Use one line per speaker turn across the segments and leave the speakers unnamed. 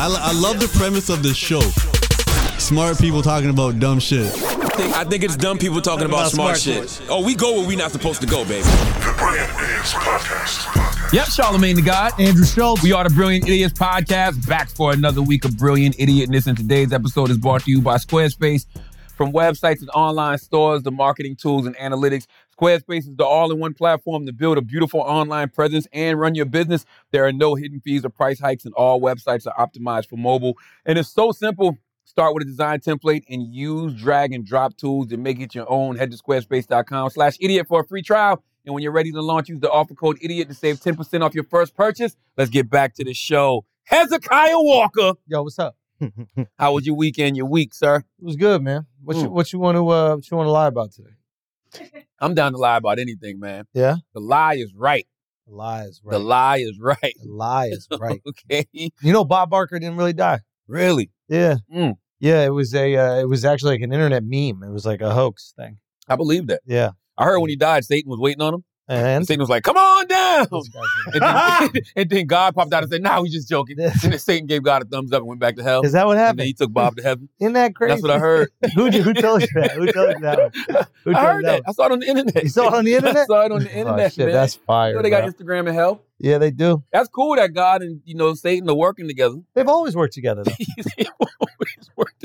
I, lo- I love the premise of this show. Smart people talking about dumb shit.
I think, I think it's dumb people talking about, smart, shit. Oh, we go where we not supposed to go, baby.
The Brilliant Idiots Podcast.
Yep, Charlemagne the God, Andrew Schultz. We are the Brilliant Idiots podcast, back for another week of brilliant idiotness. And today's episode is brought to you by Squarespace. From websites and online stores to marketing tools and analytics, Squarespace is the all-in-one platform to build a beautiful online presence and run your business. There are no hidden fees or price hikes, and all websites are optimized for mobile. And it's so simple. Start with a design template and use drag and drop tools to make it your own. Head to squarespace.com slash idiot for a free trial. And when you're ready to launch, use the offer code idiot to save 10% off your first purchase. Let's get back to the show. Hezekiah Walker,
Yo, what's up? it
how was your weekend, your week, sir?
was good, man. What you
Mm.
what you want to uh what you want to lie about today?
I'm down to lie about anything, man.
Yeah?
The lie is right.
The lie is right.
The lie is right.
The lie is right.
Okay.
you know, Bob Barker didn't really die.
Really?
Yeah,
Mm.
yeah. It was a uh, it was actually like an internet meme. It was like a hoax thing.
I believe that.
Yeah,
I heard when he died, Satan was waiting on him. And
and
Satan was like, come on down.
This guy's-
And then, and then God popped out and said, nah, we just joking.
Yeah.
And then Satan gave God a thumbs up and went back to hell.
is that what
And then he
happened?
took Bob to heaven.
Isn't that crazy?
That's what I heard.
who who told you that? Who told you that? one? Who told
I heard
you
that. I saw it on the internet.
You saw it on the
I
internet?
saw it on the
Oh,
internet.
shit,
man.
that's fire.
You know they got
bro.
Instagram and help.
yeah, they do.
That's cool that God and you know Satan are working together.
They've always worked together. Though.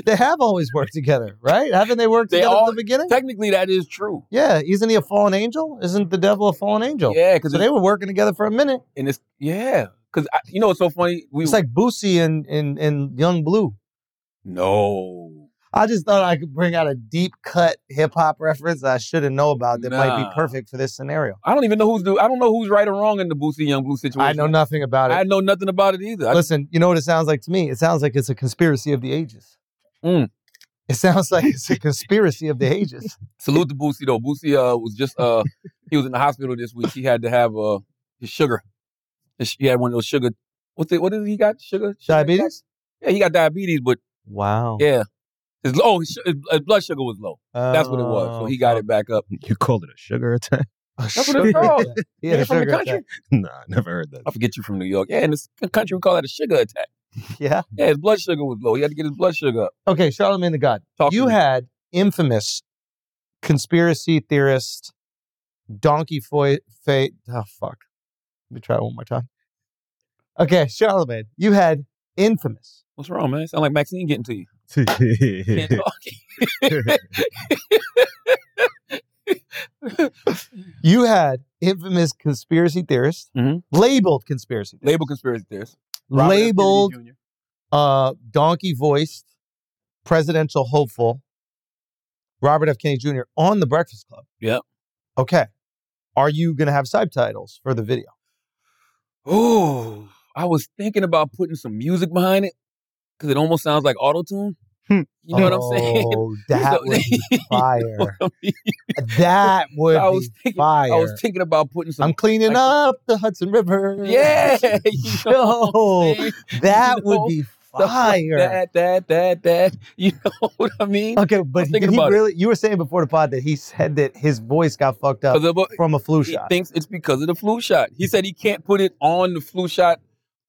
they have always worked together, right? Haven't they worked
They
together
all-
from the beginning?
Technically, that is true.
Yeah, isn't he a fallen angel? Isn't the devil a fallen angel?
Yeah, because
So they were working together for a minute.
and it's yeah, because you know it's so funny. We
It's like Boosie and, and, and Young Blue.
Oh,
no,
I just thought I could bring out a deep cut hip hop reference that I shouldn't know about that might be
Nah.
perfect for this scenario.
I don't even know who's do. I don't know who's right or wrong in the Boosie Young Blue situation.
I know nothing about it.
I know nothing about it either. I-
Listen, you know what it sounds like to me? It sounds like it's a conspiracy of the ages.
Mm.
It sounds like it's a conspiracy of the ages.
salute to Boosie though. Boosie uh, was just uh he was in the hospital this week. He had to have uh his sugar. His- He had one of those sugar. What's it? What is it he got? Sugar, sugar
Diabetes?
Yeah, he got diabetes, but
Wow.
yeah, his oh his, su- his blood sugar was low. That's what it was. So he
Oh,
got it back up.
You called it a sugar attack?
That's what it's called.
He
Yeah,
had a
from the
sugar
country.
attack.
Nah, I never heard that.
I forget you from New York. Yeah, in this country we call that a sugar attack.
Yeah.
Yeah, his blood sugar was low. He had to get his blood sugar up.
Okay, Charlemagne the God.
Talk to
you
me.
had infamous conspiracy theorist donkey foy fate oh fuck let me try it one more time okay charlemagne you had infamous
What's wrong, man? Sound like Maxine getting to you. Can't talk.
you had infamous conspiracy theorist
Mhm.
labeled conspiracy theorist,
Label conspiracy theorist. Robert F. Kennedy
labeled
Jr.
uh, donkey voiced presidential hopeful Robert F. Kennedy Jr. on the Breakfast Club.
Yep.
Okay. Are you going to have subtitles for the video?
Ooh, I was thinking about putting some music behind it because it almost sounds like auto tune.
Hmm.
You know what I'm saying?
Oh, that
So-
would be fire.
I mean?
that would
I was
be
thinking.
fire.
I was thinking about putting some.
I'm cleaning
like-
up the Hudson River.
yeah, you know what
Yo,
I'm saying?
that
You know,
would be
Stuff like
fire.
that, that, that, that. You know what I mean?
Okay, but
thinking
did he
about it.
really? You were saying before the pod that he said that his voice got fucked up
'Cause of what-
from a flu
he
shot.
thinks it's because of the flu shot. He said he can't put it on the flu shot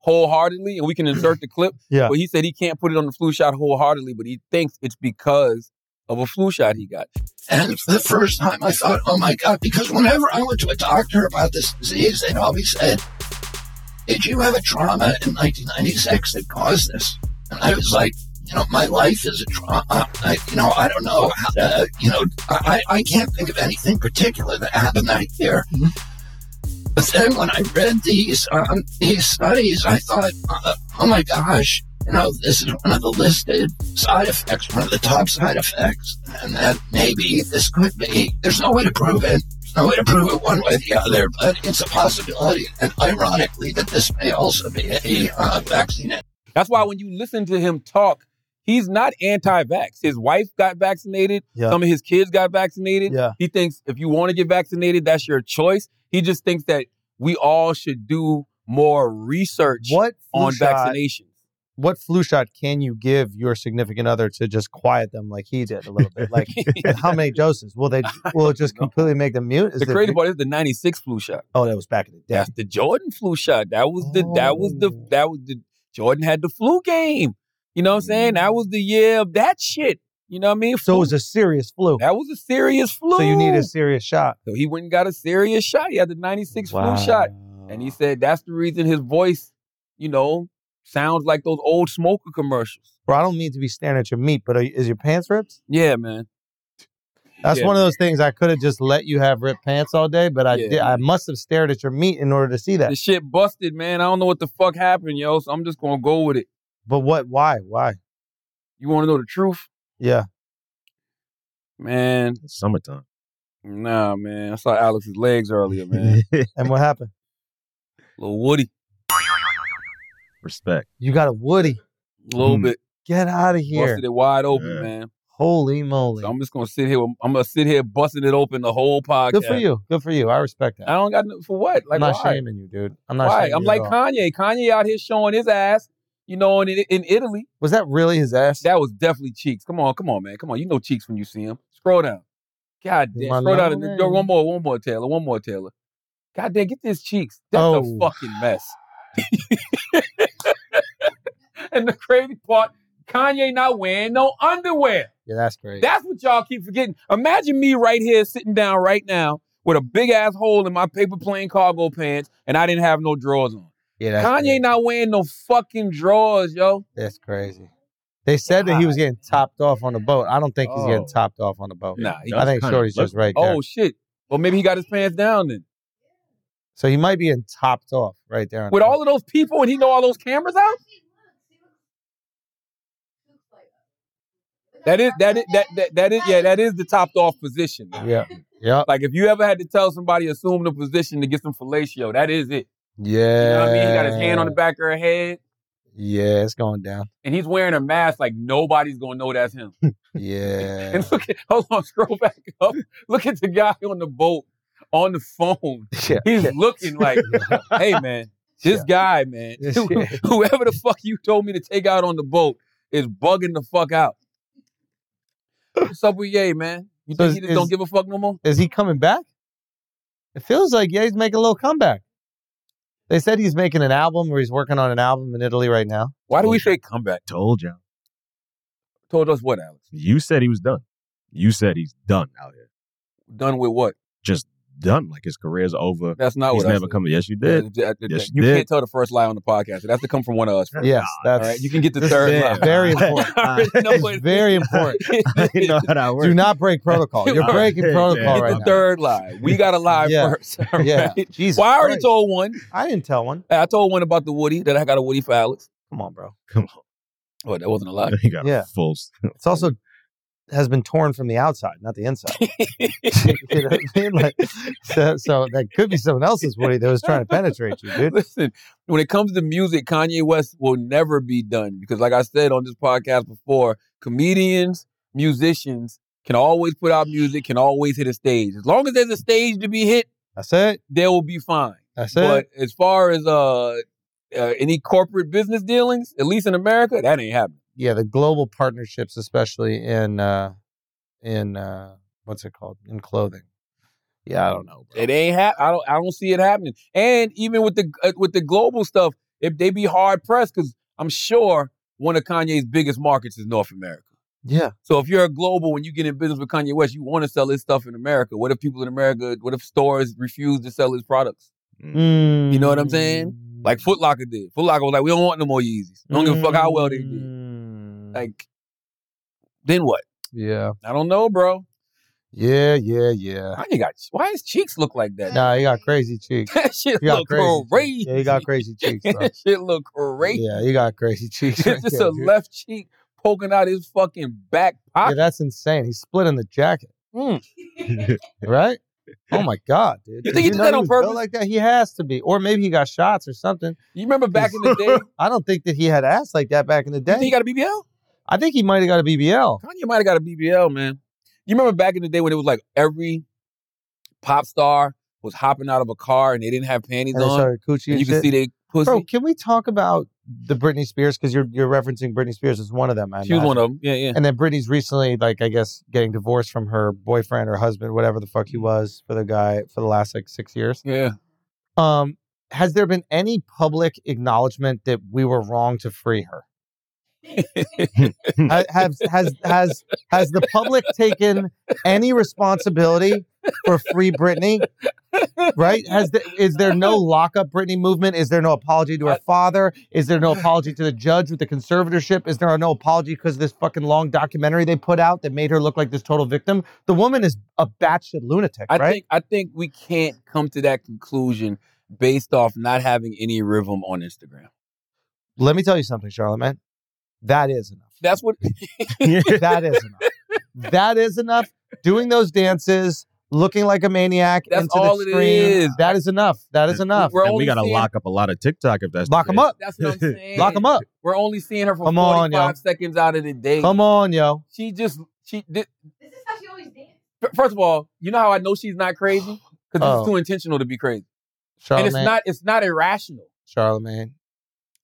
wholeheartedly, and we can insert the clip.
Yeah.
But he said he can't put it on the flu shot wholeheartedly, but he thinks it's because of a flu shot he got.
And for the first time, I thought, oh my God, because whenever I went to a doctor about this disease, they'd always said, Did you have a trauma in 1996 that caused this? And I was like, You know, my life is a trauma. I, you know, I don't know. how- Uh, you know, I, I I can't think of anything particular that happened that year. But then when I read these, um, these studies, I thought, uh, Oh my gosh. You know, this is one of the listed side effects, one of the top side effects, and that maybe this could be. There's no way to prove it. There's no way to prove it one way or the other, but it's a possibility. And ironically, that this may also be a uh, vaccine
That's why when you listen to him talk, he's not anti-vax. His wife got vaccinated.
Yeah.
Some of his kids got vaccinated.
Yeah.
He thinks if you want to get vaccinated, that's your choice. He just thinks that we all should do more research
What flu
on
shot?
vaccinations.
What flu shot can you give your significant other to just quiet them like he did a little bit? Like, and how many doses? Will they? Will it just
know.
completely make them mute? Is
The
it-
crazy part is the 96 flu shot.
Oh, that was back in the day.
That's the Jordan flu shot. That was the that was the
Oh.
that was the Jordan had the flu game. You know what I'm saying? That was the year of that shit. You know what I mean?
So it
Flu-
was a serious flu.
that was a serious flu.
So you need a serious shot.
So he went and got a serious shot. He had the 96 flu shot. And he said that's the reason his voice, you know, sounds like those old smoker commercials.
Bro, I don't mean to be staring at your meat, but are, you- is your pants ripped?
Yeah, man.
That's
Yeah.
one of those things I could have just let you have ripped pants all day, but I
Yeah.
did. I must have stared at your meat in order to see that.
The shit busted, man. I don't know what the fuck happened, yo. So I'm just gonna go with it.
But what? Why? Why?
You wanna know the truth?
Yeah.
Man,
It's summertime.
nah, man. I saw Alex's legs earlier, man.
And what happened?
Little Woody.
Respect.
You got a Woody.
A little
Hmm.
bit.
Get out of here.
Busted it wide open,
Yeah.
man.
Holy moly.
So I'm just gonna sit here. with- I'm gonna sit here busting it open the whole podcast.
Good for you. Good for you. I respect that.
I don't got no, for what? Like
I'm not
why?
shaming you, dude. I'm not
Why?
shaming
I'm
you
like
at all.
Kanye. Kanye out here showing his ass, you know, in, in Italy.
Was that really his ass?
That was definitely Cheeks. Come on, come on, man. Come on. You know Cheeks when you see him. Scroll down. God
He's
damn.
my
Scroll down.
number
Yo,
one.
one more, one more, Taylor. One more, Taylor. God damn, get this Cheeks. That's
Oh.
a fucking mess. and the crazy part, Kanye not wearing no underwear.
Yeah, that's great.
That's what y'all keep forgetting. Imagine me right here sitting down right now with a big ass hole in my paper plane cargo pants and I didn't have no drawers on.
yeah, that's
Kanye
great.
not wearing no fucking drawers, yo.
That's crazy. They said that he was getting topped off on the boat. I don't think he's getting
Oh.
topped off on the boat.
Nah, he-
I think
does
Shorty's
kinda
just right there.
Oh shit. Well, maybe he got his pants down then.
so he might be getting topped off right there. on
With
the
all of those people and he know all those cameras out? That is that is that that, that is yeah, that is the topped off position.
boat. Yeah. Yep.
Like if you ever had to tell somebody assume the position to get some fellatio, that is it.
Yeah.
You know what I mean? He got his hand on the back of her head
Yeah, it's going down.
and he's wearing a mask like nobody's gonna know that's him.
Yeah.
And look at hold on, scroll back up. Look at the guy on the boat on the phone.
yeah.
He's looking like, hey man, this guy, man,
Yeah.
whoever the fuck you told me to take out on the boat is bugging the fuck out. What's up with Ye, man? You
So
think
is-
he just don't
is-
give a fuck no more?
Is he coming back? It feels like yeah, he's making a little comeback. They said he's making an album or he's working on an album in Italy right now.
Why do we say comeback?
Told you.
Told us what, Alex?
You said he was done. You said he's done out here.
Done with what?
Just done. Like his career's over.
That's not
he's
what I
never
said.
coming. Yes, you did.
Yeah, yeah, yeah.
Yes,
you
you did.
can't tell the first lie on the podcast. It has to come from one of us. All
Yes, that's
right, you can get the
this
third
is
lie.
Very important.
I already know
It's
what it is.
very important.
I didn't know how that worked.
Do not break protocol. You're
Right.
breaking
Yeah.
protocol
Get
right
the
now.
third lie. We got to lie
Yeah.
first. all
Yeah.
right?
Jesus.
Well, I already
Christ.
told one.
I didn't tell one.
I told one about the Woody that I got a Woody for Alex.
Come on, bro.
Come
Oh, that wasn't a lie.
on. He got
Yeah.
a full. s-
It's also has been torn from the outside, not the inside. you know what I mean? Like, so, so that could be someone else's Woody that was trying to penetrate you, dude.
Listen, when it comes to music, Kanye West will never be done because, like I said on this podcast before, comedians, musicians can always put out music, can always hit a stage. As long as there's a stage to be hit,
That's it.
they will be fine.
That's
But
it.
as far as uh, uh, any corporate business dealings, at least in America, that ain't happening.
Yeah, the global partnerships, especially in uh in uh what's it called? In clothing. Yeah, I don't know.
It ain't hap- I don't I don't see it happening. And even with the uh, with the global stuff, if they be hard pressed, because I'm sure one of Kanye's biggest markets is North America.
Yeah.
So if you're a global, when you get in business with Kanye West, you want to sell his stuff in America. What if people in America? What if stores refuse to sell his products?
Mm.
You
know what I'm saying?
Mm.
Like Foot Locker did. Foot Locker was like, we don't want no more Yeezys. I don't give a fuck how well they did.
Mm.
Like, then what?
Yeah.
I don't know, bro.
Yeah, yeah, yeah.
Kanye got why his cheeks look like that?
Nah, you got crazy cheeks.
that shit
You got
look
crazy. cheeks.
crazy.
Yeah, you got crazy cheeks, bro.
that shit look crazy.
Yeah, you got crazy cheeks. right
it's just
there,
a
dude.
left cheek poking out his fucking back
Yeah,
pocket.
that's insane. He's splitting the jacket,
Mm.
right? Oh my god, dude!
You
Did
think he did
know
that on
was built
purpose?
Like that, he has to be, or maybe he got shots or something.
You remember back in the day?
I don't think that he had ass like that back in the
You think
day.
he got a BBL?
I think he might have got a BBL.
Kanye might have got a BBL, man. You remember back in the day when it was like every pop star was hopping out of a car and they didn't have panties
And they
on?
started coochie
and
and
you could
shit.
see they pussy.
Bro, can we talk about the Britney Spears? Because you're you're referencing Britney Spears as one of them. I
she was
imagine.
one of them. Yeah, yeah.
And then Britney's recently, like, I guess, getting divorced from her
Mm.
boyfriend or husband, whatever the fuck he was, for the guy for the last like six years.
Yeah.
Um, has there been any public acknowledgement that we were wrong to free her? Ha- have, has has has the public taken any responsibility for free Britney? Right? Has the, is there no lockup Britney movement? Is there no apology to her father? Is there no apology to the judge with the conservatorship? Is there no apology because of this fucking long documentary they put out that made her look like this total victim? The woman is a batshit lunatic,
I
right?
think I think we can't come to that conclusion based off not having any rhythm on Instagram.
Let me tell you something, Charlamagne. That is enough.
That's what
that is enough. That is enough. Doing those dances, looking like a maniac
That's
into
all
the
it
screen.
is.
That is enough. That is enough.
we're
and
only
we gotta
seeing-
lock up a lot of TikTok if that's the
Lock them
case.
up.
That's what I'm saying.
Lock them up.
We're only seeing her for
Come on,
45
yo.
seconds out of the day.
Come on, yo.
She just she did.
This is how she always dances.
f- First of all, you know how I know she's not crazy because
Oh.
it's too intentional to be crazy, and
Charlemagne.
it's not it's not irrational.
Charlemagne.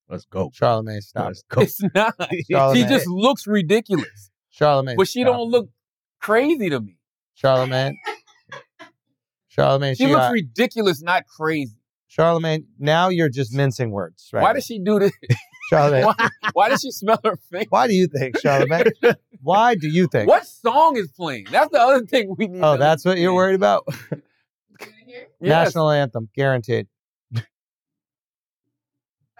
Let's go.
Charlemagne, stop.
Let's go.
It's not. She
Charlemagne.
just looks ridiculous,
Charlemagne.
but she
stop.
don't look crazy to me.
Charlemagne. Charlemagne,
She
she
looks
got-
ridiculous, not crazy.
Charlemagne, now you're just mincing words, right?
Why does she do this?
Charlemagne?
Why, why does she smell her face?
Why do you think, Charlemagne? Why do you think?
What song is playing? That's the other thing we need.
Oh,
to
that's what you're
understand.
worried about?
You wanna hear?
Yes.
National anthem, guaranteed.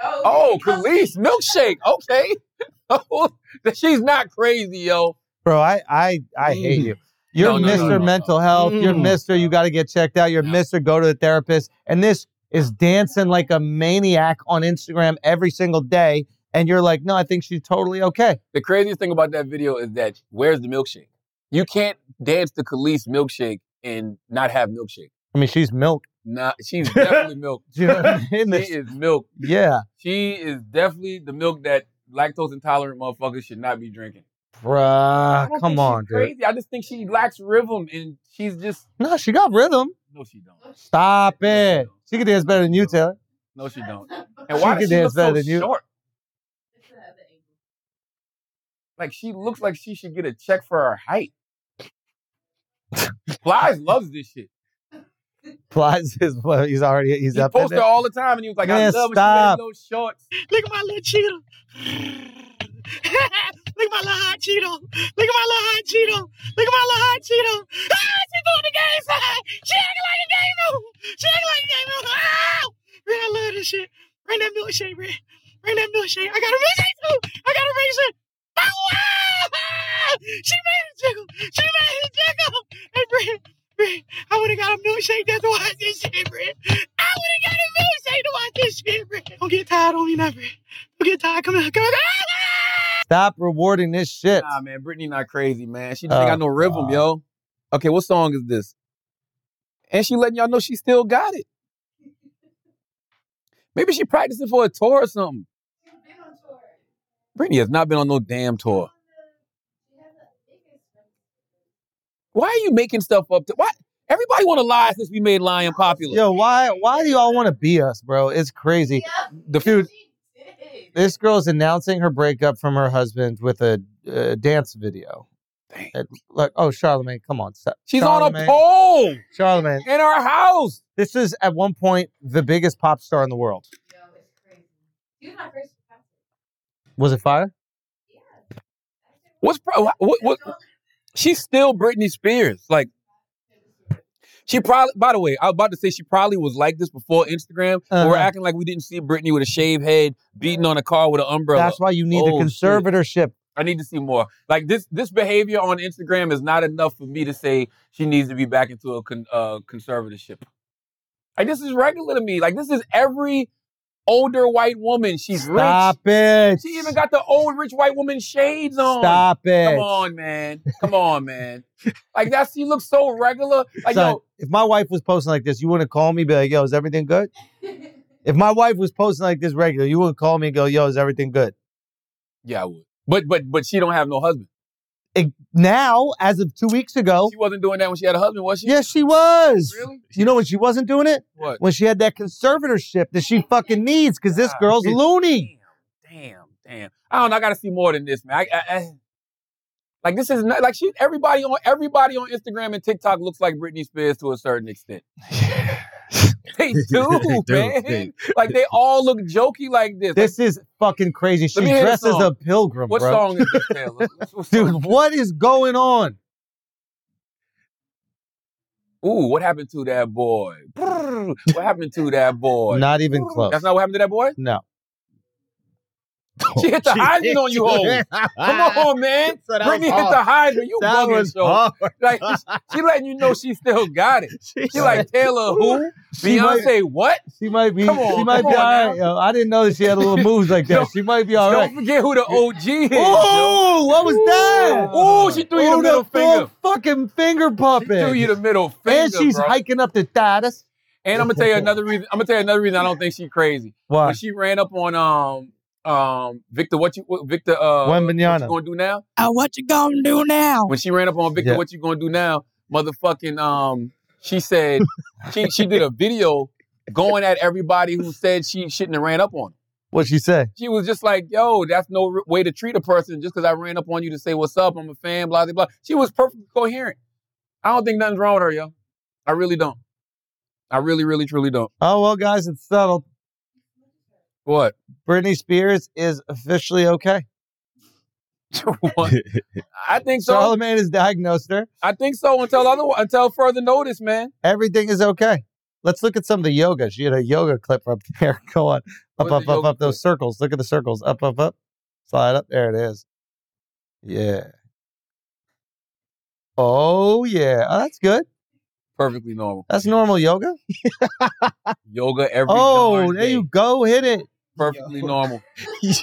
Oh, Khalees, milkshake. Okay. Oh, she's not crazy, yo.
Bro, I I I hate you. You're
Mm. No, no, no,
Mr.
no, no.
Mental Health. You're
Mm.
Mr. You got to get checked out. You're Mr. Go to the therapist. And this is dancing like a maniac on Instagram every single day. And you're like, no, I think she's totally okay.
The craziest thing about that video is that where's the milkshake? You can't dance to Khalees milkshake and not have milkshake.
I mean, she's milk.
Nah, she's definitely milk.
Do you know what I mean?
She
This-
is milk.
yeah,
She is definitely the milk that lactose intolerant motherfuckers should not be drinking. I don't
bruh.
think
Ah, Come
she's
on, dude.
crazy. I just think she lacks rhythm and she's just
No, she got rhythm.
no, she don't.
Stop it. She could dance better than you, Taylor.
No, she don't.
It's
And why
She
does
can
she look
dance better
so
than you.
short?
the other angle.
Like she looks like she should get a check for her height. Plies loves this shit.
Plies is well, he's already he's
He
up. in
posted
it.
all the time, and he was like, "I
Man,
love
stop.
when she wears those shorts."
Look at my little Cheeto. Look at my little hot Cheeto. Look at my little hot Cheeto. Look at my little hot Cheeto. Ah, she's doing the game side. She acting like a game over. She acting like a game over. Ah! Man, I love this shit. Bring that milkshake, man. Bring that milkshake. I got a milkshake too. I got a milkshake. Bow wow! She made it jiggle. She made it jiggle. Hey, Brent, Brent, I would have got a milkshake just to watch this shit, Brent. I would have got a milkshake to watch this shit, Brent. Don't get tired on me now, Brent. Don't get tired. Come on, come on.
Stop rewarding this shit.
Nah, man, Brittany not crazy, man. She just ain't
Oh,
got no rhythm,
God.
yo. Okay, what song is this? And she letting y'all know she still got it. Maybe she practicing for a tour or something.
She's been on tour.
Brittany has not been on no damn tour.
She has the biggest
Why are you making stuff up? To, why everybody want to lie since we made lying popular?
Yo, why why do y'all want to be us, bro? It's crazy.
the
Dude,
She did.
this girl's announcing her breakup from her husband with a uh, dance video.
Dang.
Uh, Like, oh, Charlemagne, come on, stop.
she's on a
Charlamagne.
pole in
Charlemagne,
her house.
this is at one point the biggest pop star in the world.
Yo, it's crazy. She was my first concert.
Was it fire?
Yeah.
What's pro- what, what? She's still Britney Spears. Like she probably. By the way, I was about to say she probably was like this before Instagram. but We're
Uh-huh.
acting like we didn't see Britney with a shaved head beating on a car with an umbrella.
That's why you need
Oh,
the conservatorship.
I need to see more. Like this, this behavior on Instagram is not enough for me to say she needs to be back into a con, uh, conservatorship. Like this is regular to me. Like this is every older white woman. She's
Stop
rich.
it.
She even got the old rich white woman shades on.
Stop it.
Come on, man. Come on, man. Like that, she looks so regular. Like
Son,
yo,
if my wife was posting like this, you wouldn't call me, be like, yo, is everything good? If my wife was posting like this regular, you wouldn't call me and go, yo, is everything good?
yeah, I would. But but but she don't have no husband.
And now, as of two weeks ago,
She wasn't doing that when she had a husband, was she?
yes, she was.
Really?
You know when she wasn't doing it?
What?
when she had that conservatorship that she fucking needs because this
Ah,
girl's
shit.
loony.
Damn, damn, damn. I don't know. I got to see more than this, man. I, I, I, Like this is not like she. Everybody on everybody on Instagram and TikTok looks like Britney Spears to a certain extent. They do,
They do,
man.
they-
Like they all look jokey like this.
This is fucking crazy. She
Let me hear the
dresses
song.
a pilgrim,
what
bro.
song is this, Taylor?
Dude, what is going on?
Ooh, what happened to that boy? Brrr, what happened to that boy?
Not even close.
That's not what happened to that boy.
no.
She hit the hydrant on you, hoe. Come on, man.
So that was
Brittany hit
hard.
the hydrant. You
That
bugging,
was
so
hard.
like she letting you know she still got it. She like Taylor who?
She might,
Beyonce what?
she might be.
Come on,
she might
come
be
on
all
now.
right. yo. I didn't know that she had little moves like that.
Yo,
she might be all right.
Don't forget who the OG is. yo.
Oh, what was that?
Ooh, she threw you the
Oh,
middle
full
finger.
Fucking finger
She
puppet.
threw you the middle finger.
and she's
bro.
hiking up the status.
And I'm gonna tell you another reason. I'm gonna tell you another reason. I don't think she's crazy. When
Why?
she ran up on um um Victor, what you what, Victor uh what
Wembanyama.
you gonna do now?
Uh, what you gonna do now?
When she ran up on Victor,
Yeah.
what you gonna do now? Motherfucking um, she said she she did a video going at everybody who said she shouldn't have ran up on. Her.
What'd she say?
She was just like, "Yo, that's no r- way to treat a person just because I ran up on you to say what's up. I'm a fan, blah blah blah." She was perfectly coherent. I don't think nothing's wrong with her, yo. I really don't. I really, really, truly don't.
Oh well, guys, it's settled.
What?
Britney Spears is officially okay.
What? I think so.
Charlemagne has diagnosed her.
I think so until other until further notice, man.
Everything is okay. Let's look at some of the yoga. She had a yoga clip up there. Go on. Up,
What's
up,
the
up,
yoga
up. Those circles. Look at the circles. Up, up, up. Slide up. There it is. Yeah. Oh, yeah. Oh, that's good.
Perfectly normal.
That's normal yoga.
Yoga every
Oh,
darn
there
day.
you go. Hit it.
Perfectly
Yo.
normal.
Yo,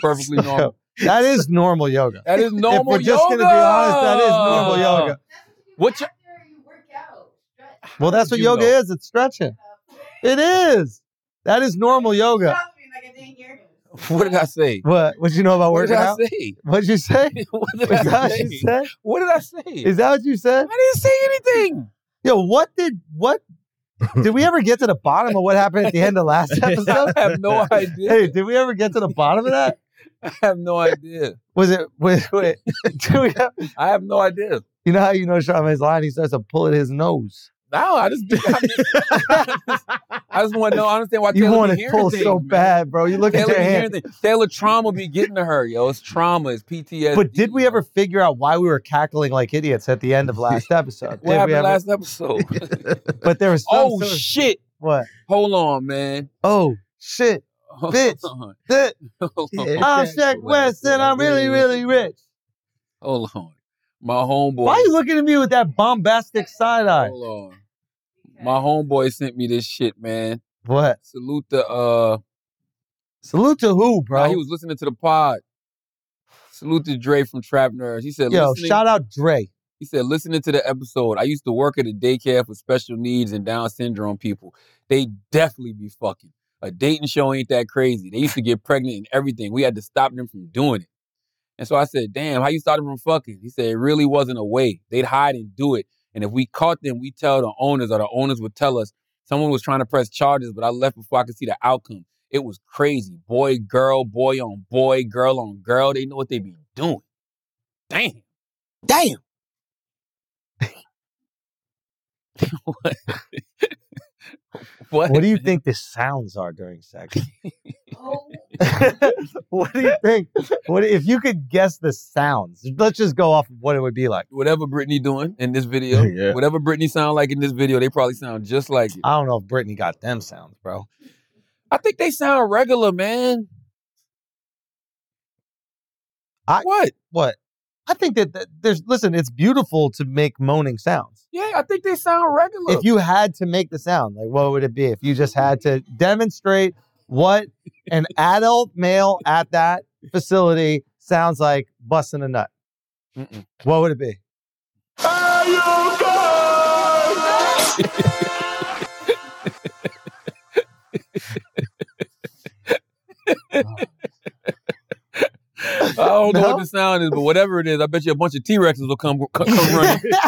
Perfectly normal.
That is normal yoga.
That is normal
if we're
yoga.
just going to be honest, that is normal yoga.
What
What you do
you-
after you work out? Stretch.
Well, that's what
Ah. You
yoga
know.
is. It's stretching. It is. That is normal yoga.
Stop me like I didn't hear him.
What did I say?
What? What you know about
What
working
did I
out?
say?
What'd you say?
What
Is
did
that
I
what you
say?
said?
What did I say?
Is that what you said?
I didn't say anything.
Yo, what did what? Did we ever get to the bottom of what happened at the end of last
I
episode?
have no idea.
Hey, did we ever get to the bottom of that?
I have no idea.
Was it? Was, wait, do we have,
I have no idea.
you know how you know Charlemagne's lying? He starts to pull at his nose.
No, I just, I just, I just want to know. I understand why
You
Taylor
want
be
to
hearing
pull
things,
so
man.
bad, bro. You look at
Taylor,
your
be
hand.
hearing things. Taylor trauma be getting to her, yo. It's trauma. It's PTSD.
But did we ever figure out why we were cackling like idiots at the end of last episode?
What
Did
happened
we ever-
last episode?
but there was some
oh
sort of-
shit!
what?
Hold on, man.
Oh shit!
Hold
Bitch.
on.
That-
Hold on.
I'm Shaq West and I'm really, really rich.
Hold on. My homeboy.
Why are you looking at me with that bombastic side eye?
Hold on. My homeboy sent me this shit, man.
What?
Salute the uh
Salute to who, bro?
nah, he was listening to the pod. Salute to Dre from Trap Nerds. He said,
Yo,
listening,
shout out Dre.
he said, listening to the episode, I used to work at a daycare for special needs and Down syndrome people. They definitely be fucking. A dating show ain't that crazy. They used to get pregnant and everything. We had to stop them from doing it. And so I said, damn, how you stopped them from fucking? He said, it really wasn't a way. They'd hide and do it. And if we caught them, we tell the owners or the owners would tell us someone was trying to press charges, but I left before I could see the outcome. It was crazy. Boy, girl, boy on boy, girl on girl. They know what they be doing. Damn. Damn. what? what?
What do you think the sounds are during sex?
Oh,
what do you think? What if you could guess the sounds? Let's just go off of what it would be like.
Whatever Britney doing in this video,
Yeah.
whatever Britney sound like in this video, they probably sound just like it.
I don't know if Brittany got them sounds, bro.
I think they sound regular, man.
I-
what?
What? I think that, that there's listen. It's beautiful to make moaning sounds.
Yeah, I think they sound regular.
If you had to make the sound, like what would it be? If you just had to demonstrate what an adult male at that facility sounds like busting a nut,
Mm-mm.
what would it be?
I don't know
No?
what the sound is, but whatever it is, I bet you a bunch of T Rexes will come, come, come running.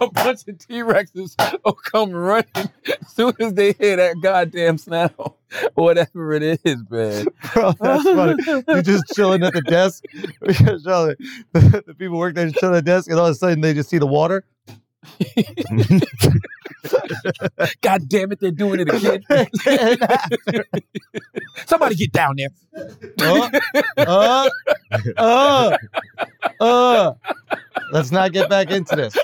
a bunch of T Rexes will come running as soon as they hear that goddamn sound. Whatever it is, man.
Bro, that's funny. You're just chilling at the desk. Charlotte, the, the people work there just chilling at the desk, and all of a sudden they just see the water.
God damn it, they're doing it again. Somebody get down there.
Uh, uh, uh, uh. Let's not get back into this.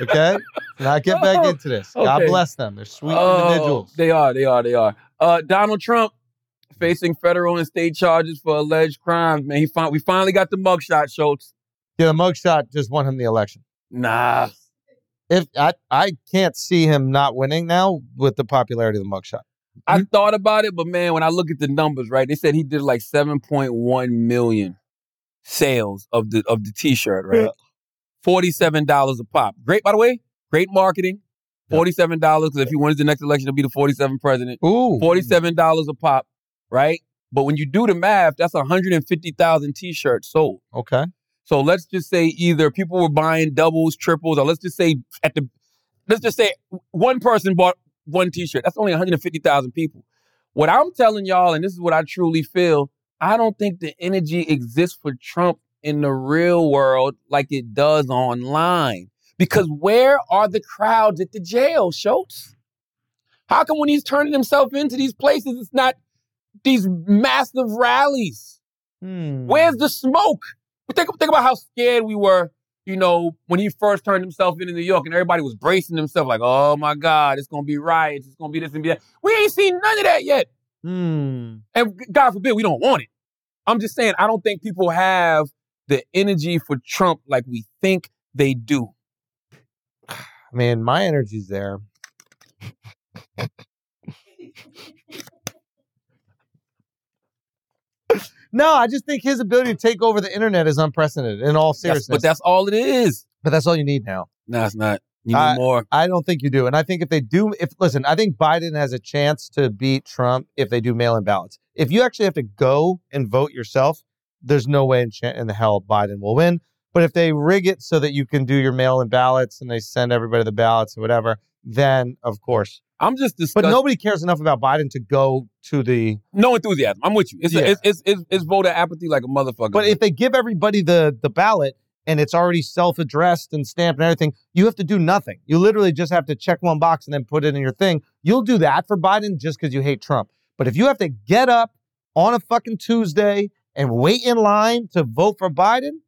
Okay? Not get back into this. God
Oh, Okay.
bless them. They're sweet
Oh,
individuals.
They are, they are, they are. Uh, Donald Trump facing federal and state charges for alleged crimes, man. He fin- we finally got the mugshot, Schultz.
yeah, the mugshot just won him the election.
Nah.
If I, I can't see him not winning now with the popularity of the mugshot.
I thought about it, but man, when I look at the numbers, right, they said he did like 7.1 million sales of the of the t-shirt, right?
Yeah.
$47 a pop. Great, by the way, great marketing. $47, because if he wins the next election, it'll be the 47th president.
Ooh.
$47 a pop, right? But when you do the math, that's 150,000 t-shirts sold.
Okay.
So let's just say either people were buying doubles, triples, or let's just say at the let's just say one person bought one t-shirt. That's only 150,000 people. What I'm telling y'all, and this is what I truly feel, I don't think the energy exists for Trump in the real world like it does online. Because where are the crowds at the jail, Schultz? How come when he's turning himself into these places, it's not these massive rallies?
Hmm.
Where's the smoke? But think, think about how scared we were, you know, when he first turned himself in in New York and everybody was bracing themselves like, oh my God, it's going to be riots. It's going to be this and be that. We ain't seen none of that yet.
Hmm.
And g- God forbid we don't want it. I'm just saying, I don't think people have the energy for Trump like we think they do.
Man, my energy's there. No, I just think his ability to take over the internet is unprecedented in all
That's-
seriousness.
but that's all it is.
but that's all you need now.
No, it's not. You need
I-
more.
I don't think you do. And I think if they do, if listen, I think Biden has a chance to beat Trump if they do mail in ballots. If you actually have to go and vote yourself, there's no way in, ch- in the hell Biden will win. But if they rig it so that you can do your mail in ballots and they send everybody the ballots or whatever, then of course.
I'm just disgusted.
But nobody cares enough about Biden to go to the.
no enthusiasm. I'm with you. It's,
Yeah.
it's, it's, it's, it's voter apathy like a motherfucker.
But if they give everybody the the ballot and it's already self addressed and stamped and everything, you have to do nothing. You literally just have to check one box and then put it in your thing. You'll do that for Biden just because you hate Trump. But if you have to get up on a fucking Tuesday and wait in line to vote for Biden,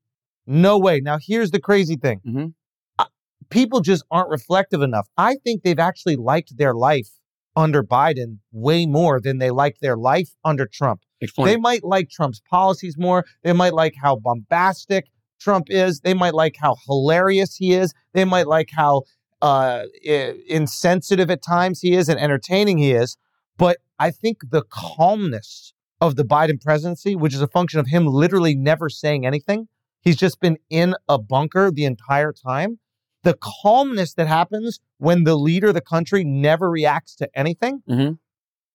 no way. Now here's the crazy thing:
Mhm.
Uh, people just aren't reflective enough. I think they've actually liked their life under Biden way more than they liked their life under Trump.
Explain.
They might like Trump's policies more. They might like how bombastic Trump is. They might like how hilarious he is. They might like how uh, i- insensitive at times he is and entertaining he is. But I think the calmness of the Biden presidency, which is a function of him literally never saying anything, he's just been in a bunker the entire time. The calmness that happens when the leader of the country never reacts to anything
Mhm.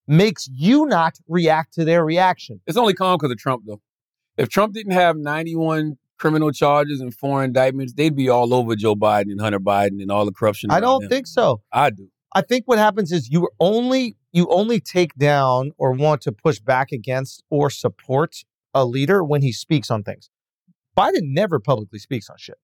makes you not react to their reaction.
It's only calm because of Trump, though. If Trump didn't have 91 criminal charges and four indictments, they'd be all over Joe Biden and Hunter Biden and all the corruption.
I
around
don't
them.
think so.
I do.
I think what happens is you only you only take down or want to push back against or support a leader when he speaks on things. Biden never publicly speaks on shit.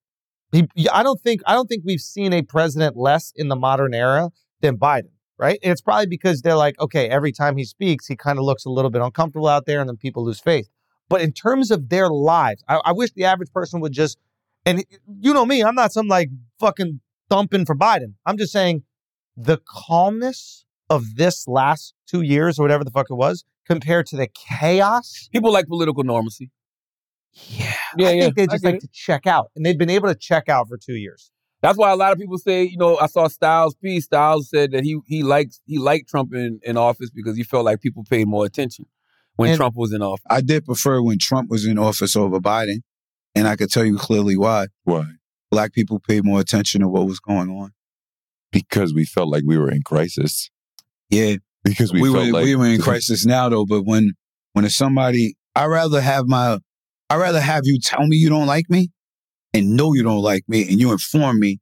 He, I don't think I don't think we've seen a president less in the modern era than Biden, right? And it's probably because they're like, okay, every time he speaks, he kind of looks a little bit uncomfortable out there, and then people lose faith. But in terms of their lives, I, I wish the average person would just, and you know me, I'm not some like fucking thumping for Biden. I'm just saying the calmness of this last two years or whatever the fuck it was compared to the chaos.
People like political normalcy.
Yeah.
Yeah,
I
yeah.
think they
I
just
get
like
it.
to check out. And they've been able to check out for two years.
That's why a lot of people say, you know, I saw Styles P. Styles said that he he likes he liked Trump in, in office because he felt like people paid more attention when
And-
Trump was in office.
I did prefer when Trump was in office over Biden, and I could tell you clearly why.
Why?
Black people paid more attention to what was going on.
Because we felt like we were in crisis.
Yeah,
Because we,
we
felt
were
like
we were in crisis now though. But when when it's somebody, I rather have my, I rather have you tell me you don't like me, and know you don't like me, and you inform me,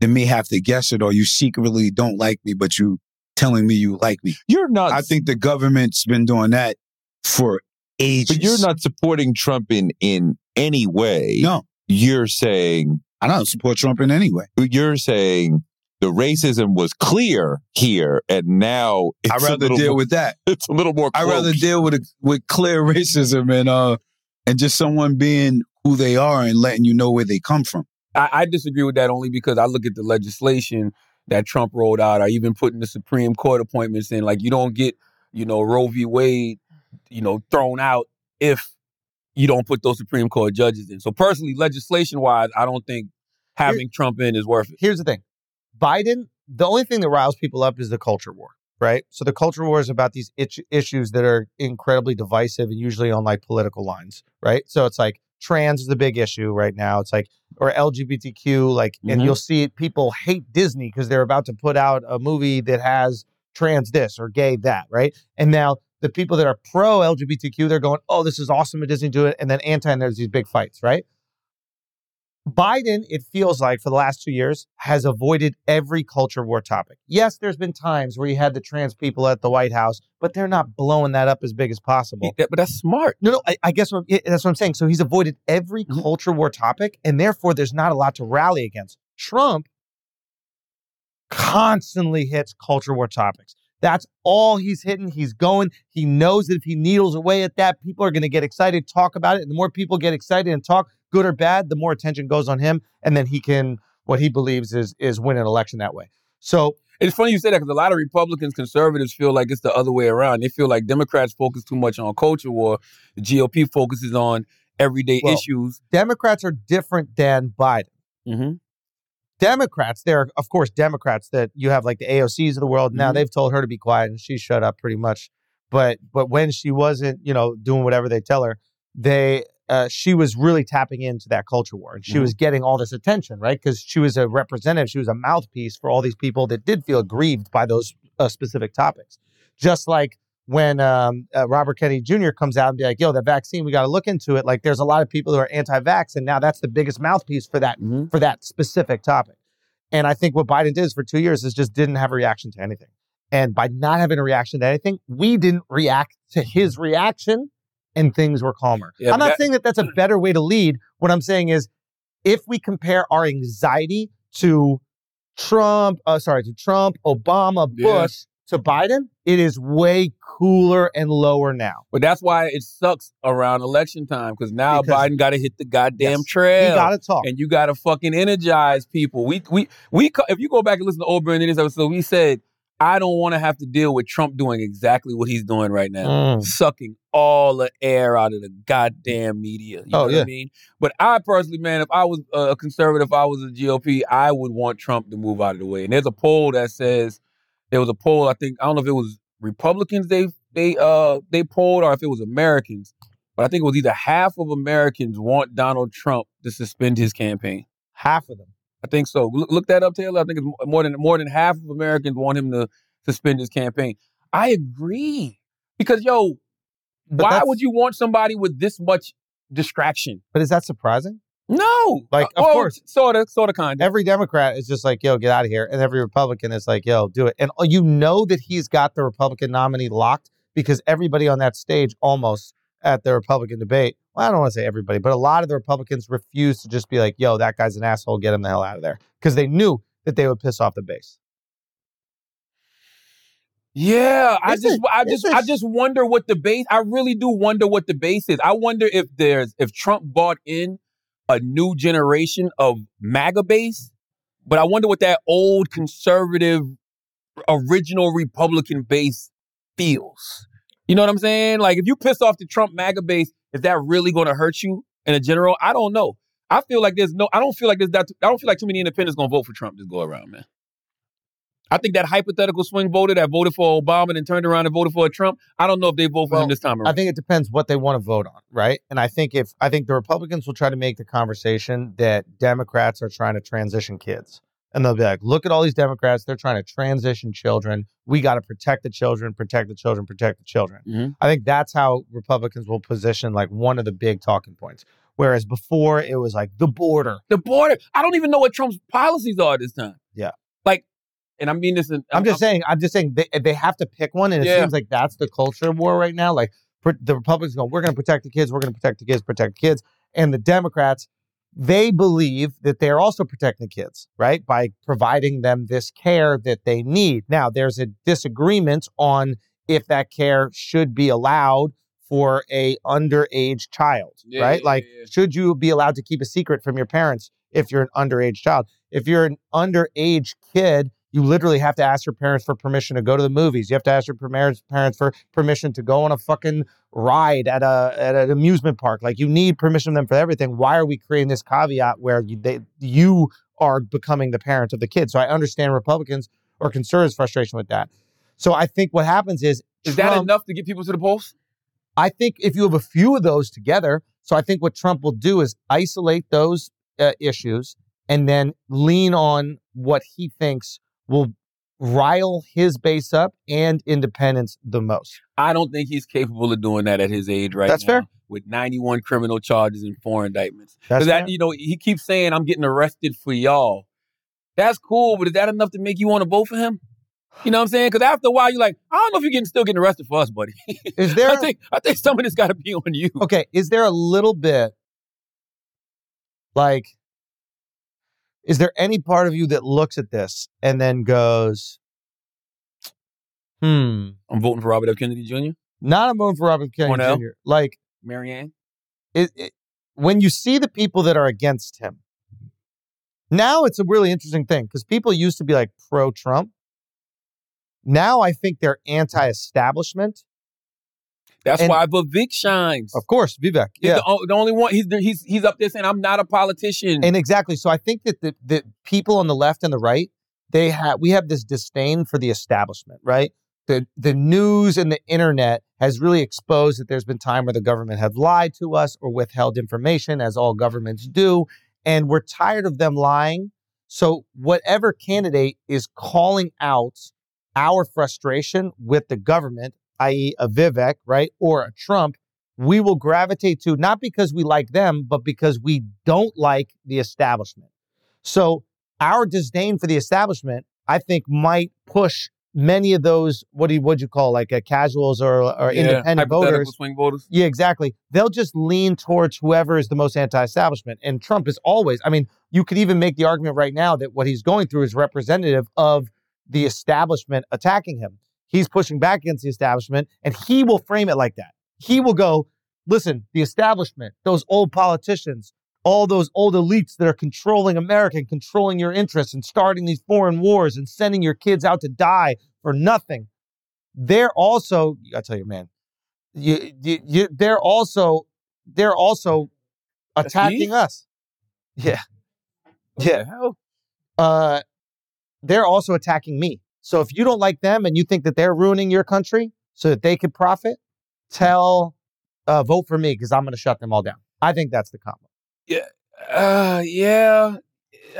than me have to guess it or you secretly don't like me, but you telling me you like me.
You're not.
I think the government's been doing that for ages.
But you're not supporting Trump in in any way.
No.
You're saying
I don't support Trump in any way.
You're saying the racism was clear here, and now
I'd
it's a
rather
little
deal
more-
with that.
It's a little more.
I'd rather
cloaked.
deal with a, with clear racism and uh and just someone being who they are and letting you know where they come from.
I, I disagree with that only because I look at the legislation that Trump rolled out, or even putting the Supreme Court appointments in. Like you don't get, you know, Roe v. Wade, you know, thrown out if you don't put those Supreme Court judges in. So personally, legislation wise, I don't think having Trump in is worth it.
Here's the thing Biden, the only thing that riles people up is the culture war, right? So the culture war is about these itch- issues that are incredibly divisive and usually on like political lines, right? So it's like trans is the big issue right now. It's like, or LGBTQ, like, and
Mhm.
you'll see it, people hate Disney because they're about to put out a movie that has trans this or gay that, right? And now the people that are pro LGBTQ, they're going, oh, this is awesome at Disney, do it. And then anti, and there's these big fights, right? Biden, it feels like for the last two years, has avoided every culture war topic. Yes, there's been times where you had the trans people at the White House, but they're not blowing that up as big as possible.
but that's smart. Mm-hmm.
No, no, I, I guess what, yeah, that's what I'm saying. So he's avoided every culture war topic, and therefore there's not a lot to rally against. Trump constantly hits culture war topics. That's all he's hitting. He's going. He knows that if he needles away at that, people are going to get excited, talk about it. And the more people get excited and talk, good or bad, the more attention goes on him. And then he can, what he believes is is win an election that way. So
It's funny you say that because a lot of Republicans, conservatives feel like it's the other way around. They feel like Democrats focus too much on culture war. The GOP focuses on everyday
Well,
issues.
Democrats are different than Biden.
Mm-hmm.
Democrats, there are, of course, Democrats that you have like the AOCs of the world. Now they've told her to be quiet and she shut up pretty much. But but when she wasn't, you know, doing whatever they tell her, they uh, she was really tapping into that culture war and she was getting all this attention, right? Because she was a representative, she was a mouthpiece for all these people that did feel aggrieved by those uh, specific topics. Just like when um, uh, Robert Kennedy Jr. comes out and be like, "Yo, that vaccine, we got to look into it." Like, there's a lot of people who are anti-vax, and now that's the biggest mouthpiece for that
Mm-hmm.
for that specific topic. And I think what Biden did is for two years is just didn't have a reaction to anything. And by not having a reaction to anything, we didn't react to his reaction, and things were calmer.
Yeah,
I'm not
that-
saying that that's a better way to lead. What I'm saying is, if we compare our anxiety to Trump, uh, sorry, to Trump, Obama, Bush
Yeah.
to Biden, it is way cooler and lower now.
But that's why it sucks around election time because now Biden got to hit the goddamn
Yes.
trail.
He gotta talk.
and you got to fucking energize people. We we we co- if you go back and listen to old Brandon this episode, we said I don't want to have to deal with Trump doing exactly what he's doing right now,
Mm.
sucking all the air out of the goddamn media. You
Oh,
know what I
yeah.
mean? But I personally, man, if I was uh, a conservative, if I was a GOP, I would want Trump to move out of the way. And there's a poll that says there was a poll. I think I don't know if it was Republicans they they uh they polled or if it was Americans, but I think it was either half of Americans want Donald Trump to suspend his campaign.
Half of them.
I think so. Look, look that up, Taylor. I think it's mo- more than more than half of Americans want him to suspend his campaign. I agree because yo, why
that's-
would you want somebody with this much distraction?
But is that surprising?
No,
like
Uh,
of
well,
course,
sort of, sort of kind.
Every Democrat is just like, "Yo, get out of here," and every Republican is like, "Yo, do it." And uh, you know that he's got the Republican nominee locked because everybody on that stage, almost at the Republican debate, well, I don't want to say everybody, but a lot of the Republicans refused to just be like, "Yo, that guy's an asshole. Get him the hell out of there," because they knew that they would piss off the base.
Yeah, I
It's
just,
a-
I
it's
just,
a
I just wonder what the base. I really do wonder what the base is. I wonder if there's if Trump bought in a new generation of MAGA base, but I wonder what that old conservative, original Republican base feels. You know what I'm saying? Like if you piss off the Trump MAGA base, is that really going to hurt you in a general? I don't know. I feel like there's no. I don't feel like there's that. I don't feel like too many independents going to vote for Trump this go around, man. I think that hypothetical swing voter that voted for Obama and then turned around and voted for Trump, I don't know if they vote for him this time around.
I think it depends what they want to vote on, right? And I think if I think the Republicans will try to make the conversation that Democrats are trying to transition kids. And they'll be like, look at all these Democrats. They're trying to transition children. We got to protect the children, protect the children, protect the children.
Mhm.
I think that's how Republicans will position like one of the big talking points. Whereas before it was like the border.
the border, I don't even know what Trump's policies are this time.
Yeah.
Like, and I mean this. In,
I'm just saying. I'm just saying they they have to pick one, and it
Yeah.
seems like that's the culture war right now. Like pr- the Republicans go, "We're going to protect the kids. We're going to protect the kids. Protect the kids." And the Democrats, they believe that they're also protecting the kids, right, by providing them this care that they need. Now, there's a disagreement on if that care should be allowed for a underage child,
Yeah,
right?
yeah,
like, should you be allowed to keep a secret from your parents if you're an underage child? If you're an underage kid, you literally have to ask your parents for permission to go to the movies. You have to ask your parents parents for permission to go on a fucking ride at a at an amusement park. Like you need permission from them for everything. Why are we creating this caveat where you, they, you are becoming the parent of the kid? So I understand Republicans or conservatives' frustration with that. So I think what happens is
Is that
Trump-
enough to get people to the polls?
I think if you have a few of those together, so I think what Trump will do is isolate those uh, issues and then lean on what he thinks will rile his base up and independence the most.
I don't think he's capable of doing that at his age right
That's
now.
fair.
With 91 criminal charges and four indictments.
That's
Because
fair.
that, you know, he keeps saying, I'm getting arrested for y'all. That's cool, but is that enough to make you want to vote for him? You know what I'm saying? Because after a while, you're like, I don't know if you're getting still getting arrested for us, buddy.
Is there?
I think I think some of this got to be on you.
Okay, is there a little bit like is there any part of you that looks at this and then goes Hmm.
I'm voting for Robert F. Kennedy Jr.
not a vote for Robert Kennedy
Cornell?
Jr. Like
Marianne.
it, it, when you see the people that are against him, now it's a really interesting thing because people used to be like pro Trump. Now I think they're anti establishment.
That's
And-
why Vivek shines.
Of course, Vivek.
He's
Yeah.
the, o- the only one. He's the- he's he's up there saying, I'm not a politician.
And exactly. So I think that the, the people on the left and the right, they have we have this disdain for the establishment, right? The the news and the internet has really exposed that there's been time where the government have lied to us or withheld information, as all governments do, and we're tired of them lying. So whatever candidate is calling out our frustration with the government, i.e., a Vivek, right, or a Trump, we will gravitate to not because we like them, but because we don't like the establishment. So our disdain for the establishment, I think, might push many of those what do you, would you call like uh, casuals or or
Yeah,
independent
hypothetical
voters
swing voters.
yeah, exactly. They'll just lean towards whoever is the most anti-establishment. And Trump is always, I mean, you could even make the argument right now that what he's going through is representative of the establishment attacking him. He's pushing back against the establishment and he will frame it like that. He will go, listen, the establishment, those old politicians, all those old elites that are controlling America and controlling your interests and starting these foreign wars and sending your kids out to die for nothing. They're also, I tell you, man, you, you, you, they're also they're also attacking us. Yeah, yeah. Uh, they're also attacking me. So if you don't like them and you think that they're ruining your country so that they could profit, tell uh, vote for me because I'm going to shut them all down. I think that's the combo.
Yeah. Uh, yeah.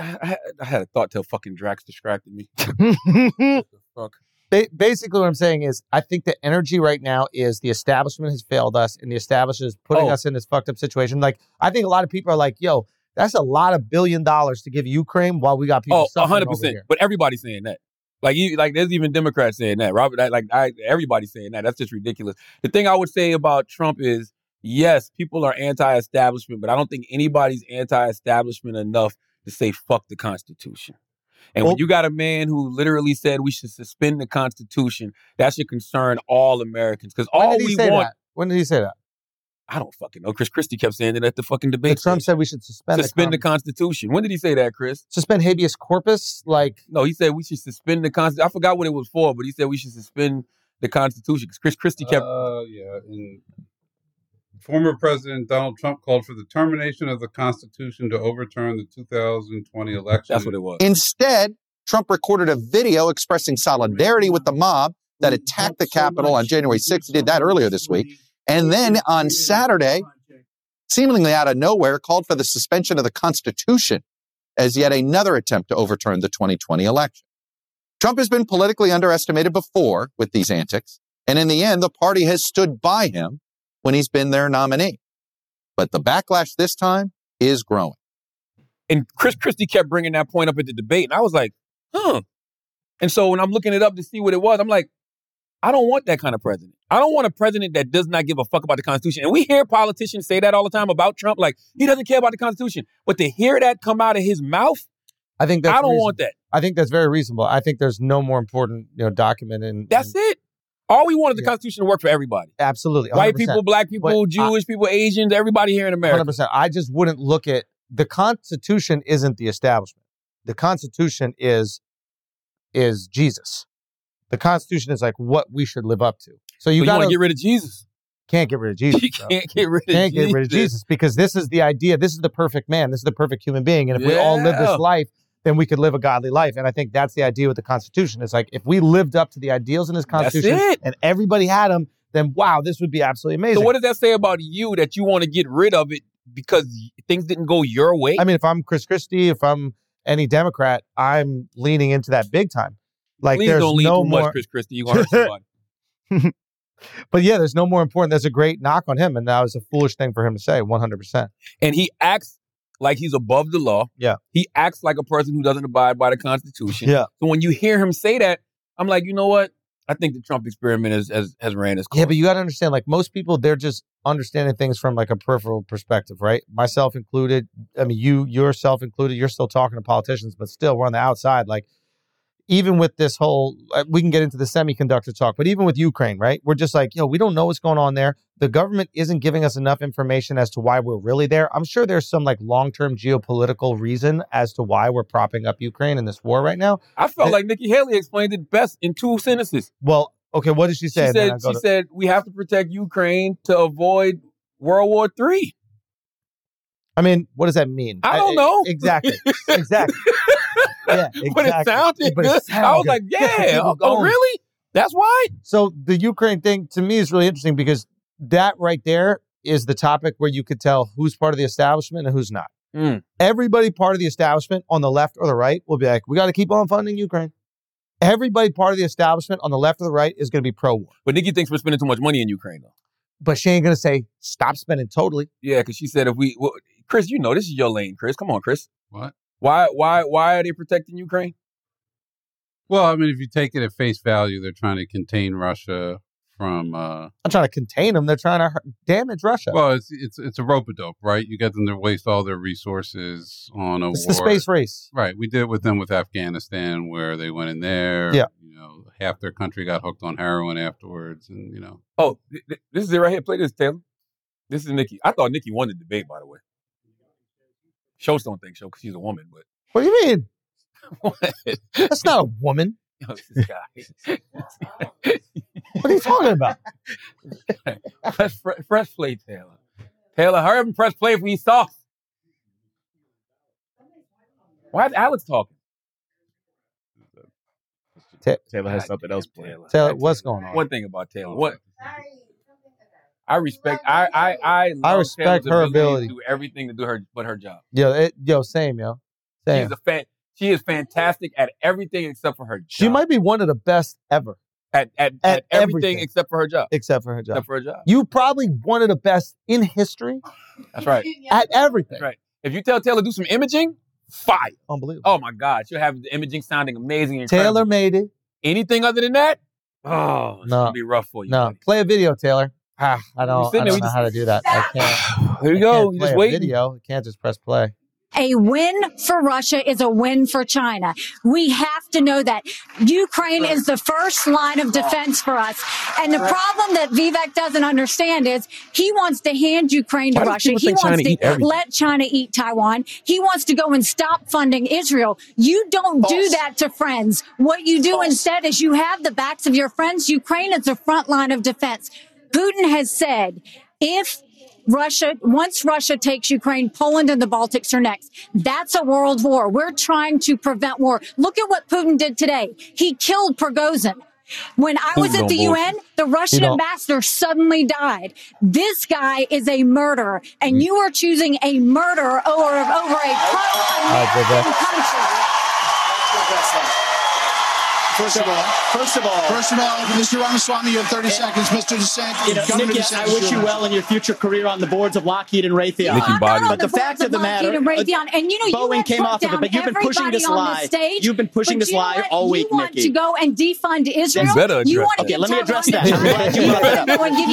I, I- I had a thought till fucking Drax distracted me. Fuck.
Ba- basically, what I'm saying is, I think the energy right now is the establishment has failed us, and the establishment is putting
Oh.
us in this fucked up situation. Like, I think a lot of people are like, "Yo, that's a lot of billion dollars to give Ukraine while we got people
Oh,
suffering
100
over
percent.
here."
But everybody's saying that. Like you, like there's even Democrats saying that. Robert, I, like I, everybody's saying that. That's just ridiculous. The thing I would say about Trump is, yes, people are anti-establishment, but I don't think anybody's anti-establishment enough to say fuck the Constitution. And when you got a man who literally said we should suspend the Constitution, that should concern all Americans because
When
all
did he
we
say
want.
that? When did he say that?
I don't fucking know. Chris Christie kept saying it at the fucking debate.
Trump said we should suspend the
suspend the Constitution. When did he say that, Chris?
Suspend habeas corpus, like
No, he said we should suspend the constitution. I forgot what it was for, but he said we should suspend the constitution because Chris Christie kept.
Uh, yeah, and former President Donald Trump called for the termination of the Constitution to overturn the 2020 election.
Mm, That's what it was.
Instead, Trump recorded a video expressing solidarity with the mob that attacked the Capitol on January 6th. He did that earlier this week. And then on Saturday, seemingly out of nowhere, called for the suspension of the Constitution as yet another attempt to overturn the 2020 election. Trump has been politically underestimated before with these antics. And in the end, the party has stood by him when he's been their nominee. But the backlash this time is growing.
and Chris Christie kept bringing that point up at the debate, and I was like, huh, And so when I'm looking it up to see what it was, I'm like, I don't want that kind of president. I don't want a president that does not give a fuck about the Constitution. And we hear politicians say that all the time about Trump, like he doesn't care about the Constitution. But to hear that come out of his mouth,
I think that's
I don't
reason-
want that.
I think that's very reasonable. I think there's no more important you know document in
That's it. All we want is the Constitution to work for everybody.
absolutely
White people, black people, Jewish people, Asians, everybody here in America.
Hundred percent. I just wouldn't look at the Constitution. Isn't the establishment? The Constitution is is Jesus. The Constitution is like what we should live up to. So you
But you
got
wanna get rid of Jesus.
Can't get rid of Jesus.
You
bro.
can't get rid of
Can't get rid of
Jesus.
Jesus because this is the idea. This is the perfect man. This is the perfect human being. And if we all live
Yeah.
this life, then we could live a godly life. And I think that's the idea with the Constitution. It's like if we lived up to the ideals in this Constitution
it.
and everybody had them, then wow, this would be absolutely amazing.
So what does that say about you that you want to get rid of it because things didn't go your way?
I mean, if I'm Chris Christie, if I'm any Democrat, I'm leaning into that big time. Like
Please
there's
don't lean
no
too
more.
much, Chris Christie. You're gonna hurt somebody.
But yeah, there's no more important. There's a great knock on him, and that was a foolish thing for him to say. 100. percent
and he acts like he's above the law.
Yeah.
He acts like a person who doesn't abide by the Constitution.
Yeah.
So when you hear him say that, I'm like, you know what? I think the Trump experiment has has, has ran its course.
Yeah, but you got to understand, like most people, they're just understanding things from like a peripheral perspective, right? Myself included. I mean, you yourself included. You're still talking to politicians, but still, we're on the outside. Like, even with this whole, uh, we can get into the semiconductor talk, but even with Ukraine, right? We're just like, yo, we don't know what's going on there. The government isn't giving us enough information as to why we're really there. I'm sure there's some like long term geopolitical reason as to why we're propping up Ukraine in this war right now.
I felt like Nikki Haley explained it best in two sentences.
Well, okay, what did she say?
She
And then
said,
I'll go
she
to-
said we have to protect Ukraine to avoid World War III.
I mean, what does that mean?
I don't know.
Exactly. Exactly. yeah, exactly.
But it sounded
But it
good. I was
sounded
like,
good. Got
yeah.
people
Oh,
going.
really? That's why?
So the Ukraine thing to me is really interesting because that right there is the topic where you could tell who's part of the establishment and who's not.
Mm.
Everybody part of the establishment on the left or the right will be like, we got to keep on funding Ukraine. Everybody part of the establishment on the left or the right is going to be pro war.
But Nikki thinks we're spending too much money in Ukraine, though.
But she ain't going to say, stop spending totally.
Yeah, because she said if we, well, Chris, you know this is your lane, Chris. Come on, Chris.
What?
Why? Why? Why are they protecting Ukraine?
Well, I mean, if you take it at face value, they're trying to contain Russia from. Uh,
I'm trying to contain them. They're trying to hurt- damage Russia.
well, it's it's it's a rope a dope, right? You get them to waste all their resources on a
it's
war.
the space race.
Right. We did it with them with Afghanistan, where they went in there.
Yeah.
You know, half their country got hooked on heroin afterwards, and you know.
Oh, th- th- this is it right here. Play this, Taylor. This is Nikki. I thought Nikki won the debate, by the way. Schultz don't think so because she's a woman, but
What do you mean? That's not a woman.
Oh, this guy.
What are you talking about?
press, pre- press play, Taylor. Taylor, hurry up and press play for you soft. Why is Alex talking?
Taylor has something else planned.
Taylor, what's going on?
One thing about Taylor. What? I respect. I I I, love
respect
Taylor's
her ability.
to do everything to do her but her job.
Yo, it, yo, same, yo. Same.
She's a fan. She is fantastic at everything except for her job.
She might be one of the best ever,
at at,
at
at everything,
everything.
except for her job.
except for her job.
Except for her job.
You probably one of the best in history
That's right.
at everything.
That's right. If you tell Taylor to do some imaging, fire.
Unbelievable.
Oh my God, she'll have the imaging sounding amazing. and incredible.
Taylor made it.
anything other than that, oh, it's
No.
gonna be rough for you.
No, play a video, Taylor. Ah, I
You
don't,
sitting there,
I don't
we
know
just-
how to do that. I can't.
Here you
I
go.
can't
You
play
just
a
waiting.
video. I can't just press play.
A win for Russia is a win for China. We have to know that Ukraine is the first line of defense for us. And the problem that Vivek doesn't understand is he wants to hand Ukraine to
Why do
Russia.
people
He
think
wants
China eat
to
everything?
let China eat Taiwan. He wants to go and stop funding Israel. You don't do that to friends. What you do instead is you have the backs of your friends. Ukraine is the front line of defense. Putin has said if Russia, once Russia takes Ukraine, Poland and the Baltics are next. That's a world war. We're trying to prevent war. Look at what Putin did today. He killed Prigozhin. When I was
Putin
at the
don't
UN, the
He
Russian
don't.
ambassador suddenly died. This guy is a murderer,
Mm.
and you are choosing a murderer over, over a pro
All right, Vivek.
country.
First of all, first of all,
First of all, Mr. Ramaswamy, you have 30 seconds. Mr. DeSantis,
you know,
Governor
Nikki,
DeSantis,
I wish
you're
you
up.
well in your future career on the boards of Lockheed and Raytheon.
Nikki I'm not Body. on
But
the
the fact of the matter, uh,
Lockheed and Raytheon. And you know, you
Boeing
have
came
put
off of it,
down
but you've been pushing
everybody
this
on
lie.
this stage,
You've been pushing
but
this
you
lie
want-
all week,
You want
Nikki.
to go and defund Israel.
You better
you
address
want to
that.
get
Okay, let me
John
address
Oliver
that. I'm
to
glad you brought that up.
go and give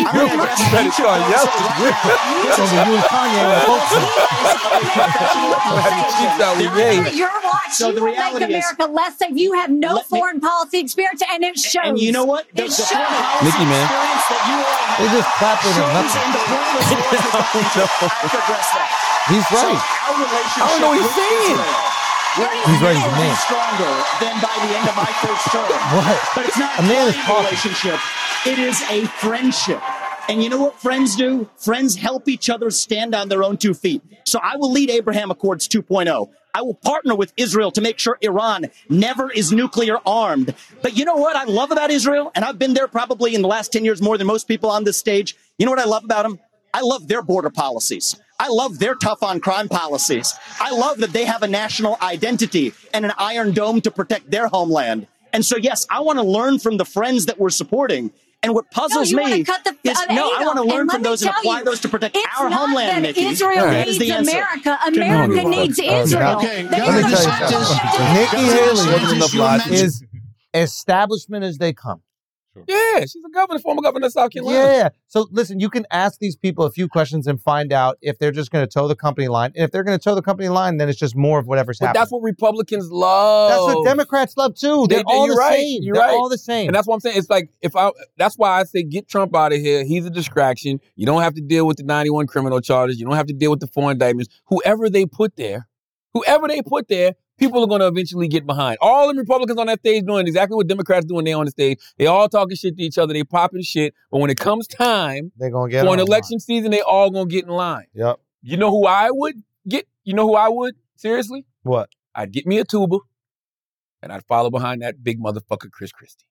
you more money. Whatever You're watching.
So
you
the
will make
reality is-
America less safe. You have no foreign policy experience, and it shows.
And you know what? The,
It
the
shows.
foreign policy
Nikki, man.
experience that you all have
They just clap with him,
Ah, shows
nothing.
in the pointless wars that got into it. I have to address that.
He's right.
So our relationship
I don't know what he's
with
saying.
Israel will
He's right,
never
he's a
be
man.
stronger than by the end of my first term.
What?
But it's not
A man is
a
talking.
relationship. It is a friendship. And you know what friends do? Friends help each other stand on their own two feet. So I will lead Abraham Accords 2.0. I will partner with Israel to make sure Iran never is nuclear armed. But you know what I love about Israel? And I've been there probably in the last 10 years more than most people on this stage. You know what I love about them? I love their border policies. I love their tough on crime policies. I love that they have a national identity and an iron dome to protect their homeland. And so, yes, I want to learn from the friends that we're supporting. And what puzzles
you wanna
me
cut the-
is
uh, the
no, I
aid
want to
off.
learn
And
from
let me
those and
tell
apply
you,
those to protect
it's
our
not
homeland,
that
Nikki.
Israel
That is
needs
the answer.
America. America needs Israel.
Okay,
They
Governor
are the
DeSantis.
ones that did it.
Nikki
Governor DeSantis,
Haley
you mentioned-
is establishment as they come.
Yeah, she's a governor, former governor of South Carolina.
Yeah. So listen, you can ask these people a few questions and find out if they're just going to toe the company line. And if they're going to toe the company line, then it's just more of whatever's
But
happening.
that's what Republicans love.
That's what Democrats love too. They're all the same. They're all the same.
And that's what I'm saying. It's like if I that's why I say get Trump out of here. He's a distraction. You don't have to deal with the 91 criminal charges. You don't have to deal with the four indictments. Whoever they put there, whoever they put there, people are gonna eventually get behind. All the Republicans on that stage doing exactly what Democrats do when they on the stage. They all talking shit to each other, they popping shit. But when it comes time
they're gonna get
for
on
an
the
election season, they all gonna get in line.
line. Yep.
You know who I would get? You know who I would? Seriously?
What?
I'd get me a tuba and I'd follow behind that big motherfucker Chris Christie.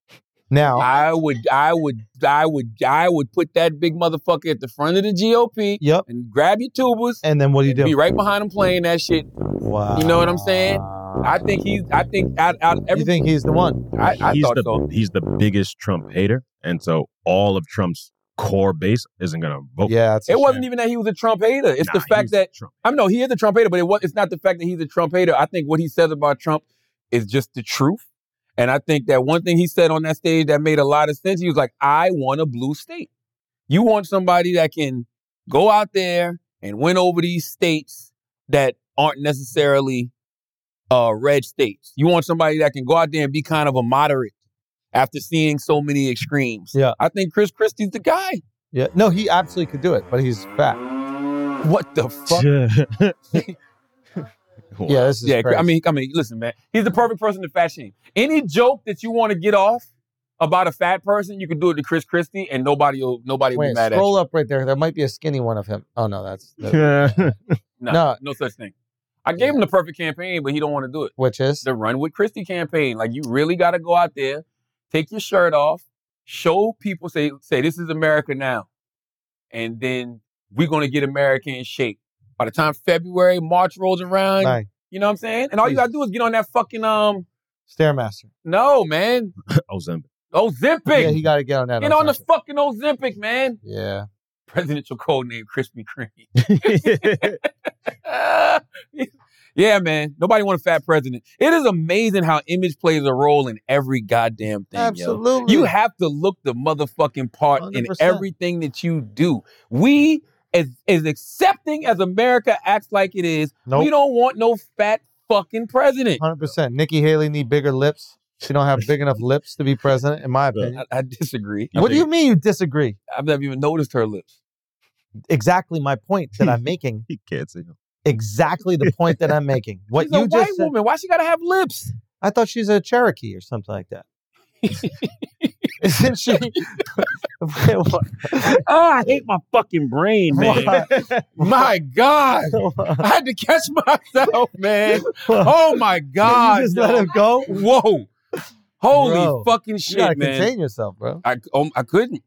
Now
I would I would I would I would put that big motherfucker at the front of the GOP
Yep.
and grab your tubas
And then what do you do?
be right behind him playing that shit.
Wow.
You know what I'm saying? I think he's I think out out of
You
every
think he's the one?
I, I
he's
thought
the
so.
he's the biggest Trump hater, and so all of Trump's core base isn't going to vote.
Yeah,
It wasn't even that he was a Trump hater. It's the
Nah,
fact that I know he is a Trump hater, but it was, it's not the fact that he's a Trump hater. I think what he says about Trump is just the truth. And I think that one thing he said on that stage that made a lot of sense. He was like, "I want a blue state. You want somebody that can go out there and win over these states that aren't necessarily uh, red states. You want somebody that can go out there and be kind of a moderate after seeing so many extremes.
Yeah.
I think Chris Christie's the guy.
Yeah. No, he absolutely could do it, but he's fat.
What the fuck?
Yeah, this is
yeah,
crazy.
I mean, I mean, listen, man, he's the perfect person to fat shame. Any joke that you want to get off about a fat person, you can do it to Chris Christie, and nobody will nobody will
Wait,
be mad
scroll
at
up right there. There might be a skinny one of him. Oh no, that's
you. No,
no.
no, such thing. I gave him the perfect campaign, but he don't want to do it.
which is
The Run with Christie campaign, like you really got to go out there, take your shirt off, show people, say say this is America now, and then we're gonna get America in shape. By the time February, March rolls around,
Right.
you know what I'm saying? And all you gotta do is get on that fucking um.
Stairmaster.
No, man.
Ozempic.
Ozempic.
Yeah, he got to get on that.
Get on the fucking Ozempic, man.
yeah.
Presidential code name Krispy Kreme. yeah, man. Nobody want a fat president. It is amazing how image plays a role in every goddamn thing. yo.
Absolutely.
You have to look the motherfucking part in
100%.
everything that you do. We as as accepting as America acts like it is,
Nope.
we don't want no fat fucking president.
Hundred percent. Nikki Haley need bigger lips. She don't have big enough lips to be president, in my opinion.
I, I disagree.
What do you mean you disagree?
I've never even noticed her lips.
Exactly my point that I'm making.
He can't see him.
Exactly the point that I'm making. What
She's
you
a
just
white
said-
woman. Why she gotta have lips?
I thought she's a Cherokee or something like that. Isn't she?
Oh, I hate my fucking brain, man. my God. I had to catch myself, man. Oh my God.
just
yo.
let him go?
Whoa. Holy
Bro,
fucking
you
shit,
gotta
man.
contain yourself, bro.
I um, I couldn't.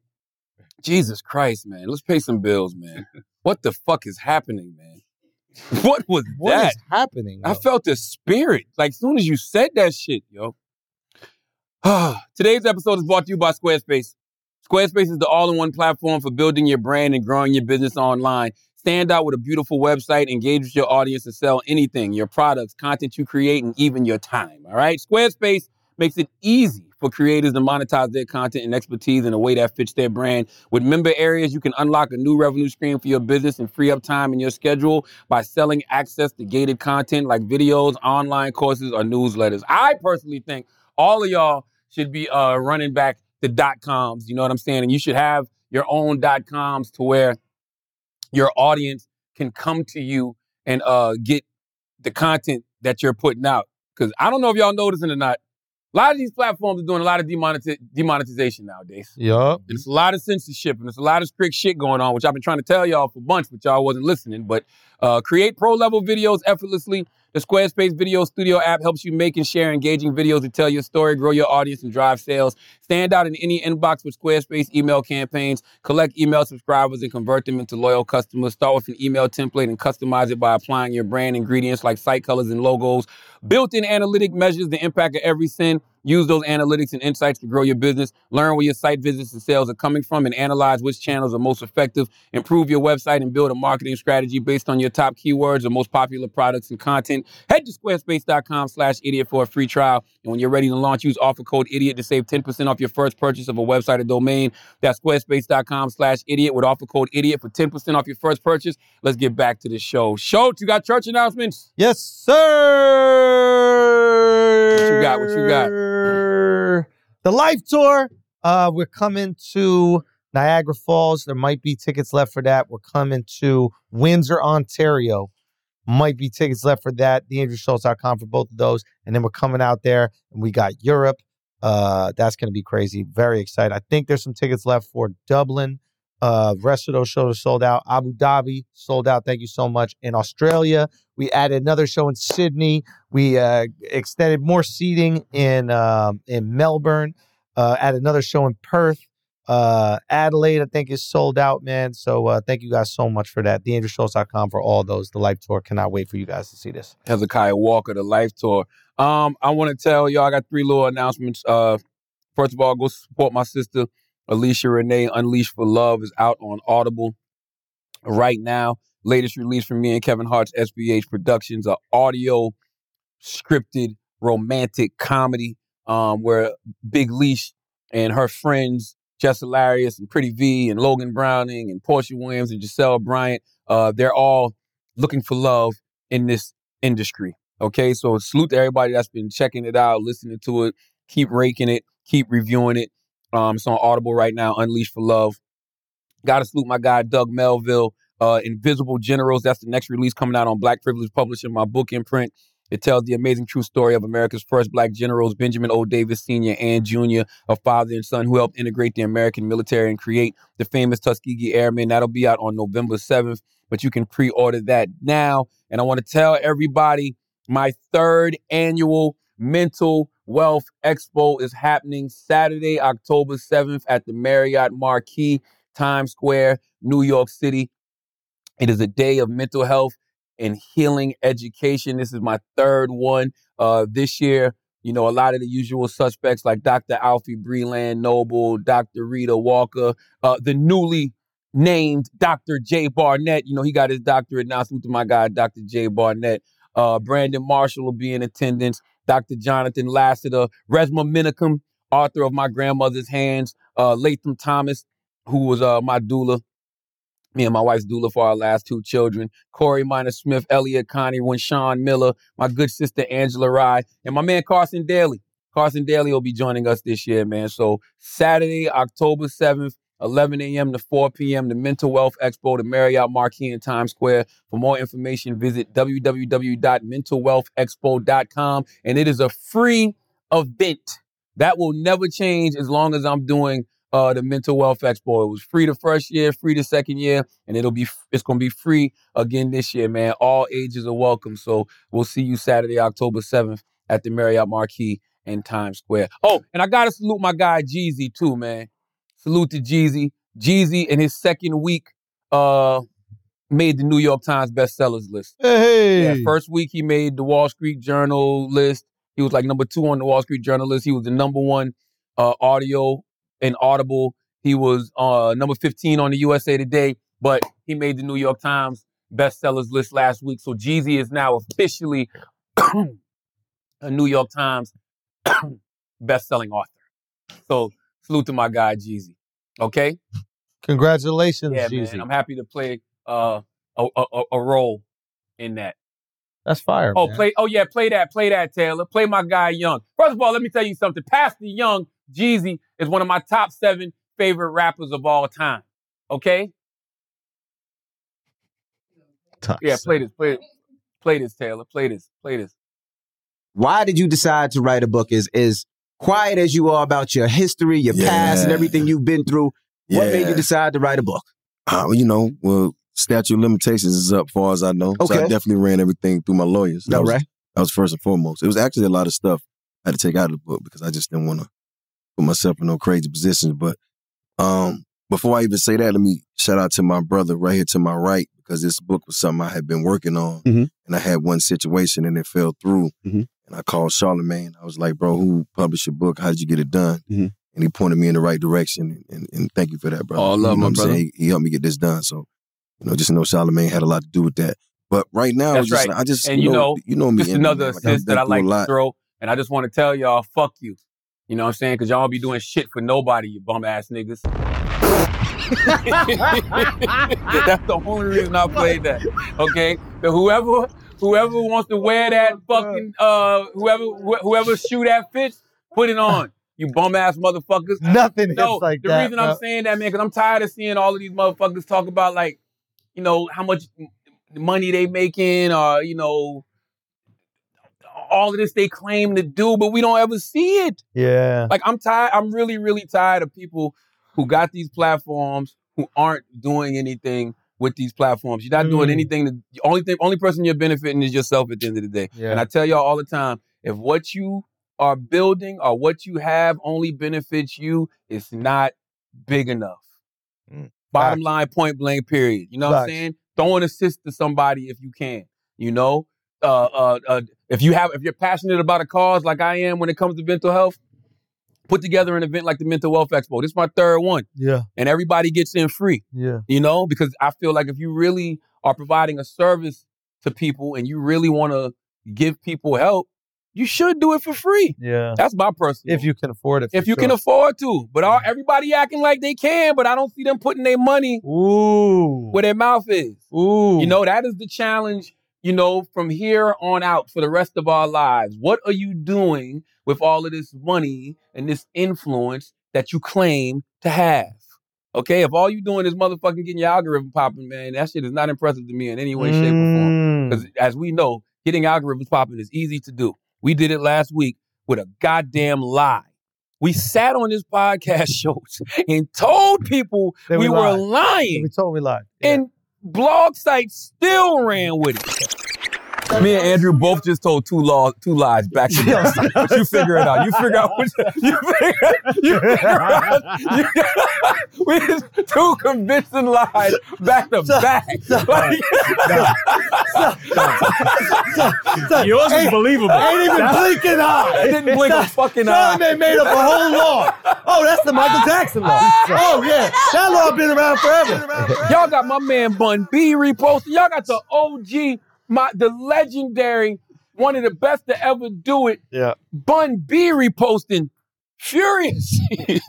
Jesus Christ, man. Let's pay some bills, man. What the fuck is happening, man? What was
What is
that?
happening?
I
though?
felt the spirit. Like soon as you said that shit, yo. Today's episode is brought to you by Squarespace. Squarespace is the all in one platform for building your brand and growing your business online. Stand out with a beautiful website, engage with your audience, and sell anything your products, content you create, and even your time. All right? Squarespace makes it easy for creators to monetize their content and expertise in a way that fits their brand. With member areas, you can unlock a new revenue stream for your business and free up time in your schedule by selling access to gated content like videos, online courses, or newsletters. I personally think all of y'all should be uh, running back the dot coms. You know what I'm saying? And you should have your own dot coms to where your audience can come to you and uh, get the content that you're putting out. Because I don't know if y'all noticing or not, a lot of these platforms are doing a lot of demonetiz- demonetization nowadays.
Yup.
And it's a lot of censorship and it's a lot of strict shit going on, which I've been trying to tell y'all for months, but y'all wasn't listening. But uh, create pro level videos effortlessly. The Squarespace Video Studio app helps you make and share engaging videos to tell your story, grow your audience, and drive sales. Stand out in any inbox with Squarespace email campaigns. Collect email subscribers and convert them into loyal customers. Start with an email template and customize it by applying your brand ingredients like site colors and logos. Built in analytic measures the impact of every send. Use those analytics and insights to grow your business. Learn where your site visits and sales are coming from and analyze which channels are most effective. Improve your website and build a marketing strategy based on your top keywords or most popular products and content. Head to squarespace.com slash idiot for a free trial. And when you're ready to launch, use offer code idiot to save 10% off your first purchase of a website or domain. That's squarespace.com slash idiot with offer code idiot for 10% off your first purchase. Let's get back to the show. Schultz, you got church announcements?
Yes, sir.
What you got? What you got?
The live tour. Uh, we're coming to Niagara Falls. There might be tickets left for that. We're coming to Windsor, Ontario. Might be tickets left for that. TheAndrewSchultz.com for both of those. And then we're coming out there and we got Europe. Uh, that's going to be crazy. Very excited. I think there's some tickets left for Dublin. Uh, rest of those shows are sold out. Abu Dhabi sold out. Thank you so much. In Australia, we added another show in Sydney. We uh, extended more seating in um, in Melbourne. Uh, added another show in Perth. Uh, Adelaide, I think, is sold out, man. So uh, thank you guys so much for that. TheAndrewSchultz.com for all those. The Life Tour. Cannot wait for you guys to see this.
Hezekiah Walker, the Life Tour. Um, I want to tell y'all, I got three little announcements. Uh, first of all, go support my sister Alicia Renee. Unleashed for Love is out on Audible right now. Latest release from me and Kevin Hart's SBH Productions, a audio scripted romantic comedy um, where Big Leash and her friends Jess Hilarious and Pretty V and Logan Browning and Portia Williams and Giselle Bryant, uh, they're all looking for love in this industry. Okay, so salute to everybody that's been checking it out, listening to it, keep raking it, keep reviewing it. Um, it's on Audible right now, Unleashed for Love. Gotta salute my guy Doug Melville, uh, Invisible Generals. That's the next release coming out on Black Privilege Publishing, my book imprint. It tells the amazing true story of America's first black generals, Benjamin O. Davis Sr. and Jr., a father and son who helped integrate the American military and create the famous Tuskegee Airmen. That'll be out on November 7th, but you can pre order that now. And I want to tell everybody my third annual mental wealth expo is happening Saturday, October 7th at the Marriott Marquis, Times Square, New York City. It is a day of mental health and healing education. This is my third one uh, this year. You know, a lot of the usual suspects like Dr. Alfie Breland Noble, Dr. Rita Walker, uh, the newly named Dr. Jay Barnett. You know, he got his doctorate now. Salute to my guy, Dr. Jay Barnett. Uh, Brandon Marshall will be in attendance. Dr. Jonathan Lassiter, Resma Minicum, author of My Grandmother's Hands, uh, Latham Thomas, who was uh, my doula me and my wife's doula for our last two children, Corey Minor Smith, Elliot Connie, Winshawn Miller, my good sister Angela Rye, and my man Carson Daly. Carson Daly will be joining us this year, man. So Saturday, October 7th, 11 a.m. to 4 p.m., the Mental Wealth Expo, the Marriott Marquis in Times Square. For more information, visit www.mentalwealthexpo.com. And it is a free event that will never change as long as I'm doing uh, the Mental Wealth Expo. It was free the first year, free the second year, and it'll be it's gonna be free again this year, man. All ages are welcome. So we'll see you Saturday, October seventh, at the Marriott Marquis in Times Square. Oh, and I gotta salute my guy Jeezy too, man. Salute to Jeezy. Jeezy in his second week uh made the New York Times bestsellers list.
Hey.
Yeah, first week he made the Wall Street Journal list. He was like number two on the Wall Street Journalist. He was the number one uh, audio and Audible. He was uh, number 15 on the USA Today, but he made the New York Times bestsellers list last week. So Jeezy is now officially a New York Times best-selling author. So salute to my guy Jeezy. Okay.
Congratulations,
Yeah,
Jeezy.
man. I'm happy to play uh, a, a a- a role in that.
That's fire.
Oh,
man.
play. Oh, yeah, play that. Play that, Taylor. Play my guy Young. First of all, let me tell you something. Pastor Young, Jeezy is one of my top seven favorite rappers of all time. Okay. Yeah, play this. Play, play this, Taylor. Play this. Play this.
Why did you decide to write a book? Is is quiet as you are about your history, your past, and
Yeah.
everything you've been through? What made you
Yeah.
decide to write a book?
Uh, you know, well, statute of limitations is up far as I know. So I
Okay.
definitely ran everything through my lawyers. That
All
was,
right.
That was first and foremost. It was actually a lot of stuff I had to take out of the book because I just didn't want to put myself in no crazy positions. But um, before I even say that, let me shout out to my brother right here to my right because this book was something I had been working on.
Mm-hmm.
Mhm.
And I had one situation and it fell through. And I called Charlemagne. I was like, bro, who published your book? How did you get it done?
Mm-hmm.
And he pointed me in the right direction. And, and thank you for that, brother.
Oh, I love
you know
my
what I'm
brother.
saying? He, he helped me get this done. So, you know, just know Charlemagne had a lot to do with that. But right now,
That's
it's just,
right.
I just,
and you know,
you know me.
Just
Andy,
another
man. Like, I've
assist
been
that I
through
like
a
to
lot.
throw. And I just want to tell y'all, fuck you. You know what I'm saying? Because y'all don't be doing shit for nobody, you bum ass niggas. That's the only reason I played that. Okay, so whoever whoever wants to wear
Oh,
that fucking uh whoever wh- whoever shoe that fits, put it on. You bum ass motherfuckers.
Nothing hits
No,
like
the
that,
reason
bro.
I'm saying that, man, because I'm tired of seeing all of these motherfuckers talk about like, you know, how much m- money they making or you know, all of this they claim to do, but we don't ever see it.
Yeah.
Like I'm tired. I'm really, really tired of people who got these platforms who aren't doing anything with these platforms. You're not doing
Mm.
anything. To, the only thing, only person you're benefiting is yourself at the end of the day.
Yeah.
And I tell y'all all the time, if what you are building or what you have only benefits you, it's not big enough. Bottom line, point blank, period. You know what I'm
Facts.
saying? Throw an assist to somebody if you can. You know, uh, uh, uh, if you have, if you're passionate about a cause like I am when it comes to mental health, put together an event like the Mental Wealth Expo. This is my third one,
Yeah.
and everybody gets in free.
Yeah.
You know, because I feel like if you really are providing a service to people and you really want to give people help, you should do it for free.
Yeah.
That's my personal.
If you can afford it.
If
for
you can
sure.
afford to, but all, everybody acting like they can, but I don't see them putting their money
Ooh.
where their mouth is.
Ooh.
You know, that is the challenge, you know, from here on out for the rest of our lives. What are you doing with all of this money and this influence that you claim to have? Okay, if all you doing is motherfucking getting your algorithm popping, man, that shit is not impressive to me in any way, shape, or form.
Mm.
Because as we know, getting algorithms popping is easy to do. We did it last week with a goddamn lie. We sat on this podcast shows and told people
That
we,
we
were
lied.
lying.
We told we lied.
And blog sites still ran with it. Me and Andrew both just told two laws, two lies back to back. But you figure it out. You figure out what you figure, you figure out. You, we just two convincing lies back to back. Like,
Yours
is
believable. Ain't even
That's-
blink an eye.
I didn't blink a fucking
Son,
eye.
they made up a whole law. Oh, that's the Michael Jackson law. Oh yeah, that law been around forever.
Y'all got my man Bun B reposted. Y'all got the OG, my the legendary, one of the best to ever do it.
Yeah.
Bun B reposting, furious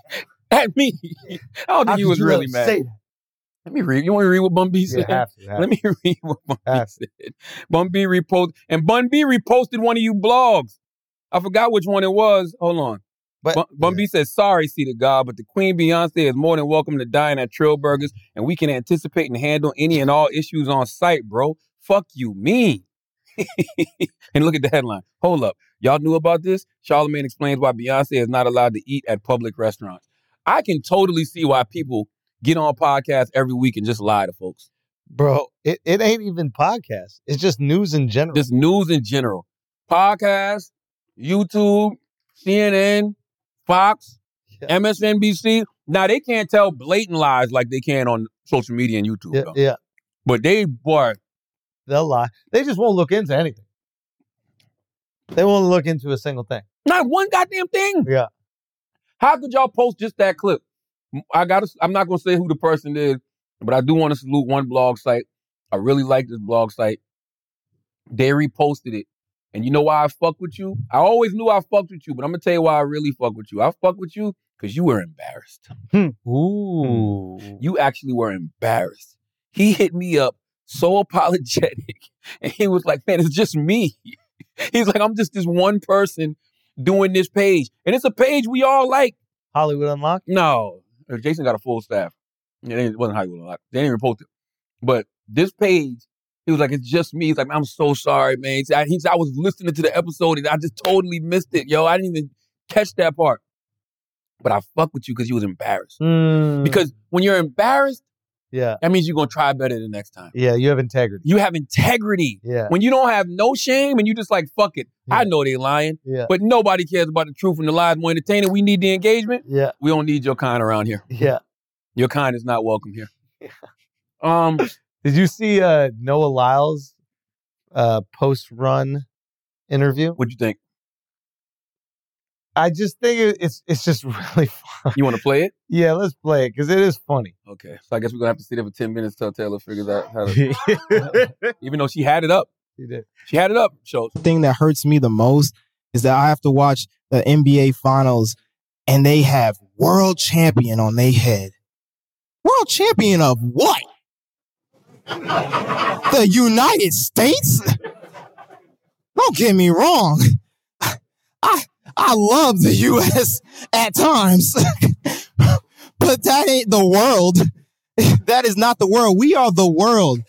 at me. I don't think
How
he
could
was
you
really
let
mad.
say that?
Let me read. You want me to read what Bun B
Yeah,
said?
have to, have
Let me read what Bun B said. Bun B reposted, and Bun B reposted one of you blogs. I forgot which one it was. Hold on.
But,
Bun, Bun B says, sorry, see to God, but the Queen Beyonce is more than welcome to dine at Trill Burgers, and we can anticipate and handle any and all issues on site, bro. Fuck you mean. and look at the headline. Hold up. Y'all knew about this? Charlemagne explains why Beyonce is not allowed to eat at public restaurants. I can totally see why people get on podcasts every week and just lie to folks.
Bro, it, it ain't even podcast. It's just news in general.
Just news in general. Podcasts, YouTube, CNN, Fox, MSNBC. Now they can't tell blatant lies like they can on social media and YouTube.
Yeah,
though.
yeah.
But they boy,
They'll lie. They just won't look into anything. They won't look into a single thing.
Not one goddamn thing.
Yeah.
How could y'all post just that clip? I got. to I'm not gonna say who the person is, but I do want to salute one blog site. I really like this blog site. They reposted it, and you know why I fuck with you? I always knew I fucked with you, but I'm gonna tell you why I really fuck with you. I fuck with you because you were embarrassed.
Hmm. Ooh.
Hmm. You actually were embarrassed. He hit me up so apologetic, and he was like, "Man, it's just me." He's like, "I'm just this one person doing this page, and it's a page we all like."
Hollywood Unlocked?
No, Uh, Jason got a full staff. It ain't- it wasn't Hollywood Unlocked. They didn't even post it. But this page, he was like, "It's just me." He's like, "I'm so sorry, man." He said, I, he said, "I was listening to the episode and I just totally missed it, yo. I didn't even catch that part." But I fuck with you because you was embarrassed. Because when you're embarrassed,
yeah,
that means you're gonna try better the next time.
Yeah, you have integrity.
You have integrity.
Yeah.
When you don't have no shame and you just like fuck it, I know they lying.
Yeah.
But nobody cares about the truth and the lies more entertaining. We need the engagement.
Yeah.
We don't need your kind around here.
Yeah.
Your kind is not welcome here. Um
Did you see uh Noah Lyles uh post run interview?
What'd you think?
I just think it- it's it's just really fun.
You wanna play it?
Yeah, let's play it because it is funny.
Okay. So I guess we're gonna have to sit there for ten minutes till Taylor figures out how to even though she had it up.
She did.
She had it up, Schultz.
thing that hurts me the most is that I have to watch the NBA finals and they have world champion on their head. World champion of what? the United States? Don't get me wrong. I I love the US at times. but that ain't the world. that is not the world. We are the world.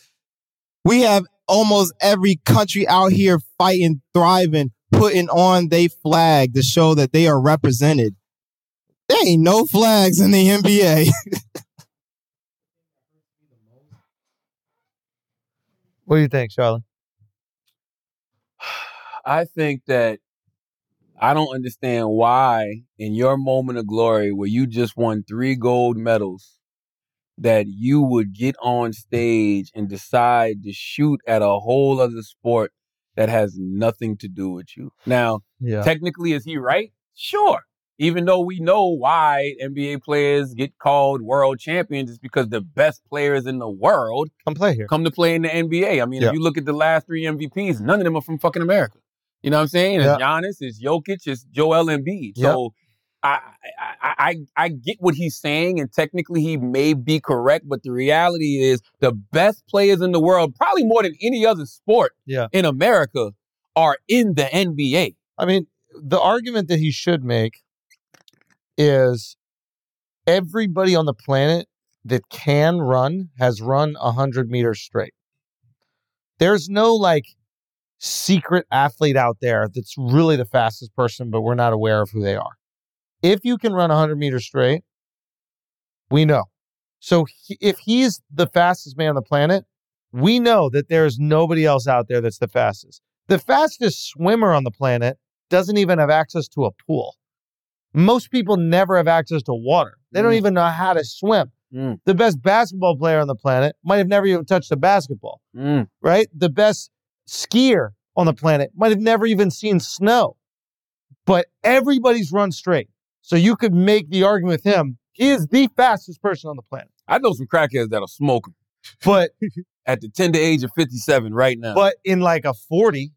We have almost every country out here fighting, thriving, putting on they flag to show that they are represented. There ain't no flags in the NBA.
What do you think, Charlotte?
I think that I don't understand why, in your moment of glory, where you just won three gold medals, that you would get on stage and decide to shoot at a whole other sport that has nothing to do with you. Now,
Yeah.
technically, is he right? Sure. Even though we know why NBA players get called world champions, it's because the best players in the world
come play here,
come to play in the NBA. I mean,
Yeah.
if you look at the last three MVPs, none of them are from fucking America. You know what I'm saying? It's
Yeah.
Giannis, it's Jokic, it's Joel Embiid. So I, I I I I get what he's saying, and technically he may be correct, but the reality is the best players in the world, probably more than any other sport
Yeah.
in America, are in the NBA.
I mean, the argument that he should make is everybody on the planet that can run has run 100 meters straight. There's no like secret athlete out there that's really the fastest person, but we're not aware of who they are. If you can run 100 meters straight, we know. So he, if he's the fastest man on the planet, we know that there is nobody else out there that's the fastest. The fastest swimmer on the planet doesn't even have access to a pool. Most people never have access to water. They don't
Mm.
even know how to swim.
Mm.
The best basketball player on the planet might have never even touched a basketball,
Mm.
right? The best skier on the planet might have never even seen snow but everybody's run straight. So you could make the argument with him. He is the fastest person on the planet.
I know some crackheads that'll smoke him.
But
at the tender age of 57 right now.
But in like a 40,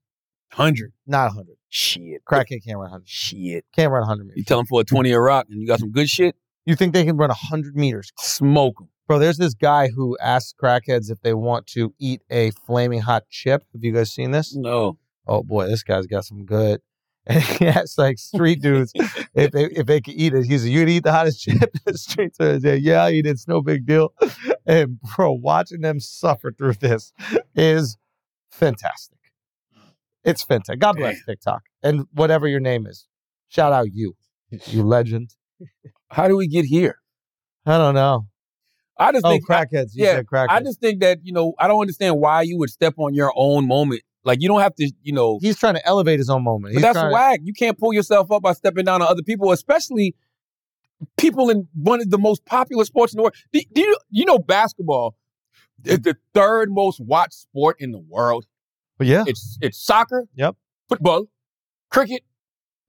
100.
Not 100.
Shit.
Crackhead can't run 100.
Shit.
Can't run 100 meters.
You tell them for a 20 year rock and you got some good shit?
You think they can run 100 meters?
Smoke them.
Bro, there's this guy who asks crackheads if they want to eat a flaming hot chip. Have you guys seen this?
No.
Oh boy, this guy's got some good. And he asks like street dudes if they if they could eat it. He's like, you'd eat the hottest chip in the streets. So they say, yeah, I eat it. It's no big deal. And bro, watching them suffer through this is fantastic. It's fantastic. God bless TikTok and whatever your name is. Shout out you, you legend.
How do we get here?
I don't know.
I just
Oh,
think
crackheads. You
yeah,
said crackheads.
I just think that you know I don't understand why you would step on your own moment. Like you don't have to, you know.
He's trying to elevate his own
But
moment. He's
that's
trying to-
whack. You can't pull yourself up by stepping down on other people, especially people in one of the most popular sports in the world. Do, do you you know basketball is the third most watched sport in the world?
yeah,
it's it's soccer.
Yep.
Football, cricket,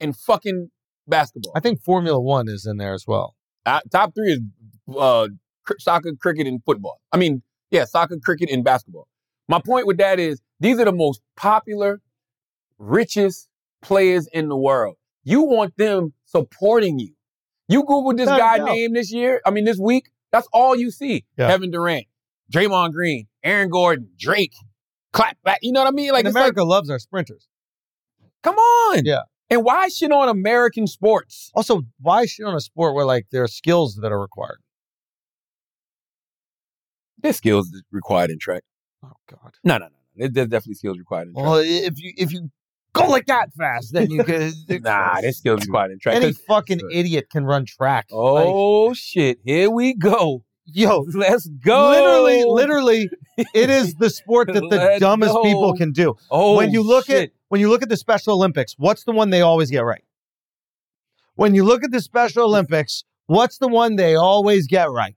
and fucking basketball.
I think Formula One is in there as well.
Uh, top three is uh, cr- soccer, cricket, and football. I mean, yeah, soccer, cricket, and basketball. My point with that is these are the most popular, richest players in the world. You want them supporting you. You Google this
No
guy
doubt.
name this year, I mean, this week, that's all you see.
Yeah.
Kevin Durant, Draymond Green, Aaron Gordon, Drake, clap back. You know what I mean? Like,
And
it's like
America loves our sprinters.
Come on.
Yeah.
And why shit on American sports?
Also, why shit on a sport where like there are skills that are required?
There's skills required in track. Oh God. No, no, no. There- There's definitely skills required in track.
Well, if you if you go like that fast, Oh, then you could.
nah, there's skills required in track.
Any
'Cause-
fucking idiot can run track.
oh shit! Here we go.
Yo,
let's go.
Literally, literally, it is the sport that the
Let's
dumbest
go.
people can do.
Oh,
when you look at
shit.
when you look at the Special Olympics, what's the one they always get right? When you look at the Special Olympics, what's the one they always get right?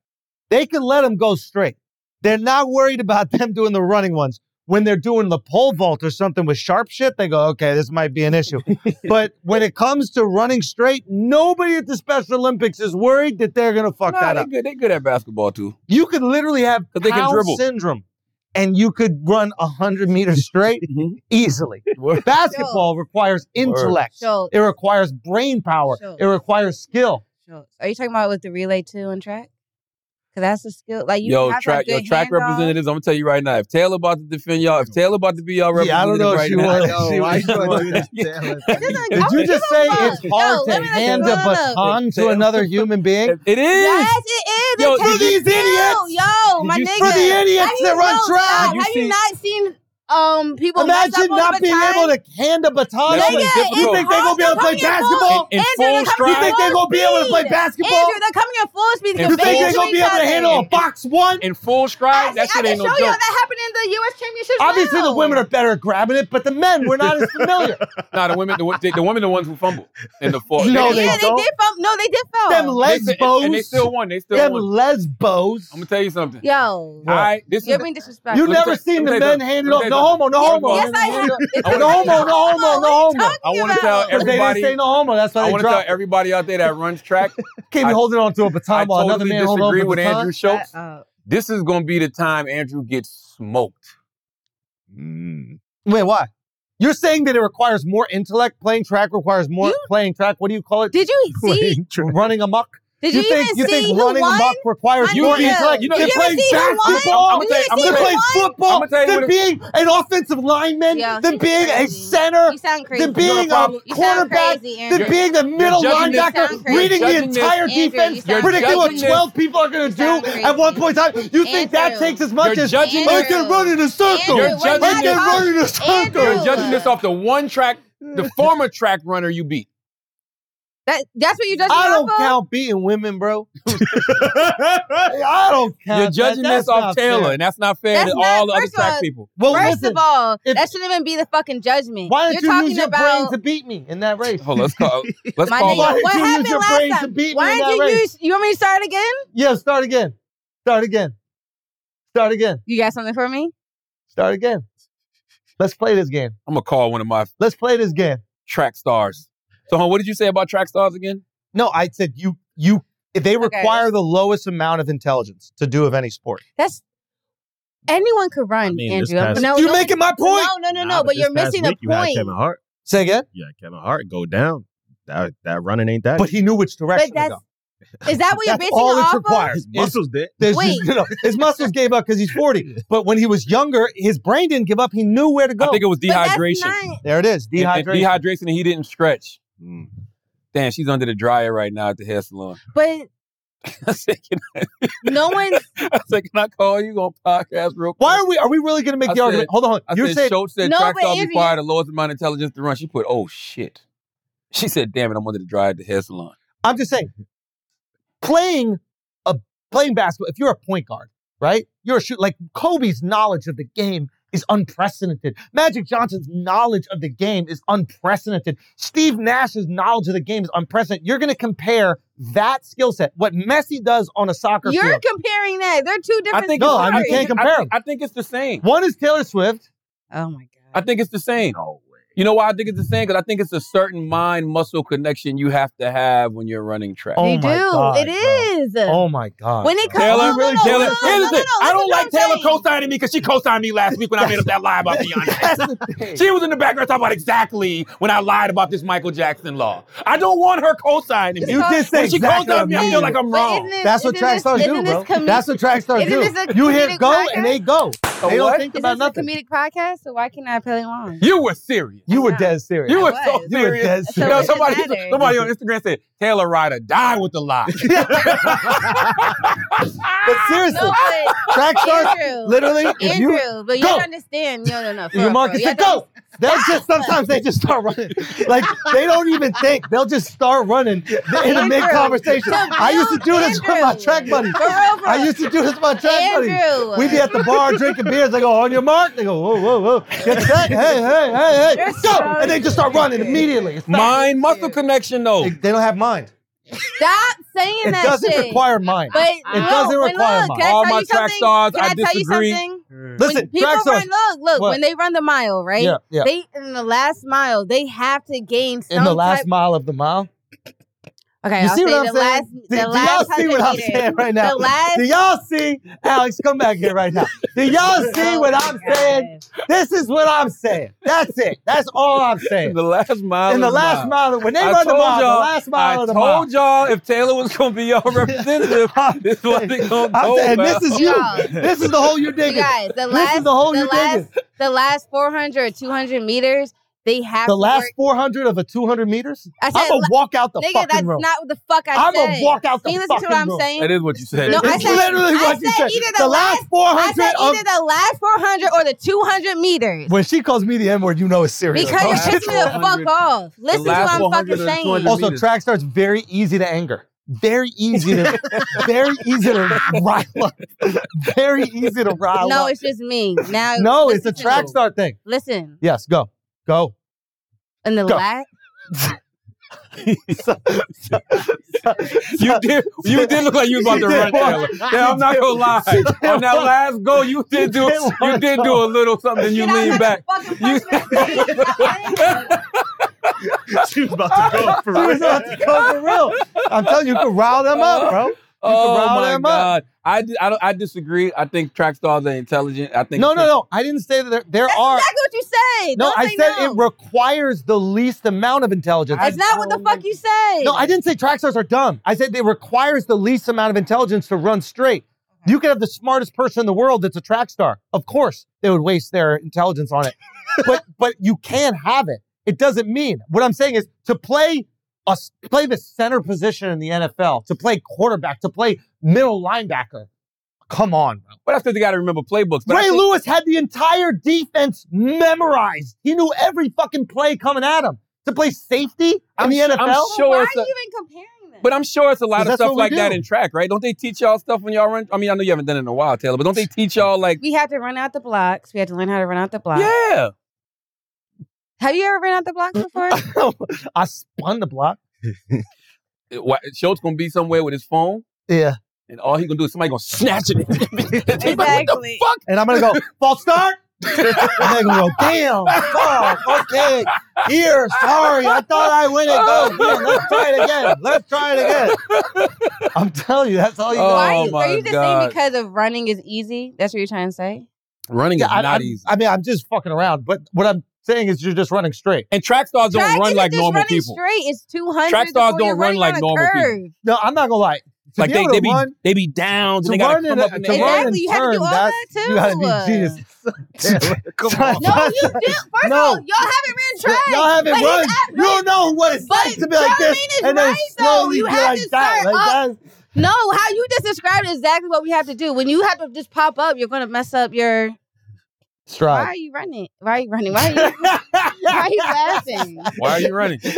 They can let them go straight. They're not worried about them doing the running ones. When they're doing the pole vault or something with sharp shit, they go, okay, this might be an issue. but when it comes to running straight, nobody at the Special Olympics is worried that they're going to fuck
nah,
that
they
up.
good. They good at basketball too.
You could literally have
'Cause they can
Down
dribble.
syndrome, and you could run hundred meters straight easily. Basketball requires intellect.
Schultz.
It requires brain power.
Schultz.
It requires skill.
Are you talking about with the relay too and track? Because that's a skill. Like you
yo,
have
track,
a good
yo, track
hands-on.
representatives. I'm gonna tell you right now. If Taylor about to defend y'all, if Taylor about to be y'all
Yeah, I don't
representative
know if
right
Oh, she
now,
wants- Yo, she why wants- you gonna do this, Did you just say it's hard
let
to
me let
hand
you
a
run.
baton to another human being?
It is.
Yes, it is.
Yo,
It takes
for these
a skill.
idiots.
yo, my
Did you-
nigga,
for the idiots
Have you
that run
know-
track.
Have you,
Have you
not seen um people? mess up
Imagine
on
not
the
being
baton?
able to hand a baton.
Nigga,
out. You
it's
think they're gonna be able to
hard
play
to come your
basketball?
full- Andrew, they're coming
You think
your
they're gonna be able to play
speed.
basketball?
Andrew, they're coming at full speed.
You think they're gonna be able to handle a box one?
In full stride?
I can show y'all that happened in the U.S. Championship.
Obviously, the women are better at grabbing it, but the men, we're not as familiar.
nah, the women, the, the women, the ones who fumble in the fall.
No,
yeah, they did fumble. No, they did fumble.
Them
They- and-
lesbos.
and they still won. They still
Them
won.
lesbos.
I'm gonna tell you something.
Yo,
All right, this
you're
is-
being disrespectful.
You never seen the men handing off no homo, no homo.
Yes, I have. It's
No homo, no homo, no homo.
I want to tell
Because they didn't
everybody.
say no homo. That's why
I
they
want to tell
dropped.
everybody out there that runs track.
Can't be
I-
holding on to a
I
baton while another
totally
man hold on
disagree
to
with
a baton.
Andrew Schultz. This is gonna be the time Andrew gets smoked.
Wait, why? You're saying that it requires more intellect. Playing track requires more playing track. What do you call it? Did
you see?
running amok?
Did you
think
even
you
see
think
who
running
won?
amok requires
I
more
know.
intellect?
You know-
than
Did you
playing
see who won?
basketball,
Did you
than
see who
playing
won?
football,
I'ma tell you
than
what it-
being an offensive lineman,
Yeah,
than
you
being a
crazy.
center,
You sound crazy.
than
You know
being
the
a
problem- you sound
quarterback,
crazy,
than
Andrew.
being the
You're
middle
judging this- You
linebacker,
sound crazy.
reading the
You're judging this,
entire
Andrew, you
defense,
sound
predicting what
crazy.
12 people are going to do
sound
at one point in time. You think that
Andrew.
takes as much
You're
as
judging
I
this-
can run in a circle.
You're
I
judging
can run in a circle.
You're judging this off the one track, the former track runner you beat.
That, that's what you just.
I don't count beating women, bro. I don't count.
You're judging
that.
this
That's
off
not
Taylor,
fair.
and that's not fair to all the other
first of
track
all-
people.
Well,
first
listen,
of all, that shouldn't even be the fucking judgment.
Why
You're
didn't you
talking
use your
about
brain to beat me in that race?
Hold on, let's call. Let's
my
call.
nigga,
Why did
what
you use
happened
your
last
brain to
time?
beat me
Why
in
did
that
you
race?
use? You want me to start again?
Yeah, start again. Start again. Start again.
You got something for me?
Start again. Let's play this game.
I'm gonna call one of my
Let's play this game.
track stars. So, hon, what did you say about track stars again?
No, I said you you they require the lowest amount of intelligence to do of any sport.
That's anyone could run, Andrew.
past-
no,
You're
no,
making my point.
No, no, no, no. but you're missing the
You had
point.
Kevin Hart.
Say again.
Yeah, Kevin Hart go down. That that running ain't that.
But he knew which direction.
But that's is that what you're
That's
basing
all
it
it's
off
required.
His muscles did.
There's
Wait.
just- you know, his muscles gave up because he's 40. But when he was younger, his brain didn't give up. He knew where to go.
I think it was dehydration.
There it is.
And- and
Dehydration.
dehydration, and he didn't stretch.
Mm.
Damn, she's under the dryer right now at the hair salon.
But no one.
I was like, "Can I call you on podcast real quick?"
Why are we are we really gonna make
I
the argument? Hold on.
I
You're
said,
saying-
Schultz said
No,
track
but
stars
if you-
require the lowest amount of intelligence to run. She put, "Oh shit." She said, "Damn it, I'm under the dryer at the hair salon."
I'm just saying, playing a playing basketball. If you're a point guard, right? You're a shoot like Kobe's knowledge of the game is unprecedented. Magic Johnson's knowledge of the game is unprecedented. Steve Nash's knowledge of the game is unprecedented. You're going to compare that skill set, what Messi does on a soccer
You're
field.
comparing that. They're two different.
no,
stories.
I mean, you can't compare them.
I think it's the same.
One is Taylor Swift.
Oh my god.
I think it's the same.
No way.
You know why I think it's the same? Because I think it's a certain mind muscle connection you have to have when you're running track.
you do. it is.
Oh my god.
When it comes
Taylor,
no, no,
really,
no,
Taylor.
no, no,
here's the
no,
thing. I
no, listen
don't
to
like
what I'm
Taylor co-signing me because she co-signed me last week when I made up that lie about Beyonce. she was in the background talking about exactly when I lied about this Michael Jackson law. I don't want her co-signing me.
You just said
when she
exactly
co-signed me, I feel
what
like I'm
But
wrong.
isn't it- That's what isn't track this- stars do, isn't bro. this commu- That's what track stars isn't do. this a You hear comedic go podcast? and they go. They don't think
Is
about
this
nothing.
a comedic podcast? So why can't I play along?
You were serious.
You were dead serious.
You were
I
so
was.
You were
serious.
dead
You know,
serious.
somebody,
Doesn't matter.
somebody on Instagram said, Taylor Ryder, die with the lie.
But seriously,
No, but
track stars,
Andrew,
literally, if you-
Andrew, but you
Go.
don't understand. No, no, no. for
Your
real,
mom
for
can
real. You
say,
have to
go. They'll just sometimes they just start running. Like they don't even think. They'll just start running in the
Andrew,
mid conversation.
to
I used to do this with my track buddies.
For real, for
I
real.
used to do this with my track
Andrew.
buddies. We'd be at the bar drinking beers. They go, on your mark. They go, whoa, whoa, whoa. Get set. Hey, hey, hey, hey. Go. And they just start running immediately. It's not-
Mind muscle connection though. They,
don't have mind.
Stop saying
It
that
doesn't
shit.
require mind.
But
It
no,
doesn't
but
require
look,
mind.
Can I
All
tell
my
you
track
something?
stars,
Can
I
I, tell you
disagree.
something?
Listen,
when people
track stars-
run, look, look,
What?
when they run the mile, right?
Yeah, yeah.
They in the last mile, they have to gain some
In the last
type.
mile of the mile.
Okay,
You
I'll
see
say
what I'm
the
saying?
last,
do,
the
do
last
y'all see what I'm
100 meter.
saying right now?
The last,
do y'all see? Alex, come back here right now. Do y'all see what I'm saying? This is what I'm saying. That's it. That's all I'm saying.
In the last mile.
In the
of
last
mile.
mile, when they
I
run the
told
mile, the
y'all-
last mile
I
of the
told
mile.
y'all if Taylor was gonna be y'all representative, this is what they gonna
I'm
go
saying
about.
this is you. This is the whole you
you
digging.
guys, the
this
last,
is the whole you
last,
digging.
the last 400 or 200 meters, they have
The
to
last
work.
400 of a 200 meters.
I said
I'm gonna
la-
walk out the
Nigga,
fucking
that's
room.
not what the fuck I
I'm
said.
gonna walk out the
Can you listen
fucking
to what I'm
room.
saying?
That is what you said.
No, I
It's
said,
literally
I
what you
said
said.
either
The
the
last
last, I
400
said
of-
either the last 400 or the 200 meters.
When she calls me the N word, you know it's serious.
Because
Oh,
you're
shit.
pissing me the fuck
400
off. Listen to
last
what I'm
400
fucking
or 200
saying.
Also,
meters.
track starts very easy to anger. Very easy to, very easy to rile up. Very easy to rile
No,
up.
it's just me. Now
no, it's a
listen to
track
me.
star thing.
Listen,
Yes, go, go.
in the
Go.
last
So- so- so-
You did. You did look like you was about to
She
run,
did
Taylor.
walk-
Yeah, I'm not gonna lie.
she did
On that
walk-
last go, you did do.
did
You
walk
did do a little something. Then you
Shit, I was
lean
like
back.
a fucking
You-
fucking
she was about to go for real. for real. I'm telling you, you can rile them up, bro. You
Oh
can rile
my
them up.
God! I, di- I, don't- I disagree. I think track stars are intelligent. I think
No, no, no. I didn't say that there, there
That's
are.
exactly what you said.
No,
Don't
I
say
said
no.
it requires the least amount of intelligence.
That's not what the fuck you said.
No, I didn't say track stars are dumb. I said it requires the least amount of intelligence to run straight. You could have the smartest person in the world that's a track star. Of course, they would waste their intelligence on it. but but you can have it. It doesn't mean what I'm saying is to play a play the center position in the NFL, to play quarterback, to play middle linebacker. Come on, bro.
But I still got to remember playbooks. But I
Ray
think-
Lewis had the entire defense memorized. He knew every fucking play coming at him. To play safety
I'm
in the
su-
NFL?
I'm
Why
sure
are
it's a-
you even comparing them?
But I'm sure it's a lot
'Cause
of
that's
stuff
what we
like that
do.
in track, right? Don't they teach y'all stuff when y'all run? I mean, I know you haven't done it in a while, Taylor, but don't they teach y'all like,
We had to run out the blocks. We had to learn how to run out the blocks.
yeah,
Have you ever ran out the blocks before?
I spun the block.
It- why- Schultz gonna be somewhere with his phone,
Yeah.
and all he gonna do is somebody gonna snatch it.
exactly.
fuck?
And I'm gonna go, false start. and they gonna go, damn, fuck, okay. Here, sorry, I thought I went it. Go again. Let's try it again. Let's try it again. I'm telling you, that's all you
Oh,
got.
Why are you,
my
are you just
God.
saying because of running is easy? That's what you're trying to say?
Running
Yeah,
is
I,
not
I'm-
easy,
I mean, I'm just fucking around, but what I'm saying is you're just running straight.
and track stars don't
Track
run
isn't
like
just
normal
running
people.
straight. It's 200.
Track stars
You're
don't run
running
like
on a
normal people.
curve.
No, I'm not gonna lie. To
Like
be
they,
able to
they be
run,
they be down,
to
they gotta
run
come
in
up
a,
and
to
they
Exactly,
run and
you had to do
turn,
all
that's,
that
you gotta
too.
be genius. Taylor, come on.
No, you did. First
No.
of all, y'all haven't ran track.
Y'all haven't
But he's
run.
at
You don't know what it's
But
like to be like this
Charlamagne is
and then
right, though.
slowly
You
be
have
like
to
that.
start
Like
up.
that's
No, how you just described exactly what we have to do. When you have to just pop up, you're gonna mess up your. Why are
stride.
you running? Why are you running? Why are you? Why are you laughing?
why are you running?
Just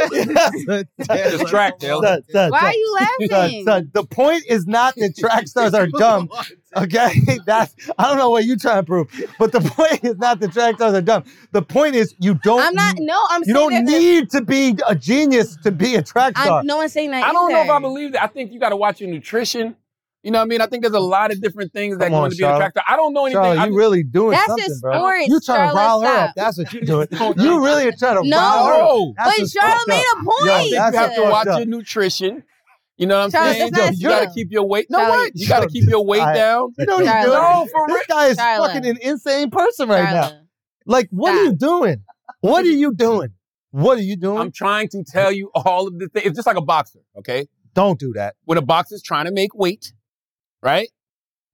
Just track, Taylor.
Why are you laughing?
the point is not that track stars are dumb. Okay, that's I don't know what you're trying to prove, but the point is not that track stars are dumb. The point is you don't.
I'm not. No, I'm. saying
You don't
there's a-
need to be a genius to be a track star.
I'm, no one's saying that.
I don't know if
either.
I believe that. I think you gotta watch your nutrition. You know what I mean? I think there's a lot of different things that
Come
go
on,
into being a
Charlotte.
factor. I don't know anything.
Charlotte,
I'm-
you really doing
That's
something,
just
bro.
sports,
You trying
Charlotte,
to rile her
stop.
up? That's what you're doing. you really are trying to
No.
rile her
No.
up. That's
But
what's
Charlotte
fucked
made
up.
a point.
Yo,
I think
that's
you have to
fucked
watch
up.
your nutrition. You know what I'm
Charlotte,
saying?
that's not
you gotta
true.
keep your weight. No,
Charlotte,
what? You gotta keep your weight
I-
down.
You know what
Charlotte.
you're doing?
No, for
this
real.
guy is
Charlotte.
fucking an insane person right now.
Charlotte.
Like, what are you doing? What are you doing? What are you doing?
I'm trying to tell you all of the things. It's just like a boxer, okay?
Don't do that.
When a boxer's trying to make weight, right?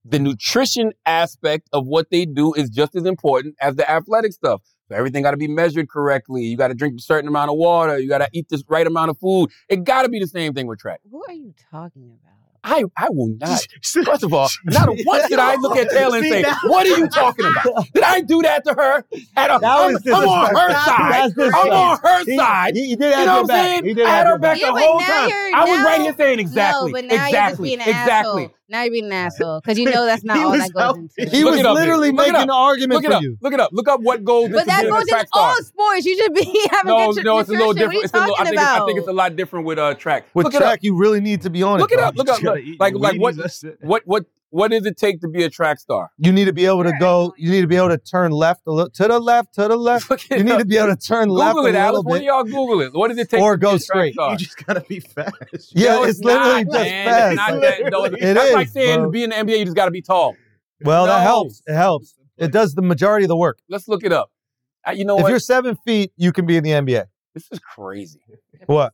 The nutrition aspect of what they do is just as important as the athletic stuff. So everything got to be measured correctly. You got to drink a certain amount of water. You got to eat this right amount of food. It got to be the same thing with track.
Who are you talking about?
I, I will not. First of all, not once did I look at Taylor and
See,
say,
now-
"What are you talking about? Did I do that to her?" At a,
That
I'm,
was
I'm on her
disrespectful.
side.
That's
I'm on her
disrespectful.
side.
He- he did
you know
have
what
your
I'm
back.
saying?
He did
I had
have
her
your
back
back.
the
Yeah, but
whole
now
time.
you're-
I was
now-
right here saying exactly,
No, but now
exactly,
you're just being an
exactly.
asshole. Now you're being an asshole because you know that's not
He
all
was
that goes into it.
He
Look
was
it up, baby.
literally
Look it
making
up.
an argument
Look it
for
up.
you.
Look it up. Look up what goes into
But that
being
goes
a
into
track star.
all sports. You should be having
No,
good
no, it's a little different. It's
What
a
are
little, I,
you talking
think it's, I
about?
think it's a lot different with uh, track.
With
look it
track,
up.
you really need to be on
Look
it.
it
bro.
up. Look up. Look, like like what what what what does it take to be a track star?
You need to be able to go. You need to be able to turn left a little, to the left, to the left.
Look it
You need
up.
to be able to turn left a
Google it, Alice.
little
One of
bit.
y'all Google it. What does it take
Or
to
go
be a
straight.
track star?
just gotta be fast.
Yeah,
No,
it's, literally
not,
just
man.
fast.
It's not
Like,
that, no,
it
that's like
is,
saying
bro.
to be in the NBA, you just got to be tall.
Well,
No.
that helps. It helps. It does the majority of the work.
Let's look it up. Uh, you know
if
what?
you're seven feet, you can be in the NBA.
This is crazy.
What?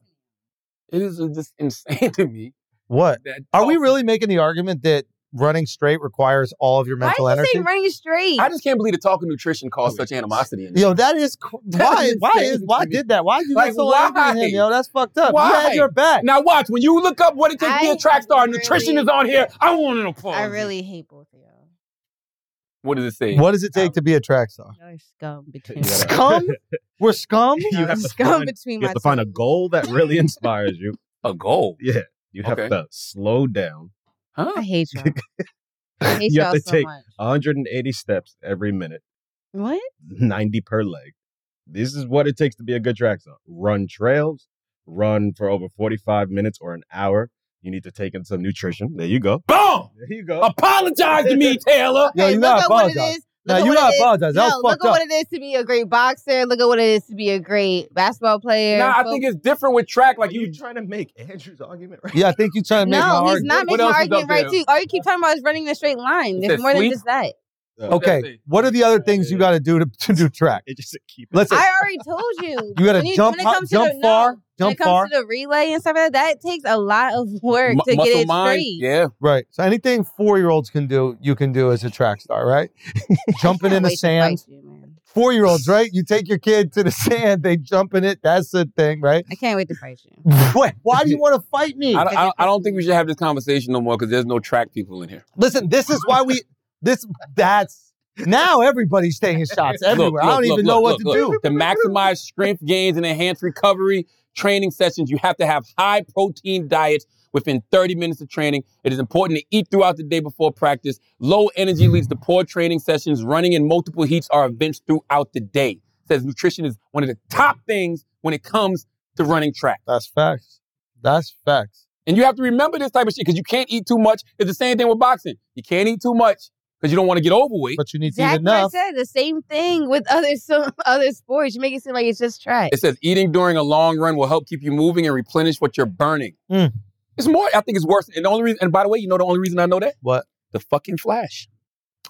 It is just insane to me.
What?
That
Are we really making the argument that running straight requires all of your
Why
mental
are you
energy? Oh,
saying running straight?
I just can't believe the talk of nutrition caused such animosity. In this.
Yo, that is cr- why?
is
Why is
crazy
why
to me.
did that? Why did you
Like,
get so angry at
why?
him? Yo, that's fucked up. You
Why?
had your back.
Now watch when you look up what it takes to be a
I
track star. nutrition
really-
is on here. I want an applause.
I really hate both of y'all.
What does it say?
What does it take to be a track star?
Y'all are scum between
Scum? We're scum?
you have to
scum
find,
between
you
my
have to find a
toes.
goal that really inspires you.
A goal.
Yeah, you have
Okay.
to slow down.
Huh?
I hate y'all. I hate
you
y'all
have to
so
take
much.
180 steps every minute,
What?
90 per leg. This is what it takes to be a good track star. Run trails, run for over 45 minutes or an hour. You need to take in some nutrition. There you go.
Boom!
There you go.
Apologize to me, Taylor.
Yo,
Hey,
you
look
not
at what it
apologize.
is.
Now
Look at
you
what
not
it is.
apologize. That
No,
was
look
fucked
at
up.
what it is to be a great boxer. Look at what it is to be a great basketball player.
Now I think it's different with track. Like
Are you
you,
trying to make Andrew's argument right?
Yeah, I think you trying to make my
no, he's
argument.
not
What
making an
else is up
argument right
there?
too. All you keep talking about is running in a straight line.
said
There's more than
sleep?
just that.
That's
Okay,
it.
what are the other things you got to do to, to do track?
It just keep it.
Let's
I already told you.
you got
When
to jump,
when it
high-
comes to
jump
the- no,
far,
When it
jump
comes
far,
to the relay and stuff like that, that takes a lot of work
Mu-
to get
muscle
it
mind.
straight.
Yeah.
right? So anything four year olds can do, you can do as a track star, right? Jumping in the sand, four year olds, right? You take your kid to the sand, they jump in it. That's the thing, right?
I can't wait to fight you.
What? Why do you want to fight me?
I don't, I, don't, I don't think we should have this conversation no more because there's no track people in here.
Listen, this is why we. This that's now everybody's taking shots everywhere. I don't even know what to do.
To maximize strength gains and enhance recovery training sessions, you have to have high protein diets within 30 minutes of training. It is important to eat throughout the day before practice. Low energy leads to poor training sessions. Running in multiple heats are events throughout the day. Says nutrition is one of the top things when it comes to running track.
That's facts. That's facts.
And you have to remember this type of shit because you can't eat too much. It's the same thing with boxing. You can't eat too much because you don't want to get overweight.
But you need to eat
Zach
enough.
said the same thing with other some other sports. You make it seem like it's just track.
It says eating during a long run will help keep you moving and replenish what you're burning.
Mm.
It's more, I think it's worse. And the only reason, and by the way, you know the only reason I know that?
What?
The fucking flash.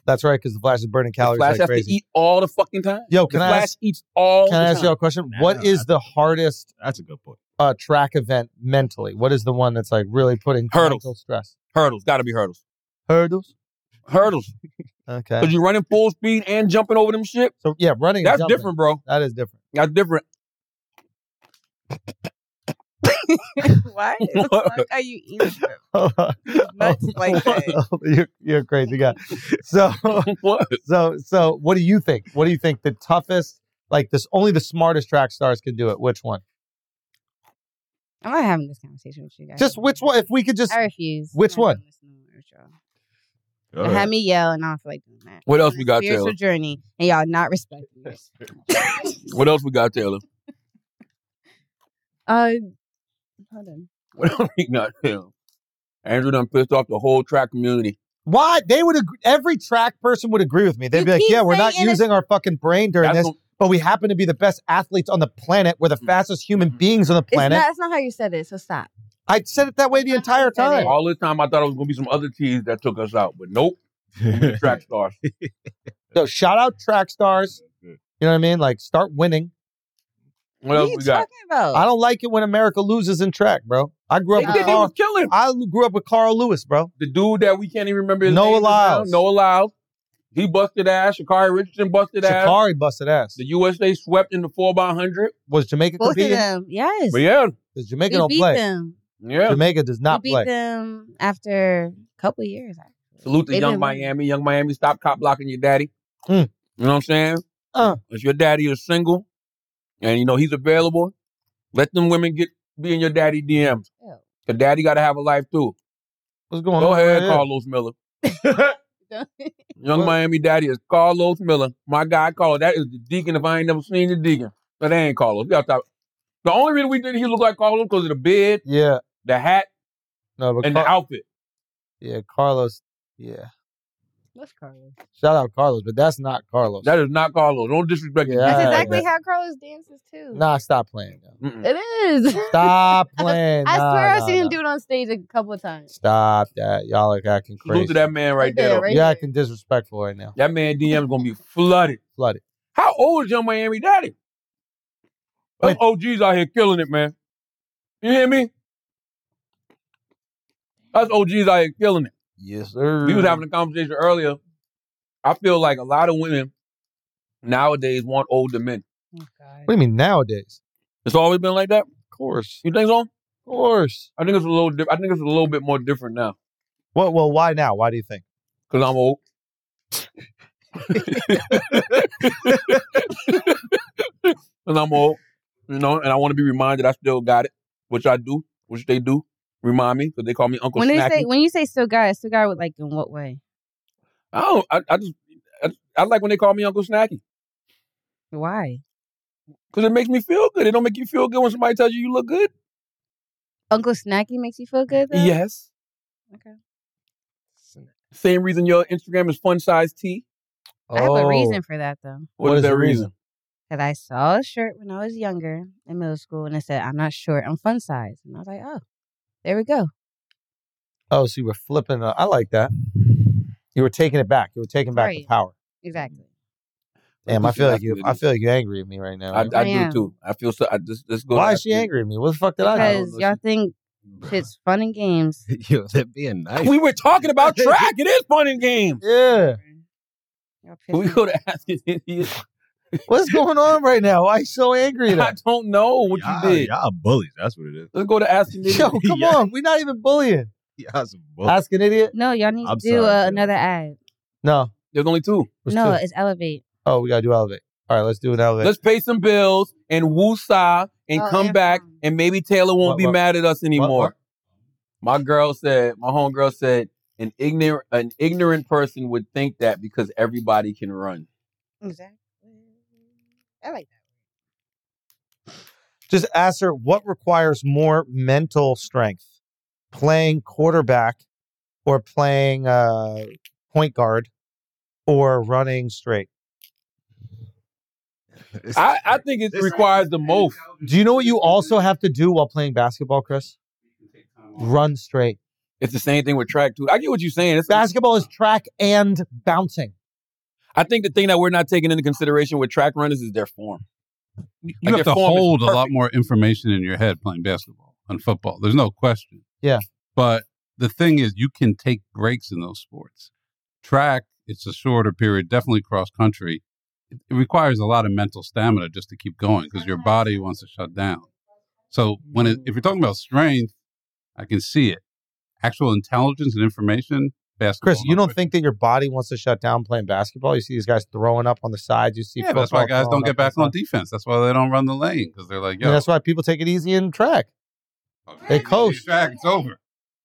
That's right, because the Flash is burning
The
calories
flash
like
has
crazy.
to eat all the fucking time.
Yo,
The
can I
flash
ask,
eats all
can
the
I ask
time.
you a question?
Nah,
What
nah,
is the hardest
That's a good point.
uh, track event mentally? What is the one that's like really putting
Hurdles.
mental stress?
Hurdles, gotta be hurdles.
Hurdles.
Hurdles.
Okay.
Because you're running full speed and jumping over them shit.
So yeah, running. and
That's
jumping.
different, bro.
That is different.
That's different.
Why the fuck are you eating nuts like that?
you're, you're a crazy guy. So
what?
so so what do you think? What do you think the toughest? Like this, only the smartest track stars can do it. Which one?
I'm not having this conversation with you guys.
Just which one? If we could just
I refuse.
which
I'm not
one?
doing this no more with y'all. Y'all had me yell, and I don't feel like doing that.
What else
On a
we got,
Spiritual
Taylor?
journey, and y'all not respecting me.
What else we got, Taylor?
Uh, hold on.
What else we got, Taylor? Andrew done pissed off the whole track community.
Why? They would agree, every track person would agree with me. They'd be like,
keep
yeah, we're not
saying it's-
using our fucking brain during
That's Mm.
this, but we happen to be the best athletes on the planet. We're the fastest
Mm-hmm.
human beings on the
It's not,
planet.
that's not how you said it, so stop.
I said it that way the entire time.
All this time, I thought it was gonna be some other teas that took us out, but nope. We track stars.
So shout out track stars. You know what I mean? Like start winning.
What else we got?
about?
I don't like it when America loses in track, bro. I grew up
They
with
did, they
Carl.
was killing.
I grew up with Carl Lewis, bro.
The dude that we can't even remember his
Noah
name. now.
Lyles.
Noah Lyles. He busted ass. Shakari Richardson busted ass.
Shakari busted ass.
The USA swept in the 4x100.
Was Jamaica
Both of them, yes.
But yeah.
Because Jamaica
We
don't
beat
play.
them.
Yeah.
Jamaica does not
we beat
play.
them after a couple of years.
Salute to
They
Young
didn't win.
Miami. Young Miami, stop cop blocking your daddy. You know what I'm saying?
Hmm. Uh.
If your daddy is single and you know he's available, let them women get be in your daddy DMs. Cause daddy gotta have a life too.
What's going
Go
on
ahead,
right here?
Carlos Miller. Young Miami daddy is Carlos Miller. My guy Carlos. That is the deacon if I ain't never seen the deacon. But that ain't Carlos. We gotta stop. The only reason we did he look like Carlos because of the beard,
Yeah.
the hat,
No, but
and
Car-
the outfit.
yeah, Carlos. Yeah.
That's Carlos.
Shout out Carlos, but that's not Carlos.
That is not Carlos. Don't disrespect
yeah,
That's
I-
exactly
that-
how Carlos dances too.
Nah, stop playing.
Mm.
It is.
Stop playing.
I
Nah,
swear
nah,
I've seen him
nah.
do it on stage a couple of times.
Stop that. Y'all are acting
Salute
crazy.
to that man right there. though.
Y'all acting disrespectful right now.
That man DM's gonna be flooded.
Flooded.
How old is Young Miami Daddy? Them OGs out here killing it, man. You hear me? Us OGs out here killing it.
Yes, sir.
We was having a conversation earlier. I feel like a lot of women nowadays want older men.
Oh,
What do you mean nowadays?
It's always been like that. Of
course.
You think so? Of
course.
I think it's a little. Di- I think it's a little bit more different now
Well, well, why now? Why do you think?
because I'm old. and I'm old, you know, and I want to be reminded I still got it, which I do, which they do. Remind me because they call me Uncle
When they
Snacky.
say when you say still guy, still guy with like in what way?
I don't. I, I just. I, I like when they call me Uncle Snacky
Why?
because it makes me feel good. It don't make you feel good when somebody tells you you look good.
Uncle Snacky makes you feel good though?
Yes.
Okay.
Same reason your Instagram is fun size T.
I have
Oh.
a reason for that though.
What, is, that reason?
Because I saw a shirt when I was younger in middle school and it said, I'm not short, I'm fun size. And I was like, oh, there we go.
Oh, so you were flipping. uh, I like that. You were taking it back. You were taking back the
Right.
power.
Exactly.
Damn, I
That's
feel
what
like you.
it
I
is.
feel like you're angry at me right now.
I,
man.
I,
I
do
am.
too. I feel so. I just. Let's go.
Why is she angry at me? What the fuck did I do?
Because y'all think it's fun and games.
Yo, that being nice.
We were talking about track. It is fun and games.
Yeah.
We go to ask an idiot.
What's going on right now? Why you so angry? at
I
us?
don't know what you did.
Y'all bullies. That's what it is.
Let's go to ask an idiot.
Yo, come on. We're not even bullying.
Y'all some bullies.
Ask an idiot.
No, y'all need
I'm
to do
sorry,
uh, another ad.
No.
There's only two.
There's
no,
two.
it's Elevate.
Oh, we gotta do elevate. All right, let's do an elevate.
Let's pay some bills and woosah and
Oh,
come
and-
back and maybe Taylor won't
What,
be
what?
mad at us anymore.
what?
My girl said, my homegirl said, an ignorant an ignorant person would think that because everybody can run.
Exactly. I like
Just ask her what requires more mental strength, playing quarterback or playing uh, point guard or running straight.
I, I think it requires the most.
Do you know what you also have to do while playing basketball, Chris? Run straight.
It's the same thing with track too. I get what you're saying. It's
Basketball is track and bouncing.
I think the thing that we're not taking into consideration with track runners is their form. You
You have to hold a lot more information in your head playing basketball and football. There's no question.
Yeah.
But the thing is, you can take breaks in those sports. Track, it's a shorter period, definitely cross country. It it requires a lot of mental stamina just to keep going because your body wants to shut down. So when it, if you're talking about strength, I can see it. Actual intelligence and information, basketball.
Chris, you don't think that your body wants to shut down playing basketball? You see these guys throwing up on the sides. You see,
yeah, that's why
football
guys
throwing
don't
up
get back
the
on
side.
defense. That's why they don't run the lane because they're like,
And
yo, Oh,
that's why people take it easy in track. They coach.
track, it's over.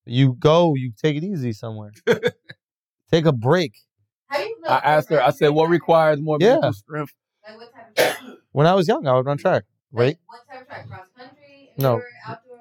You go. You take it easy somewhere. take a break.
I asked her. I said, "What requires more
Yeah.
mental strength?"
When I was young, I would run track. Right?
What type of track? Cross country?
No.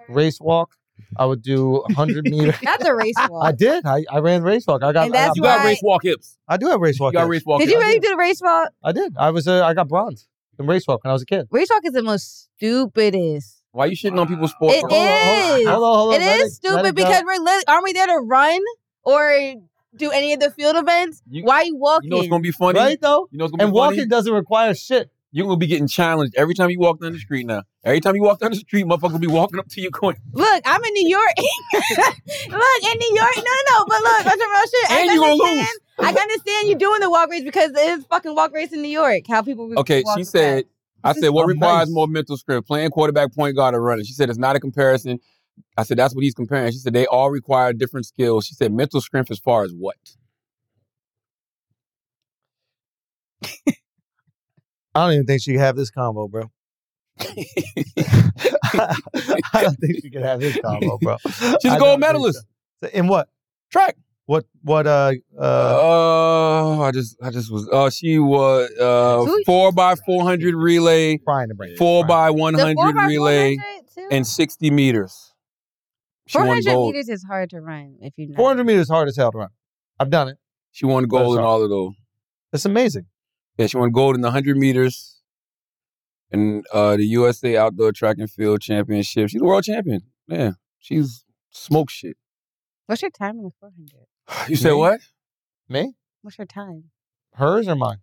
Race walk. I would do 100 meter.
That's a race walk.
I did. I, I ran race walk. I got.
And
I
that's
got,
You got why- race
walk hips.
I do have race walk.
You got
hips.
race walk
Did you really do the race walk?
I did. I was. Uh, I got bronze in race walk when I was a kid.
Race walk is the most stupidest.
Why you shitting on people's sports?
It is.
Hold on, hold on,
It is
let it- let
stupid
it go.
because we're li- aren't we there to run or do any of the field events? Why are you walking?
You know it's gonna be funny,
Right, though?
You know it's gonna
And
be funny.
walking doesn't require shit.
You're gonna be getting challenged every time you walk down the street now. Every time you walk down the street, motherfuckers will be walking up to you going,
Look, I'm in New York. look, in New York. No, no, no. But look, that's a real shit.
And
I
you gonna
understand. I understand you doing the walk race because it is fucking walk race in New York. How people re-
Okay,
walk
she
with
said, I said, what
I'm
requires
nice.
more mental script, playing quarterback, point guard, or running? She said, it's not a comparison. I said, that's what he's comparing. She said, they all require different skills. She said, mental strength as far as what?
I don't even think she could have this combo, bro. I don't think she could have this combo, bro.
She's a
I don't
gold
think
medalist.
so. In what?
Track.
What? What? Uh. Uh.
Oh, I just, I just was. Uh, she was uh
Who-
four by four hundred relay,
Trying to break. it.
four by
that.
one
The four
hundred
by
relay,
400 too?
and sixty meters. She won
400
gold.
meters is hard to run if you know.
400 meters hard as hell to run. I've done it.
She won gold in
hard.
all of those.
It's amazing.
Yeah, she won gold in the hundred meters, and uh the USA Outdoor Track and Field Championship. She's a world champion. Yeah, she's smoke shit.
What's your time in the 400?
You said
Me?
what?
Me?
What's your time?
Hers or mine?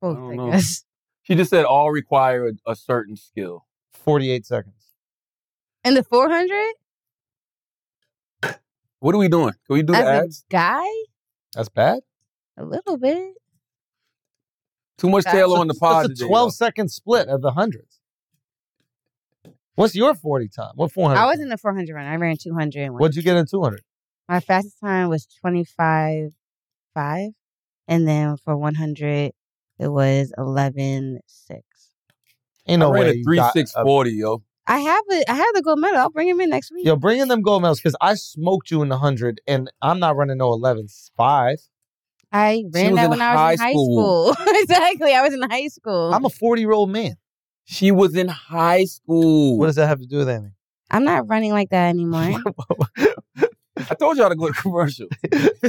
Both,
don't
I,
know.
guess.
She just said all require a, a certain skill.
48 seconds.
In the 400?
What are we doing? Can we do the
As a
ads?
guy?
That's bad.
A little bit.
Too much
That's
tail
a-
on the
That's
pod.
a
today,
12 second split of the hundreds. What's your 40 time?
Oh,
What 400?
I was in the 400 run. I ran 200. and one.
What'd you get in 200?
My fastest time was 25.5. And then for 100, it was 11.6.
Ain't
though.
no
I ran
way.
a
you
three
got
six
a-
forty, yo.
I have a, I have the gold medal. I'll bring him in next week.
Yo, bring in them gold medals because I smoked you in the 100 and I'm not running no 11 5.
I ran
was
that
in
when I was in
high
high
school.
school. exactly. I was in high school.
I'm a 40 year old man.
She was in high school.
What does that have to do with anything?
I'm not running like that anymore.
I told y'all to go to commercial. this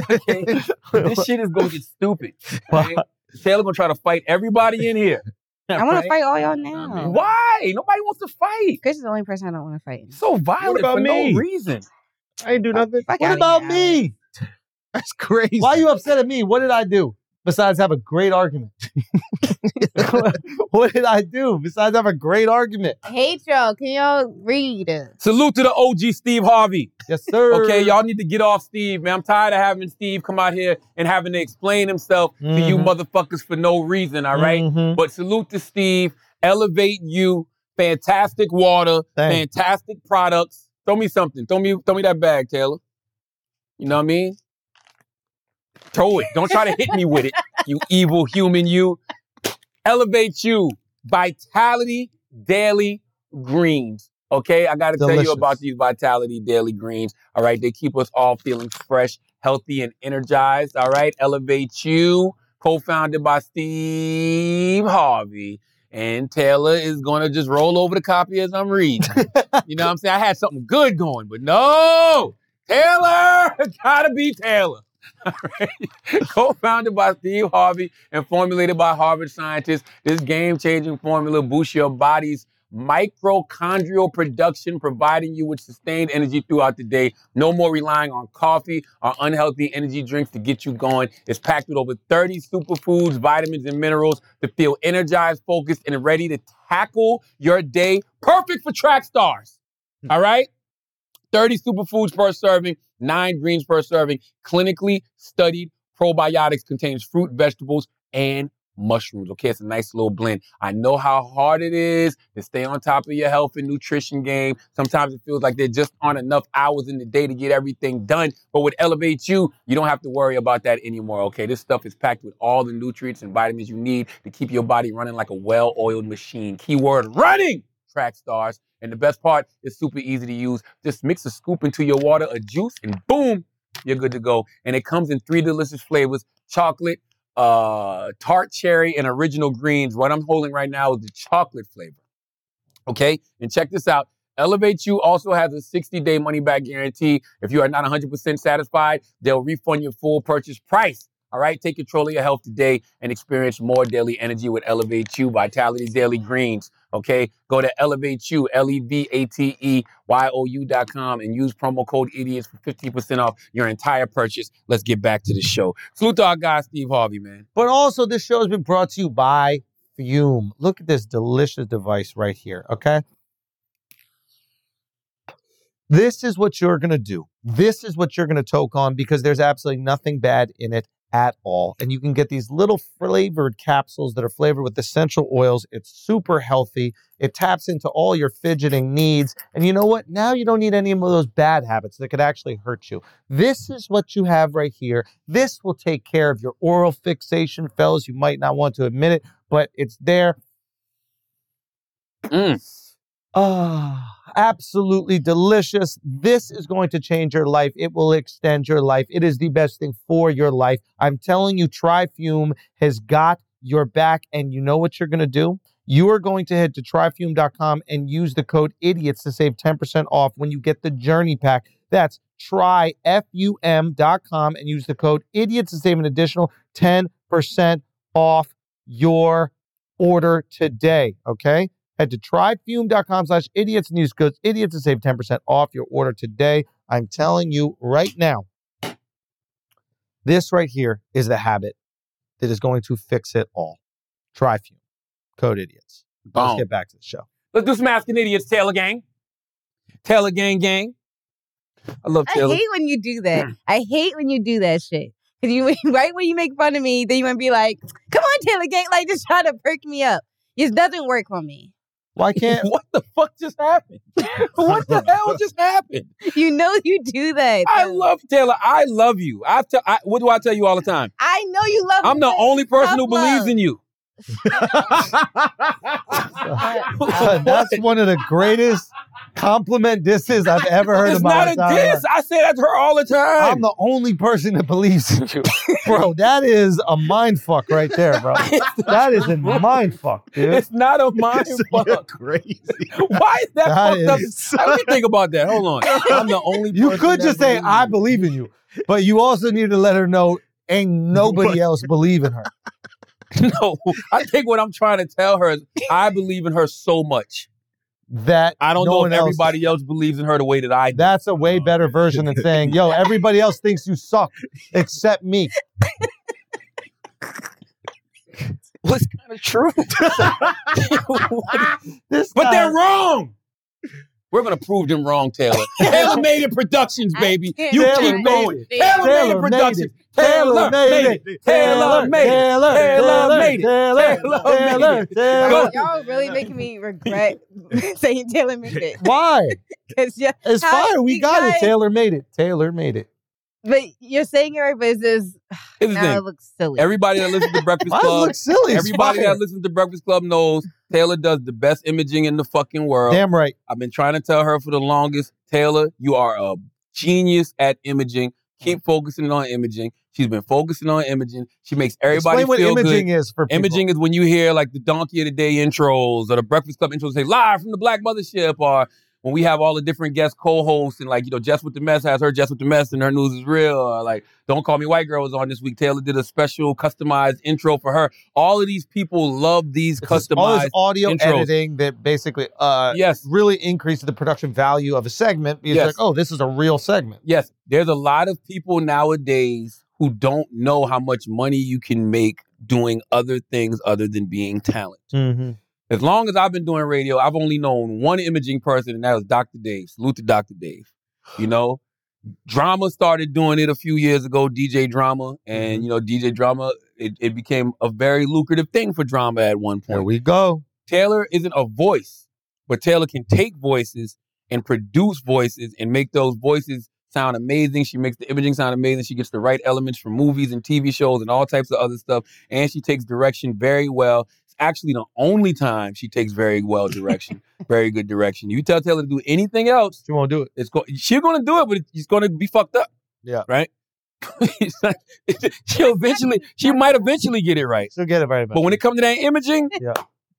shit is gonna get stupid. okay? Taylor gonna try to fight everybody in here.
I want to
Right?
fight all y'all now.
Why? Nobody wants to fight.
Chris is the only person I don't want to fight.
So violent
about
for
me?
no reason.
I ain't do nothing.
Fuck
What
outta
about
here, Alex.
me?
That's crazy.
Why are you upset at me? What did I do besides have a great argument? what did I do besides have a great argument?
I hate y'all. Can y'all read?
Salute to the OG Steve Harvey.
Yes, sir.
Okay, y'all need to get off Steve, man. I'm tired of having Steve come out here and having to explain himself to you
Mhm.
motherfuckers for no reason, all right?
Mhm.
But salute to Steve, elevate you, fantastic water,
Thanks.
fantastic products. Throw me something. Throw me throw me that bag, Taylor. You know what I mean? Throw it. Don't try to hit me with it, you evil human you. Elevate you. Vitality Daily Greens. Okay, I gotta tell
Delicious.
you about these Vitality Daily Greens. All right, they keep us all feeling fresh, healthy, and energized. All right, Elevate You, co founded by Steve Harvey. And Taylor is gonna just roll over the copy as I'm reading. you know what I'm saying? I had something good going, but no! Taylor! Gotta be Taylor. All right. Co-founded by Steve Harvey and formulated by Harvard scientists, this game-changing formula boosts your body's mitochondrial production, providing you with sustained energy throughout the day. No more relying on coffee or unhealthy energy drinks to get you going. It's packed with over 30 superfoods, vitamins, and minerals to feel energized, focused, and ready to tackle your day. Perfect for track stars. All right? 30 superfoods per serving, nine greens per serving. Clinically studied probiotics contains fruit, vegetables, and mushrooms. Okay, it's a nice little blend. I know how hard it is to stay on top of your health and nutrition game. Sometimes it feels like there just aren't enough hours in the day to get everything done. But with Elevate You, you don't have to worry about that anymore. Okay, this stuff is packed with all the nutrients and vitamins you need to keep your body running like a well-oiled machine. Keyword running track stars. And the best part is super easy to use. Just mix a scoop into your water, a juice, and boom, you're good to go. And it comes in three delicious flavors: chocolate, uh, tart cherry, and original greens. What I'm holding right now is the chocolate flavor. Okay, and check this out. Elevate You also has a 60 day money back guarantee. If you are not 100% satisfied, they'll refund your full purchase price. All right, take control of your health today and experience more daily energy with Elevate You Vitality Daily Greens. Okay, go to Elevate You, L E V A T E Y O U dot com, and use promo code IDIOTS for 15% off your entire purchase. Let's get back to the show. Salute to our guy, Steve Harvey, man.
But also, this show has been brought to you by Fume. Look at this delicious device right here, okay? This is what you're going to do. This is what you're going to toke on because there's absolutely nothing bad in it at all. And you can get these little flavored capsules that are flavored with essential oils. It's super healthy. It taps into all your fidgeting needs. And you know what? Now you don't need any of those bad habits that could actually hurt you. This is what you have right here. This will take care of your oral fixation, fellas. You might not want to admit it, but it's there. Ah, absolutely delicious. This is going to change your life. It will extend your life. It is the best thing for your life. I'm telling you, TriFume has got your back. And you know what you're going to do? You are going to head to tryfume.com and use the code IDIOTS to save 10% off when you get the journey pack. That's tryfum.com and use the code IDIOTS to save an additional 10% off your order today. Okay? Head to tryfume.com slash idiots and use codes idiots to save 10% off your order today. I'm telling you right now, this right here is the habit that is going to fix it all. Try fume. Code idiots. Let's
Boom.
get back to the show.
Let's do some Asking Idiots, Taylor Gang. Taylor Gang Gang. I love
I
Taylor. Mm.
hate when you do that. I hate when you do that shit. Cause you right when you make fun of me, then you want to be like, "Come on, Taylor Gang, like just try to perk me up." It doesn't work for me.
Why can't
what the fuck just happened? what the hell just happened?
You know you do that.
I love Taylor. I love you. I, te- I what do I tell you all the time?
I know you love.
I'm
me,
the
but
only person who
tough love.
believes in you.
Uh, That's one of the greatest compliment disses I've ever heard
It's
in my
not a
entire
diss. I say that to her all the time.
I'm the only person that believes in you. bro, that is a mind fuck right there, bro. that is a mind fuck, dude.
It's not a mind fuck.
Crazy.
Why is that,
That
fucked
is-
up? I didn't think about that. Hold on. I'm the only
You
person
could
that
just say,
believes.
I believe in you, but you also need to let her know ain't nobody else believe in her.
No, I think what I'm trying to tell her is I believe in her so much.
That
I don't
no
know
one
if
else-
everybody else believes in her the way that I do.
That's a way better version than saying, yo, everybody else thinks you suck except me.
What's kind of true? but
guy-
they're wrong. We're gonna prove them wrong, Taylor. Taylor made it productions, baby.
can't
You
Taylor
keep
made
going.
it.
Taylor made it
Taylor made
productions.
it.
Taylor made it. Taylor made it. Taylor made it.
Taylor,
Taylor made
Taylor,
it.
Taylor.
Go.
Y'all really making me regret saying Taylor made it.
Why?
'Cause yeah,
It's
how-
fine. We got it.
because-
Taylor made it. Taylor made it.
But you're saying it right, but it's just
Here's the
now
thing.
it looks silly.
Everybody that listens to Breakfast
Mine
Club,
looks silly as
everybody
fire.
that listens to Breakfast Club knows Taylor does the best imaging in the fucking world.
Damn right.
I've been trying to tell her for the longest, Taylor, you are a genius at imaging. Keep focusing on imaging. She's been focusing on imaging. She makes everybody
Explain what
feel
imaging
good.
is for people.
Imaging is when you hear like the Donkey of the Day intros or the Breakfast Club intros say live from the Black Mothership or when we have all the different guest co-hosts and like, you know, Jess with the Mess has her Jess with the Mess and her news is real or like Don't Call Me White Girl was on this week. Taylor did a special customized intro for her. All of these people love these customized
All this audio
intros.
editing that basically uh
Yes.
really increases the production value of a segment. It's
Yes.
like, oh, this is a real segment.
Yes, there's a lot of people nowadays who don't know how much money you can make doing other things other than being talent.
Mm-hmm.
As long as I've been doing radio, I've only known one imaging person, and that was Dr. Dave. Salute to Dr. Dave. You know, Drama started doing it a few years ago, DJ Drama, and
Mm-hmm.
you know, DJ Drama, it, it became a very lucrative thing for Drama at one point.
There we go.
Taylor isn't a voice, but Taylor can take voices and produce voices and make those voices sound amazing. She makes the imaging sound amazing. She gets the right elements from movies and TV shows and all types of other stuff. And she takes direction very well. It's actually the only time she takes very well direction, very good direction. You tell Taylor to do anything else,
she won't do it.
It's go- she's gonna do it, but it's gonna be fucked up.
Yeah.
Right. She'll eventually. She might eventually get it right.
She'll get it right.
But when it comes to that imaging,
Yeah.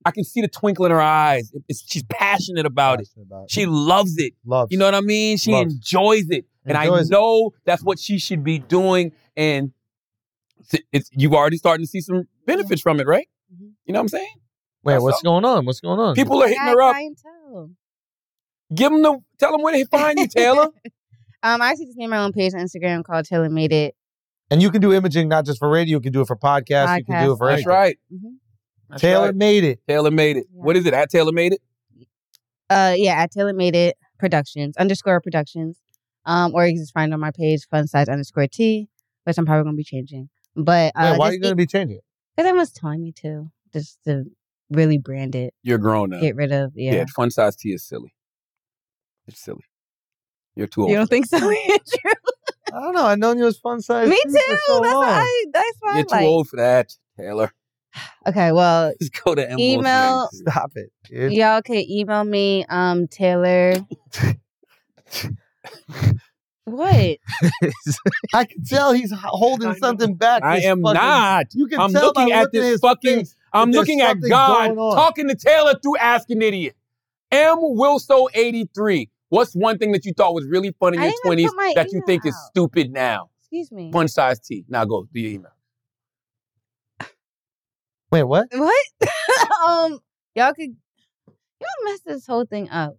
I can see the twinkle in her eyes. It's, she's passionate about it. She loves it. Loves. You know what I mean? She
Loves.
enjoys it. And
Enjoys it.
I know that's what she should be doing. And it's, it's, you've already starting to see some benefits from it, right? You know what I'm saying?
Wait, what's going on? What's going on?
People are hitting her up.
Clientele.
Give them the, tell them where they find you, Taylor.
Um, I actually just made my own page on Instagram called Taylor Made It.
And you can do imaging not just for radio. You can do it for podcasts. You can do it
Podcast.
for
That's
anything.
right.
That's Taylor
right.
made it.
Taylor made it. What is it? At Taylor made it?
Uh, yeah, at Taylor Made It Productions underscore Productions. Um, or you can just find it on my page Fun Size underscore T, which I'm probably gonna be changing. But uh,
Wait, why are you going to be changing it?
Because everyone's telling me to just to really brand it.
You're grown now.
Get rid of yeah.
Yeah, fun size T is silly. It's silly. You're too old.
You don't think so, Andrew?
I don't know. I've known you as fun size.
Me
T
too.
for so
that's
long.
why. I, that's why.
You're
I'm
too
like,
old for that, Taylor.
Okay, well,
Just go to M.
Email-
Stop it. dude.
y'all can email me, um, Taylor. what?
I can tell he's h- holding something back.
I
This
am
fucking-
not.
You can
I'm
tell
looking
by
at
looking
this
his
fucking.
face
I'm
that there's
looking at
something
God
going on.
talking to Taylor through Ask an Idiot. M. Wilso 83. What's one thing that you thought was really fun in
I
your
didn't
20s
even put my
that you think is stupid now?
Excuse me.
One size T. Now go do your email.
Wait, what?
What? um, y'all could y'all mess this whole thing up.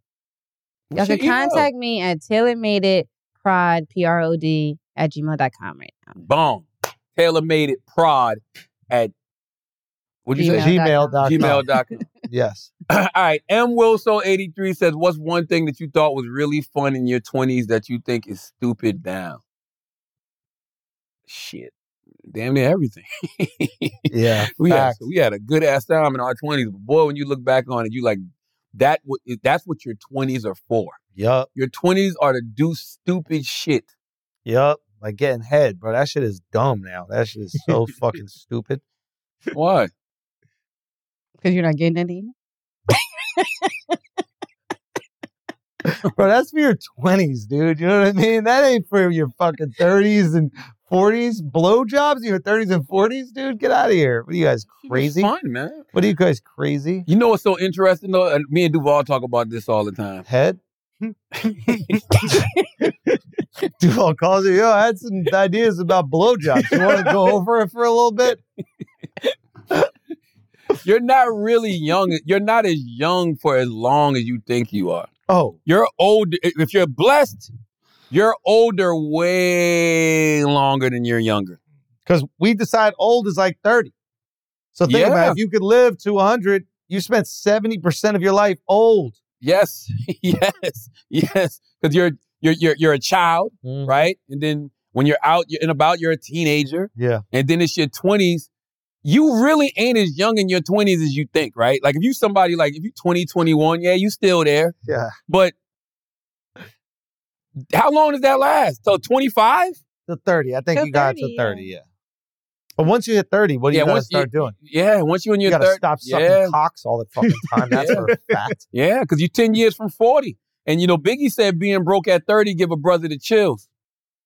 Y'all
What's
can
your email?
contact me at tailormadeitprod p r o d at gmail.com right now.
Boom. Taylor made it prod at what'd you say?
Gmail.com.
Gmail.com.
Yes.
All right. M. Wilso83 says, What's one thing that you thought was really fun in your 20s that you think is stupid now? Shit. Damn near everything.
Yeah.
we, had,
facts.
we had a good ass time in our 20s. But boy, when you look back on it, you like, that. wa- that's what your 20s are for.
Yup.
Your 20s are to do stupid shit.
Yup. Like getting head, bro. That shit is dumb now. That shit is so fucking stupid.
Why?
Because you're not getting any.
Bro, that's for your 20s, dude. You know what I mean? That ain't for your fucking 30s and 40s. Blowjobs in your 30s and 40s, dude? Get out of here. What are you guys crazy?
Fun, man.
What are you guys crazy?
You know what's so interesting though? And me and Duval talk about this all the time.
Head? Duval calls you. Yo, I had some ideas about blowjobs. You want to go over it for a little bit?
You're not really young. You're not as young for as long as you think you are.
Oh.
You're old. If you're blessed, you're older way longer than you're younger.
Because we decide old is like 30. So think about
Yeah.
it. If you could live to 100, you spent 70% of your life old.
Yes, yes, yes. Because you're you're you're you're a child,
Mm-hmm.
right? And then when you're out and about, you're a teenager.
Yeah.
and then it's your 20s you really ain't as young in your 20s as you think right like if you somebody like if you 20 21 yeah you still there
Yeah.
but how long does that last till 25
To 30. I think
Till
you got
30,
to 30, yeah. But once you hit 30, what do
Yeah,
you got to
once you-
start doing?
yeah once you're in
You
your
got to
30s
stop sucking
yeah
cocks all the fucking time. That's for a fact.
yeah because you're 10 years from 40 and you know biggie said being broke at 30 give a brother the chills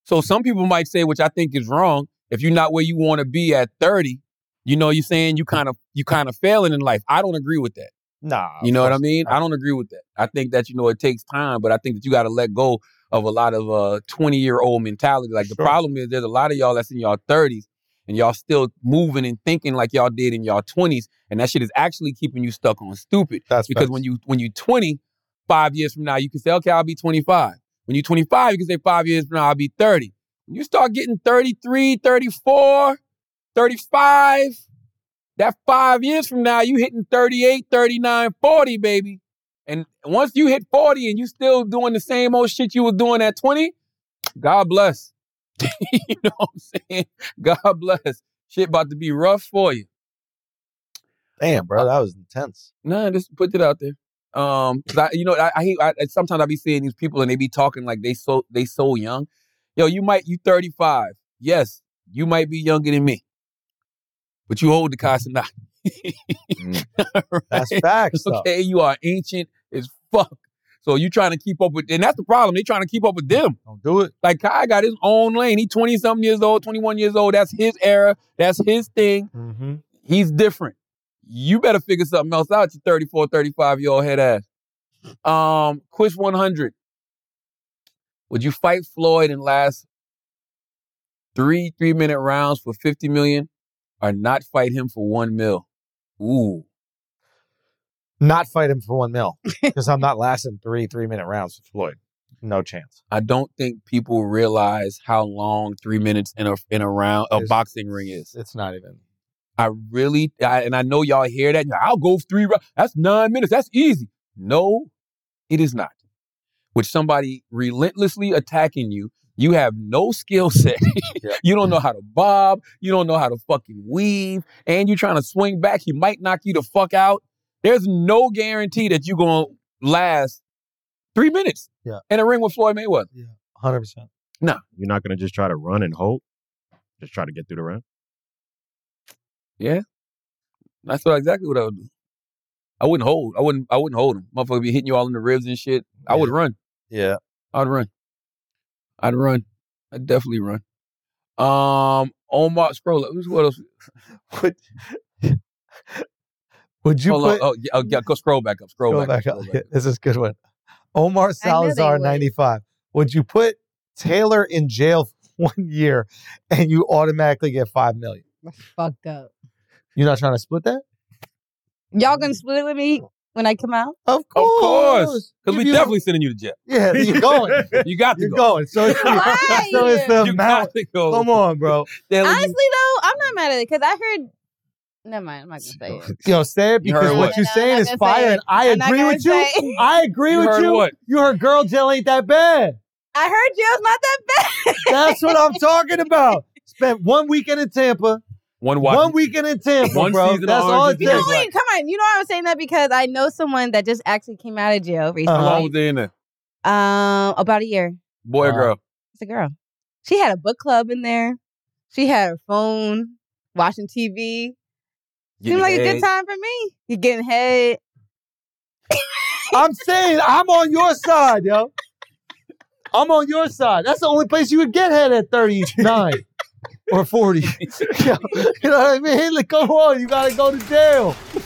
so some people might say which i think is wrong if you're not where you want to be at 30 you know you're saying you kind of you kind of failing in life i don't agree with that
Nah.
You know what I mean? I don't agree with that. I think that you know it takes time, but I think that you got to let go of a lot of uh twenty year old mentality. Like the problem is there's a lot of y'all that's in y'all thirties and y'all still moving and thinking like y'all did in y'all twenties, and that shit is actually keeping you stuck on stupid.
That's
because
facts.
when you when you twenty, five years from now you can say okay I'll be twenty five. When you're 25, you can say five years from now I'll be 30. When you start getting 33, 34, 35, that five years from now, you hitting 38, 39, 40, baby. And once you hit 40 and you still doing the same old shit you were doing at 20, God bless. you know what I'm saying? God bless. Shit about to be rough for you.
Damn,
Uh
bro, that was intense.
Nah, just put it out there. Um, 'cause I, you know, I, I hate. I, I- sometimes I be seeing these people and they be talking like they so they so young. Yo, you might you 35. Yes, you might be younger than me, but you hold the Casanata.
Mm. That's facts. though.
Okay, you are ancient as fuck. So you trying to keep up with, and that's the problem. They trying to keep up with them.
Don't do it.
Like Kai got his own lane. He twenty
Mm-hmm.
something years old, twenty one years old. That's his era. That's his thing. He's different. you better figure something else out, you 34, 35 year old head ass. Um, Quiz 100. Would you fight Floyd in last three three minute rounds for 50 million or not fight him for one mil? Ooh.
Not fight him for one mil because I'm not lasting three three minute rounds with Floyd. No chance.
I don't think people realize how long three minutes in a in a round a
It's-
boxing ring is.
It's not even.
I really, I, and I know y'all hear that. I'll go three rounds. That's nine minutes. That's easy. No, it is not. With somebody relentlessly attacking you, you have no skill set. you don't know how to bob. You don't know how to fucking weave. And you're trying to swing back. He might knock you the fuck out. There's no guarantee that you're going to last three minutes
Yeah.
in a ring with Floyd Mayweather.
100. percent
No.
You're not gonna just try to run and hope. Just try to get through the round.
Yeah. That's what exactly what I would do. I wouldn't hold. I wouldn't. I wouldn't hold him. Motherfucker be hitting you all in the ribs and shit. I would run.
Yeah.
I'd run. I'd run. I'd definitely run. Um, Omar scroll. up. Who's- What else?
Would Would you
Hold
put?
on. Oh yeah, oh, yeah. Go scroll back up. Scroll,
Go
back,
back
up.
up.
Scroll back
This is a good one. Omar Salazar,
would.
95. Would you put Taylor in jail for one year and you automatically get 5 million?
Fucked up.
You're not trying to split that?
Y'all gonna split it with me when I come out?
Mm. Of
Of course,
course.
because we
If you-
definitely sending you to jail.
Yeah, you're going.
You got to
You're
go.
going. So it's,
Why?
so it's the
You
amount.
got to go.
Come on, bro.
They're like,
Honestly though, I'm not mad at it because I heard. Never mind. I'm not gonna say it.
Yo, say it
You
because
heard
what
what?
you're
No, I'm
saying
not
is
gonna
fire,
say it.
and I
I'm not
agree
gonna
with you.
say it.
I agree
You
with
heard
you.
what?
You heard girl jail ain't that bad.
I heard jail's not that bad.
That's what I'm talking about. Spent one weekend in Tampa,
one watch.
one weekend in Tampa,
One
bro.
season of
That's all
Orange
it
is
You
the
takes.
New
know, wait, come on. You know why I'm saying that because I know someone that just actually came out of
How
jail
long
recently.
was they in there?
Um, about a year.
Boy or
Wow.
girl?
It's a girl. She had a book club in there. She had her phone, watching TV.
Getting
Seemed like a
head.
good time for me. You're getting head.
I'm saying I'm on your side, yo. I'm on your side. That's the only place you would get head at 39 or 40. Yo, you know what I mean? Like, come on, you gotta go to jail.
Hold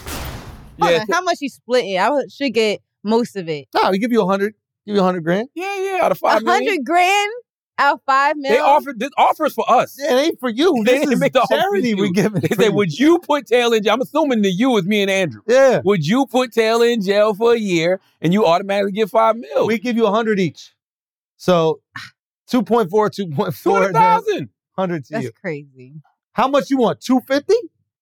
Yeah, Oh,
on, how much you splitting? I would- should get most of it.
Nah, we give you a hundred. Give you a hundred grand.
yeah, yeah. Out of
A
five million,
hundred grand out of five mil.
they offered this offers for us.
It ain't for you.
They
This
didn't
is
make the offer
charity
to
we
you.
giving.
They
for
said,
you.
"Would you put Taylor in jail?" I'm assuming the you is me and Andrew.
Yeah,
Would you put Taylor in jail for a year and you automatically get five mil?
we give you a hundred each. So, 2.4, 2.4,
Twenty
and then
thousand.
100 to
That's
you.
crazy.
How much you want? 250?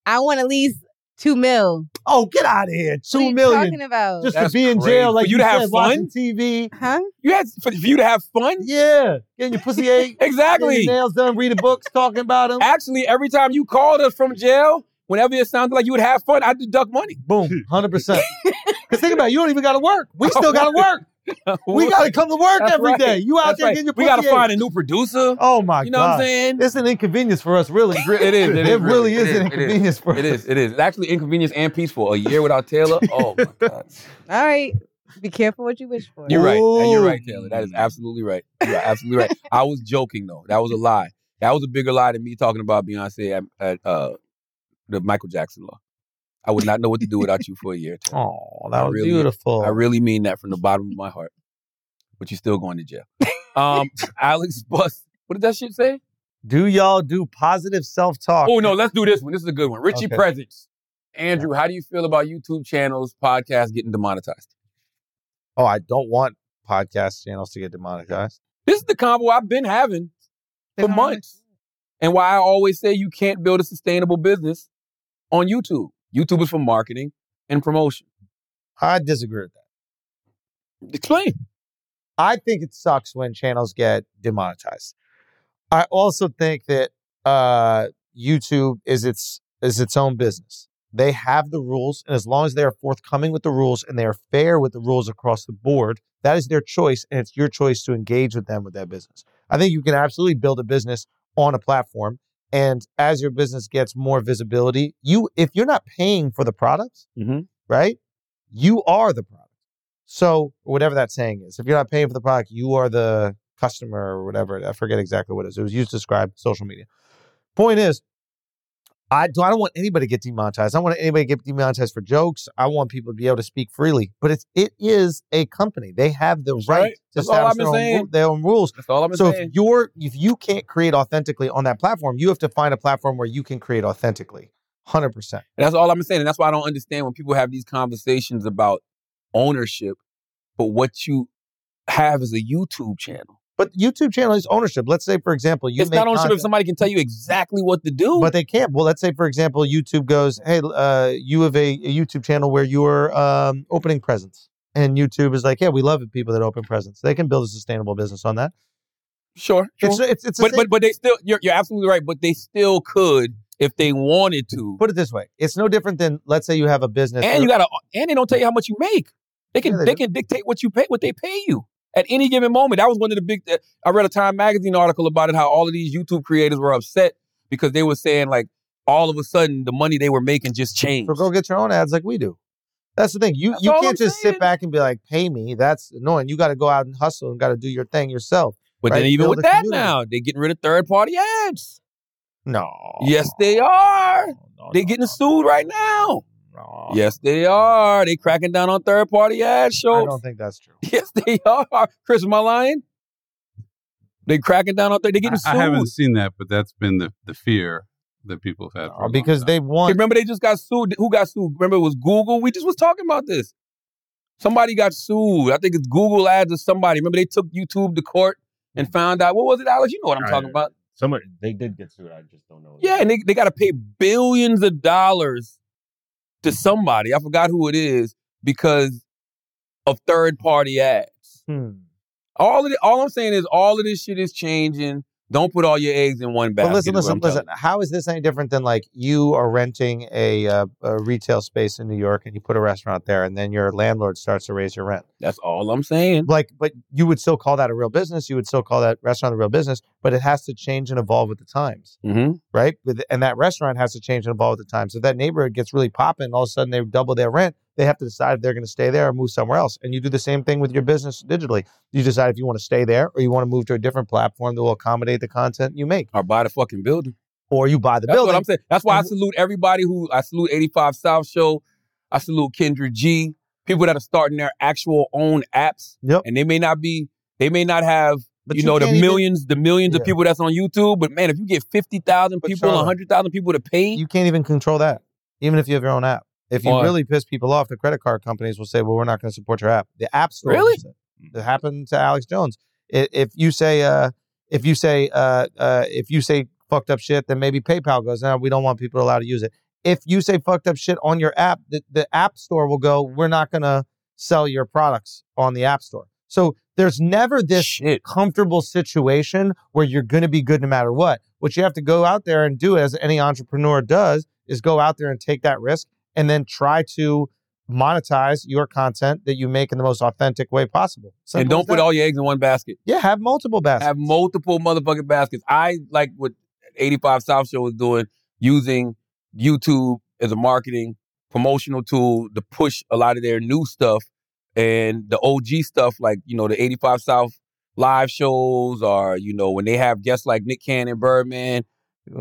I want at least two mil.
Oh, get out of here.
What are
Two
you
million.
Talking about
Just
That's
to be in
crazy.
jail, like
For you to have
said, watching
fun?
TV.
huh?
You had for, for you to have fun.
Yeah, getting your pussy ate, getting
Exactly.
your nails done, reading books, talking about them.
Actually, every time you called us from jail, whenever it sounded like you would have fun, I deduct money.
Boom, hundred percent. Because think about it, you don't even got to work. We still got to work. We got to come to work
Oh, That's
every day.
right.
You out
That's
there
right.
getting your pussy
We gotta
ate.
find a new producer.
Oh my
you know
god,
what I'm saying?
it's an inconvenience for us, really.
It is. It, is,
It really is an
it is.
inconvenience for
It
us.
is. It is. It's actually inconvenience and peaceful. A year without Taylor. Oh my God.
All right. Be careful what you wish for.
You're right. And You're right,
Ooh.
Taylor. That is absolutely right. You're absolutely right. I was joking though. That was a lie. That was a bigger lie than me talking about Beyonce at, at uh, the Michael Jackson law. I would not know what to do without you for a year. Taylor.
Oh, that
I
was
really-
beautiful.
I really mean that from the bottom of my heart. But you're still going to jail. Um, Alex Bus. What did that shit say?
do y'all do positive self talk?
Oh no, let's do this one. This is a good one. Richie
Okay.
Presents. Andrew, how do you feel about YouTube channels, podcasts getting demonetized?
Oh, I don't want podcast channels to get demonetized.
This is the combo I've been having
They
for
don't
months. And why I always say you can't build a sustainable business on YouTube. YouTube is for marketing and promotion.
I disagree with that.
Explain.
I think it sucks when channels get demonetized. I also think that uh, YouTube is its is its own business. They have the rules, and as long as they are forthcoming with the rules and they are fair with the rules across the board, that is their choice, and it's your choice to engage with them with that business. I think you can absolutely build a business on a platform, and as your business gets more visibility, you if you're not paying for the products,
Mhm.
right, you are the product. So whatever that saying is, if you're not paying for the product, you are the customer or whatever. I forget exactly what it is. It was used to describe social media. Point is, I, do- I don't want anybody to get demonetized. I don't want anybody to get demonetized for jokes. I want people to be able to speak freely. But it's, it is a company. They have the right,
right.
to
That's all
establish
I've been
their, own,
saying.
ru- their own rules.
That's all I'm
so
saying.
if you're if you can't create authentically on that platform, you have to find a platform where you can create authentically. Hundred percent.
And that's all I'm saying. And that's why I don't understand when people have these conversations about ownership, but what you have is a YouTube channel.
But YouTube channel is ownership. Let's say, for example, you
it's
make
not ownership
content-
if somebody can tell you exactly what to do.
But they can't. Well, let's say, for example, YouTube goes, "Hey, uh, you have a, a YouTube channel where you're um, opening presents," and YouTube is like, "Yeah, we love it. People that open presents, they can build a sustainable business on that."
Sure,
It's-
sure.
it's- it's the
but,
same-
but but they still you're, you're absolutely right. But they still could if they wanted to.
Put it this way: it's no different than, let's say, you have a business,
and
or-
you gotta and they don't tell you how much you make. They can
Yeah,
they,
they
can dictate what you pay what they pay you at any given moment. That was one of the big. uh, I read a Time magazine article about it. How all of these YouTube creators were upset because they were saying like all of a sudden the money they were making just changed.
So go get your own ads like we do. That's the thing. You you
all I'm
can't just sit back and be like, "Pay me." That's annoying. You got to go out and hustle and got to do your thing yourself.
But
right?
then even
Build
with
a
that
community.
now, they're getting rid of third party ads.
no,
Yes, they are.
no,
they're getting sued right now.
no.
Yes, they are. They cracking down on third party ad
I
shows.
don't think that's true.
Yes, they are. Chris, am I lying? They cracking down out there. They
I,
getting
I
sued.
haven't seen that, but that's been the, the fear that people have had. for
Uh,
a long
Uh, Because they want
Remember, they just got sued. Who got sued? Remember, it was Google. We just was talking about this. Somebody got sued. I think it's Google Ads or somebody. Remember, they took YouTube to court and found out what was it, Alex? You know what I'm
Mm-hmm. Right.
talking about?
Somebody they did get sued. I just don't know.
Yeah, and they, they got to pay billions of dollars
Mm-hmm.
to somebody. I forgot who it is because of third party ads.
Hmm.
All of the, all I'm saying is all of this shit is changing. Don't put all your eggs in one basket.
But listen,
is what
listen,
I'm telling
listen. How is this any different than like you are renting a, uh, a retail space in New York and you put a restaurant there, and then your landlord starts to raise your rent?
you. That's all I'm saying.
Like, but you would still call that a real business. You would still call that restaurant a real business, but it has to change and evolve with the times,
Mm-hmm.
right? With- And that restaurant has to change and evolve with the times. If that neighborhood gets really popping, and all of a sudden they double their rent. They have to decide if they're going to stay there or move somewhere else. And you do the same thing with your business digitally. You decide if you want to stay there or you want to move to a different platform that will accommodate the content you make,
Or buy the fucking building.
or you buy the
That's
building.
what I'm saying. That's why I salute everybody who I salute 85 South Show. I salute Kendra G. People that are starting their actual own apps.
Yep.
And they may not be, they may not have,
But
you
you
know, the
can't even-
millions, the millions of
Yeah.
people that's on YouTube. But man, if you get 50,000
But
people,
Charlotte-
100,000 people to pay,
you can't even control that, even if you have your own app. If you
Why?
really piss people off, the credit card companies will say, "Well, we're not going to support your app." The app store
Really?
does it. It happened to Alex Jones. I- If you say, uh, if you say, uh, uh, if you say fucked up shit, then maybe PayPal goes, "No, we don't want people allowed to use it." If you say fucked up shit on your app, the, the app store will go, "We're not going to sell your products on the app store." So there's never this
Shit.
comfortable situation where you're going to be good no matter what. What you have to go out there and do, as any entrepreneur does, is go out there and take that risk and then try to monetize your content that you make in the most authentic way possible. Simple
and
as
don't put
that.
all your eggs in one basket.
Yeah, have multiple baskets.
Have multiple motherfucking baskets. I like what 85 South Show is doing, using YouTube as a marketing promotional tool to push a lot of their new stuff and the OG stuff, like, you know, the 85 South live shows or, you know, when they have guests like Nick Cannon, Birdman,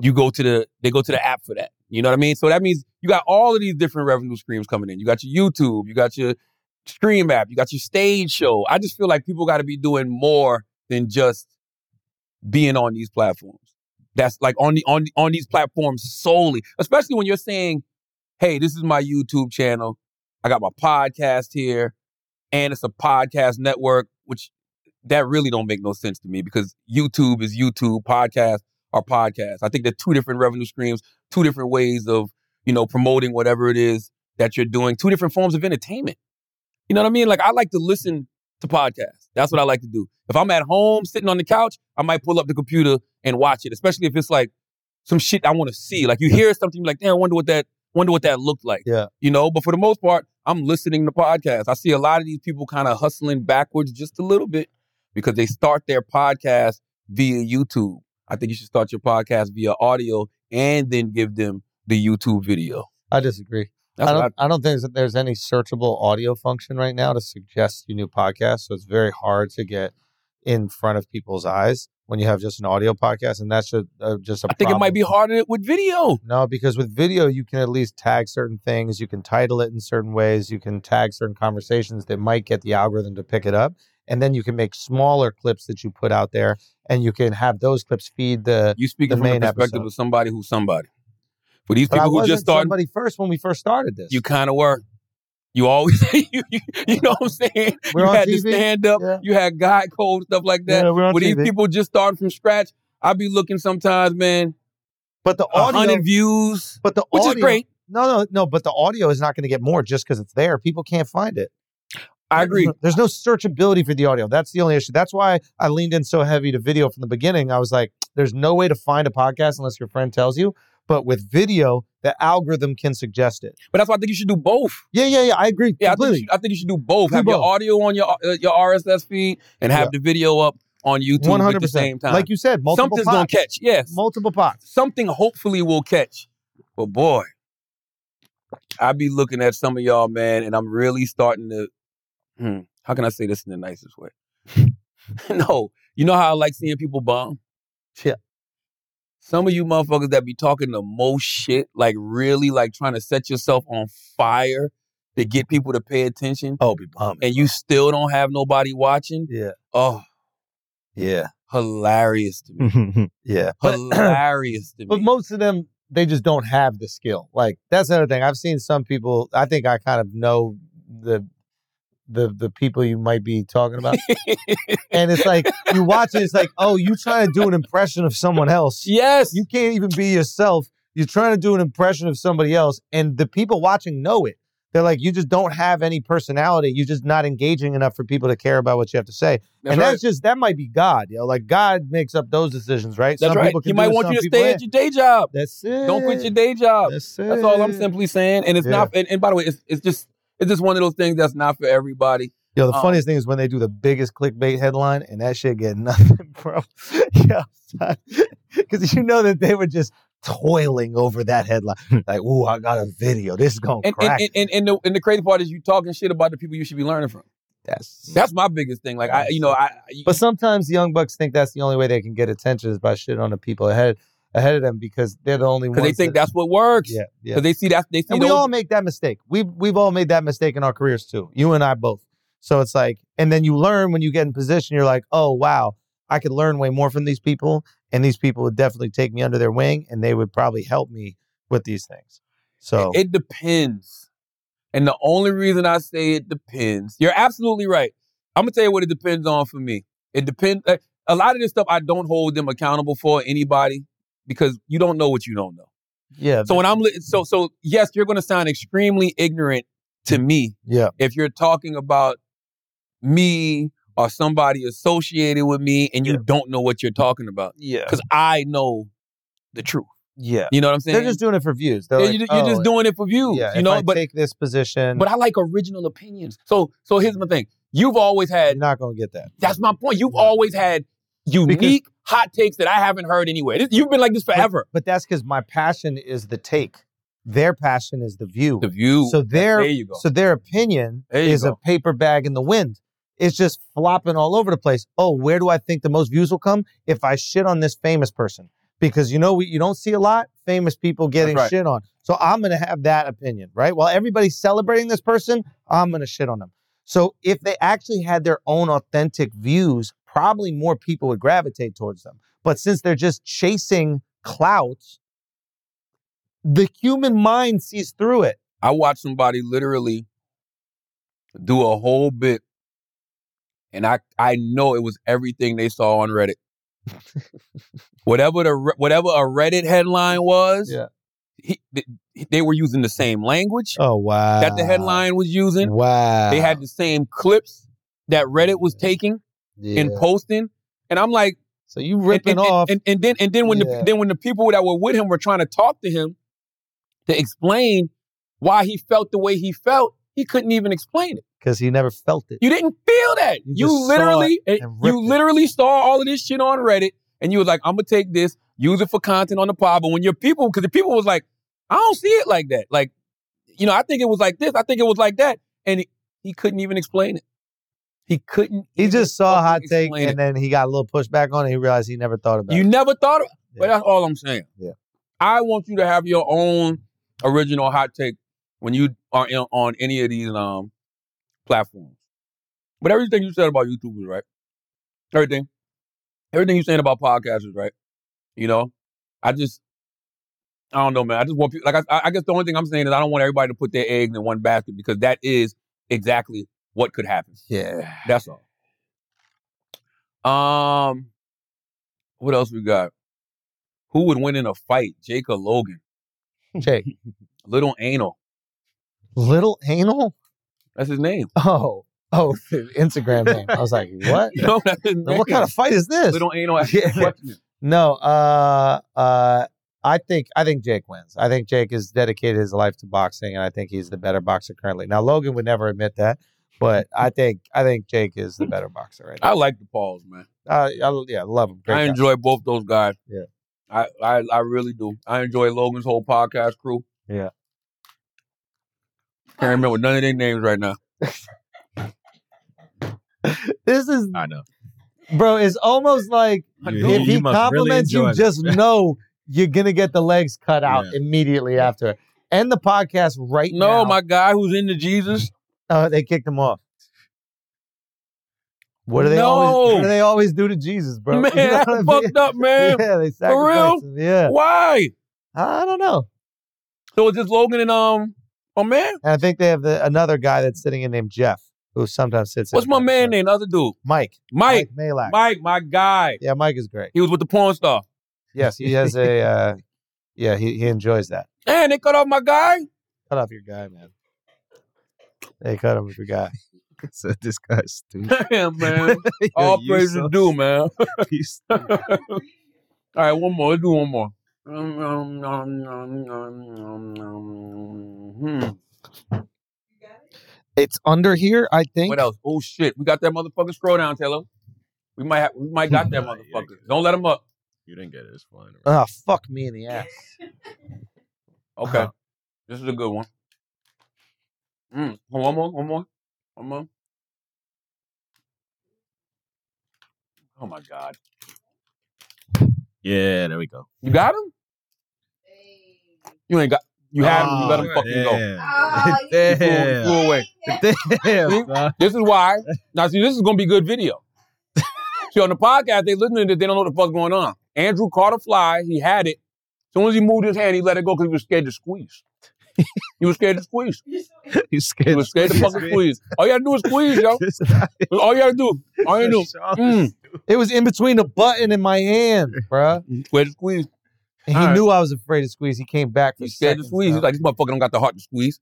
you go to the, they go to the app for that. You know what I mean? So that means you got all of these different revenue streams coming in. You got your YouTube, you got your stream app, you got your stage show. I just feel like people got to be doing more than just being on these platforms. That's like on the on the- on these platforms solely, especially when you're saying, "Hey, this is my YouTube channel. I got my podcast here, and it's a podcast network." Which that really don't make no sense to me because YouTube is YouTube, podcasts are podcasts. I think they're two different revenue streams, two different ways of you know promoting whatever it is that you're doing, two different forms of entertainment. You know what I mean? Like I like to listen to podcasts. That's what I like to do. If I'm at home sitting on the couch, I might pull up the computer and watch it, especially if it's like some shit I want to see. Like you hear something you're like, damn, I wonder what that wonder what that looked like.
Yeah.
You know, but for the most part, I'm listening to podcasts. I see a lot of these people kind of hustling backwards just a little bit because they start their podcast via YouTube. I think you should start your podcast via audio and then give them the YouTube video.
I disagree.
That's
I
what
don't. I, don't think that there's any searchable audio function right now to suggest you new podcasts. So it's very hard to get in front of people's eyes when you have just an audio podcast, and that's just, uh, just a.
I think it might be harder with video.
No, because with video you can at least tag certain things, you can title it in certain ways, you can tag certain conversations that might get the algorithm to pick it up, and then you can make smaller clips that you put out there, and you can have those clips feed the
You speaking
the
from
main
the perspective
episode.
of somebody who's somebody. For these
But I
people who
wasn't
just started,
somebody first when we first started this.
you kind of were. You always, you, you, you know what I'm saying?
We're
you
on
had to
TV.
stand up. You had guy code stuff like that.
Yeah, we're on
With these
TV.
people just starting from scratch, I be looking sometimes, man.
But the audio-
hundred views,
but the
which
audio,
is great.
No, no, no. But the audio is not going to get more just because it's there. People can't find it.
I agree.
There's no searchability for the audio. That's the only issue. That's why I leaned in so heavy to video from the beginning. I was like, there's no way to find a podcast unless your friend tells you. But with video, the algorithm can suggest it.
But that's why I think you should do both.
Yeah, yeah, yeah. I agree.
Yeah, I think, you should, I think you should do both.
Do
have
both.
your audio on your uh, your RSS feed and have
Yeah.
the video up on YouTube at the
100%.
same time.
Like you said, multiple
something's gonna
pots.
catch. Yes,
multiple pots.
Something hopefully will catch. But boy, I be looking at some of y'all, man, and I'm really starting to. Hmm, how can I say this in the nicest way? no, you know how I like seeing people bomb.
Yeah.
Some of you motherfuckers that be talking the most shit, like really, like trying to set yourself on fire to get people to pay attention.
Oh, be bombing.
And you still don't have nobody watching.
Yeah.
Oh,
Yeah.
hilarious to me.
yeah.
hilarious to me.
But most of them, they just don't have the skill. Like that's another thing. I've seen some people. I think I kind of know the the the people you might be talking about, and it's like you watch it. It's like, oh, you trying to do an impression of someone else.
Yes,
you can't even be yourself. You're trying to do an impression of somebody else, and the people watching know it. They're like, you just don't have any personality. You're just not engaging enough for people to care about what you have to say.
That's
and
right.
that's just that might be God, yo. Like God makes up those decisions, right?
That's right. He
do
might
it,
want
some
you to
people
stay at
ain't.
your day job.
That's it.
Don't quit your day job. That's, all I'm simply saying. And it's
Yeah.
not. And, and by the way, it's, it's just it's just one of those things that's not for everybody.
Yo, the
Um,
funniest thing is when they do the biggest clickbait headline and that shit get nothing, bro. yeah, because you know that they were just toiling over that headline. like, ooh, I got a video. This is gonna
Hmm. And
crack.
and, and, and, the, and the crazy part is you talking shit about the people you should be learning from.
That's
that's my biggest thing. Like I, you know, I
but sometimes the young bucks think that's the only way they can get attention is by shit on the people ahead ahead of them because they're the only ones.
because they think
that-
that's what works.
Yeah, yeah.
Because they see that they see
and we
those-
all make that mistake. We've we've all made that mistake in our careers too. You and I both. So it's like, and then you learn when you get in position. You're like, oh wow, I could learn way more from these people, and these people would definitely take me under their wing, and they would probably help me with these things. So
It depends. And the only reason I say it depends, you're absolutely right. I'm gonna tell you what it depends on for me. It depends. Like, a lot of this stuff I don't hold them accountable for anybody because you don't know what you don't know.
yeah,
So when I'm li- so so yes, you're gonna sound extremely ignorant to me
yeah,
if you're talking about me or somebody associated with me and you don't know what you're talking about.
Yeah.
Because I know the truth.
yeah.
You know what I'm saying?
They're just doing it for views. They're
Yeah,
like,
you- you're just
oh,
doing it for views.
Yeah,
you
if
know,
I
but
take this position,
but I like original opinions. So so here's my thing. You've always had
not gonna get that.
That's my point. You've always had unique hot takes that I haven't heard anywhere. This- You've been like this forever.
But that's because my passion is the take. Their passion is the view. The
view.
So their
There you go.
so their opinion
There you
is
go.
a paper bag in the wind. It's just flopping all over the place. Oh, where do I think the most views will come if I shit on this famous person? Because you know what you don't see a lot famous people getting
right.
shit on. So I'm gonna have that opinion, right? While everybody's celebrating this person, I'm gonna shit on them. So if they actually had their own authentic views, probably more people would gravitate towards them. But since they're just chasing clout, the human mind sees through it.
I watched somebody literally do a whole bit, and I I know it was everything they saw on Reddit. whatever the Re- whatever a Reddit headline was,
Yeah.
he, th- they were using the same language.
Oh wow.
that the headline was using.
Wow.
They had the same clips that Reddit was taking and
Yeah.
posting. And I'm like,
so you
ripping off. And, and then and then when
Yeah.
the then when the people that were with him were trying to talk to him to explain why he felt the way he felt, he couldn't even explain it.
Because he never felt it.
You didn't feel that.
You
You,
just saw
literally
it and ripped
you literally saw all of this shit on Reddit and you was like, I'm gonna take this, use it for content on the pod. But when your people, because the people was like, I don't see it like that. Like, you know, I think it was like this, I think it was like that. And he, he couldn't even explain it. He couldn't.
He just saw a hot take
explain
and then he got a little pushback on it. He realized he never thought about
You
it.
never thought of But that's all I'm saying.
Yeah.
I want you to have your own original hot take when you are in, on any of these um platforms. But everything you said about YouTubers, right? Everything. Everything you're saying about podcasters, right? You know? I just I don't know, man. I just want people like I, I guess the only thing I'm saying is I don't want everybody to put their eggs in one basket because that is exactly what could happen.
Yeah.
That's all. Um, what else we got? Who would win in a fight, Jake or Logan?
Jake.
Little anal.
Little anal?
That's his name.
Oh. Oh, Instagram name. I was like, what?
No, that's his
Now, what kind of fight is this?
Little anal. asked the question.
No, uh, uh, I think I think Jake wins. I think Jake has dedicated his life to boxing, and I think he's the better boxer currently. Now Logan would never admit that, but I think I think Jake is the better boxer right now.
I like the Pauls, man.
Uh, I, yeah, love him. Great
I
guy.
enjoy both those guys.
Yeah.
I, I I really do. I enjoy Logan's whole podcast crew.
Yeah.
Can't remember none of their names right now.
This is
I know.
bro. It's almost like
You-
if
you
he
must really
compliments
enjoy
you,
it.
just know you're gonna get the legs cut out immediately after. End the podcast right now.
No, my guy who's into Jesus.
Oh, they kicked him off. What do they
No.
always what do they always do to Jesus, bro? You
Man,
know
that's
what I mean?
fucked up, man.
Yeah, they
For real?
sacrificed him. Yeah.
Why?
I don't know.
So it's just Logan and um my man.
And I think they have the, another guy that's sitting in named Jeff, who sometimes sits.
What's
in
my man name? The other dude.
Mike.
Mike.
Mike Malak.
Mike, my guy.
Yeah, Mike is great.
He was with the porn star.
Yes, he has a. Uh, yeah, he, he enjoys that.
And they cut off my guy.
Cut off your guy, man. They cut him with your guy.
so this guy's stupid.
Damn, man. All
you
praise
so-
is due, man.
You
All right, one more. Let's do one more. Um, um, um, um, um, um, hmm.
It's under here, I think.
What else? Oh shit, we got that motherfucker. Scroll down, Taylor. We might have, we might got that motherfucker. Don't let him up.
You didn't get it. It's fine.
Ah, fuck me in the ass. Uh-huh.
Okay, this is a good one. Mm. One more, one more, one more. Oh my god,
Yeah, there we go.
you got him? You ain't got. You had him. You let him fucking go. You threw him- you
Damn.
threw away. See?
son.
This is why. Now, see, this is gonna be good video. see, on the podcast, they listening to this, they don't know what the fuck's going on. Andrew caught a fly. He had it. As soon as he moved his hand, he let it go because he was scared to squeeze. he was scared to squeeze.
You
He
scared.
was scared to fucking squeeze. All you gotta do is squeeze, yo. All you gotta do. All you gotta do. Mm.
It was in between the button and my hand, bruh.
Scared to squeeze.
And
All
he
right.
knew I was afraid to squeeze. He came back for
He's scared
seconds,
to squeeze.
though.
He's like, this motherfucker don't got the heart to squeeze.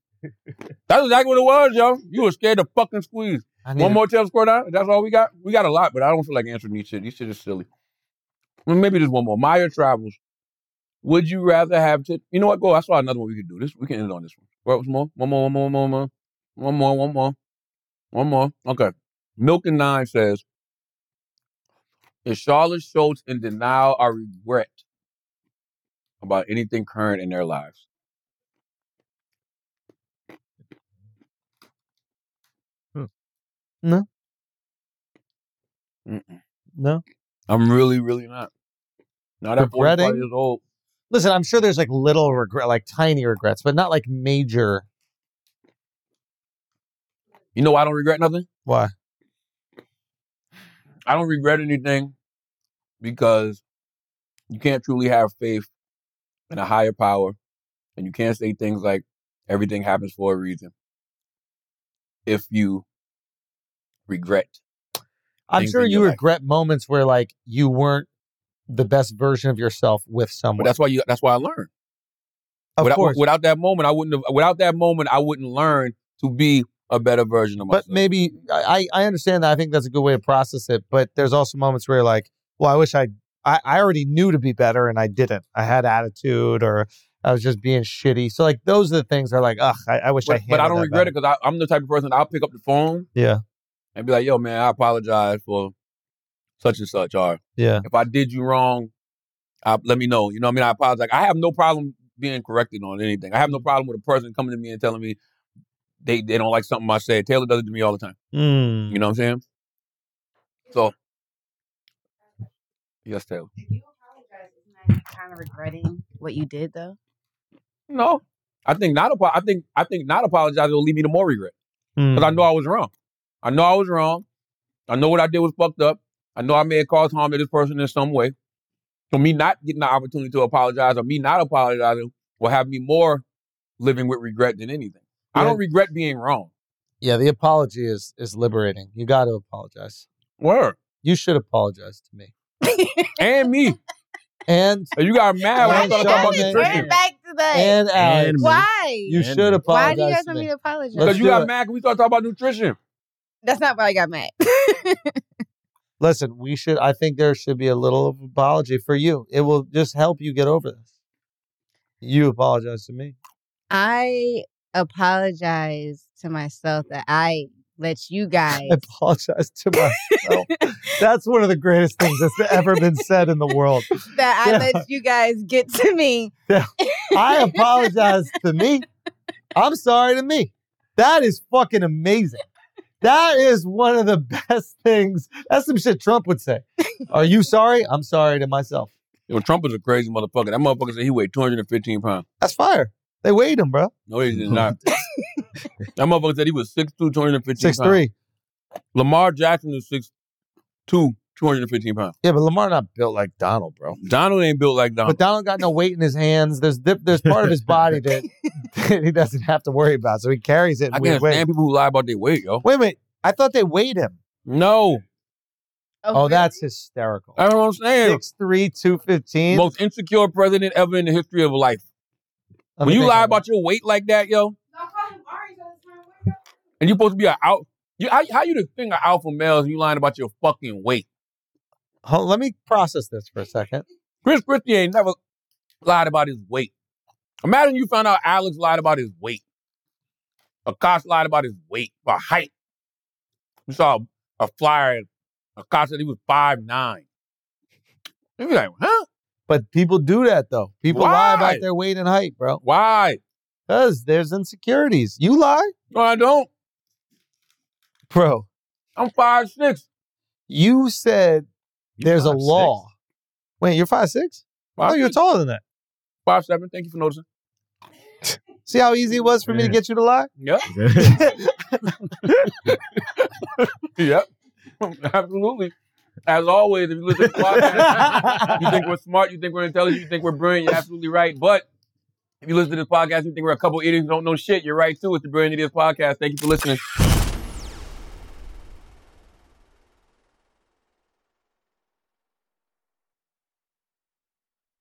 That's exactly what it was, yo. You were scared to fucking squeeze.
I need
One
a-
more tail squirt out. That's all we got. We got a lot, but I don't feel like answering these shit. These shit is silly. Well, maybe just one more. Maya travels. Would you rather have to? You know what? Go. I saw another one we could do. This we can end on this one. What was more? One more. One more. One more. One more. One more. One more. Okay. Milk and Nine says, "Is Charlotte Schultz in denial or regret about anything current in their lives?"
No,
Mm-mm.
no.
I'm really, really not. Now that 45
Regretting?
years old,
Listen, I'm sure there's like little regret, like tiny regrets, but not like major.
you know, I don't regret nothing.
Why?
I don't regret anything because you can't truly have faith in a higher power, and you can't say things like everything happens for a reason if you regret.
I'm
Things
sure
in
you
your life.
regret moments where like you weren't the best version of yourself with
But
someone.
that's why you. That's why I learned.
of
without,
course.
without that moment, I wouldn't. Have, without that moment, I wouldn't learn to be a better version of myself.
but maybe I, I I understand that. I think that's a good way to process it. But there's also moments where you're like, well, I wish I, I I already knew to be better and I didn't. I had attitude or I was just being shitty. So like those are the things that are like, ugh, I, I wish I.
but, but I don't
handled that
regret
better."
it because I'm the type of person I'll pick up the phone
Yeah,
and be like, "Yo, man, I apologize for such and such." Or
yeah,
if I did you wrong, I, let me know. You know what I mean? I apologize. I have no problem being corrected on anything. I have no problem with a person coming to me and telling me they, they don't like something I said. Taylor does it to me all the time.
mm.
You know what I'm saying? So, yes, Taylor.
Kind of regretting what you did though.
No, I think not. Apo- I think I think not apologizing will lead me to more regret because
Hmm.
I know I was wrong. I know I was wrong. I know what I did was fucked up. I know I may have caused harm to this person in some way. So me not getting the opportunity to apologize or me not apologizing will have me more living with regret than anything. I don't regret being wrong.
Yeah, the apology is is liberating. You got to apologize.
Word.
You should apologize to me.
and me.
And
you got mad
when
Why did I always bring back to that?
And Alex. And me.
Why?
You should apologize.
Why do you guys
to
want me
me.
to apologize?
Because you got mad when we started talking about nutrition.
That's not why I got mad.
Listen, we should. I think there should be a little of apology for you. It will just help you get over this. You apologize to me.
I apologize to myself that I let you guys.
I apologize to myself. That's one of the greatest things that's ever been said in the world.
that I
Yeah.
let you guys get to me.
I apologize to me. I'm sorry to me. That is fucking amazing. That is one of the best things. That's some shit Trump would say. Are you sorry? I'm sorry to myself.
Yo, Trump is a crazy motherfucker. That motherfucker said he weighed 215 pounds.
That's fire. They weighed him, bro.
No, he did not. that motherfucker said he was 6'2", 215
Six
pounds.
three.
Lamar Jackson is 6'2", 215 pounds.
Yeah, but Lamar not built like Donald, bro.
Donald ain't built like Donald.
But Donald got no weight in his hands. There's dip, there's part of his body that, that he doesn't have to worry about, so he carries it.
I can't
in weird ways.
stand people who lie about their weight, yo.
Wait a minute. I thought they weighed him.
No.
Oh, that's hysterical.
That's what I'm saying.
Six three, two fifteen.
Most insecure president ever in the history of life.
Let
when
me
you
think
lie
about
about your weight like that, yo, and you're supposed to be an out. You, how, how you the thing of alpha males and you lying about your fucking weight?
Hold, let me process this for a second.
Chris Christie ain't never lied about his weight. Imagine you found out Alex lied about his weight. Akash lied about his weight, about height. We saw a, a flyer. Akash said he was 5'9". You'd be like, huh?
But people do that though. People
Why?
lie about their weight and height, bro.
Why?
Because there's insecurities. You lie,
No, I don't.
bro.
I'm 5'6".
You said there's a law. Wait, you're five six? oh, you're
5'6".
taller than that.
5'7". Thank you for noticing.
See how easy it was for me to
Yeah.
get you to lie?
Yep. yep. Absolutely. As always, if you listen to the podcast, you think we're smart, you think we're intelligent, you think we're brilliant, you're absolutely right. But if you listen to this podcast, you think we're a couple idiots who don't know shit, you're right too. It's the Brilliant Idiots Podcast. Thank you for listening.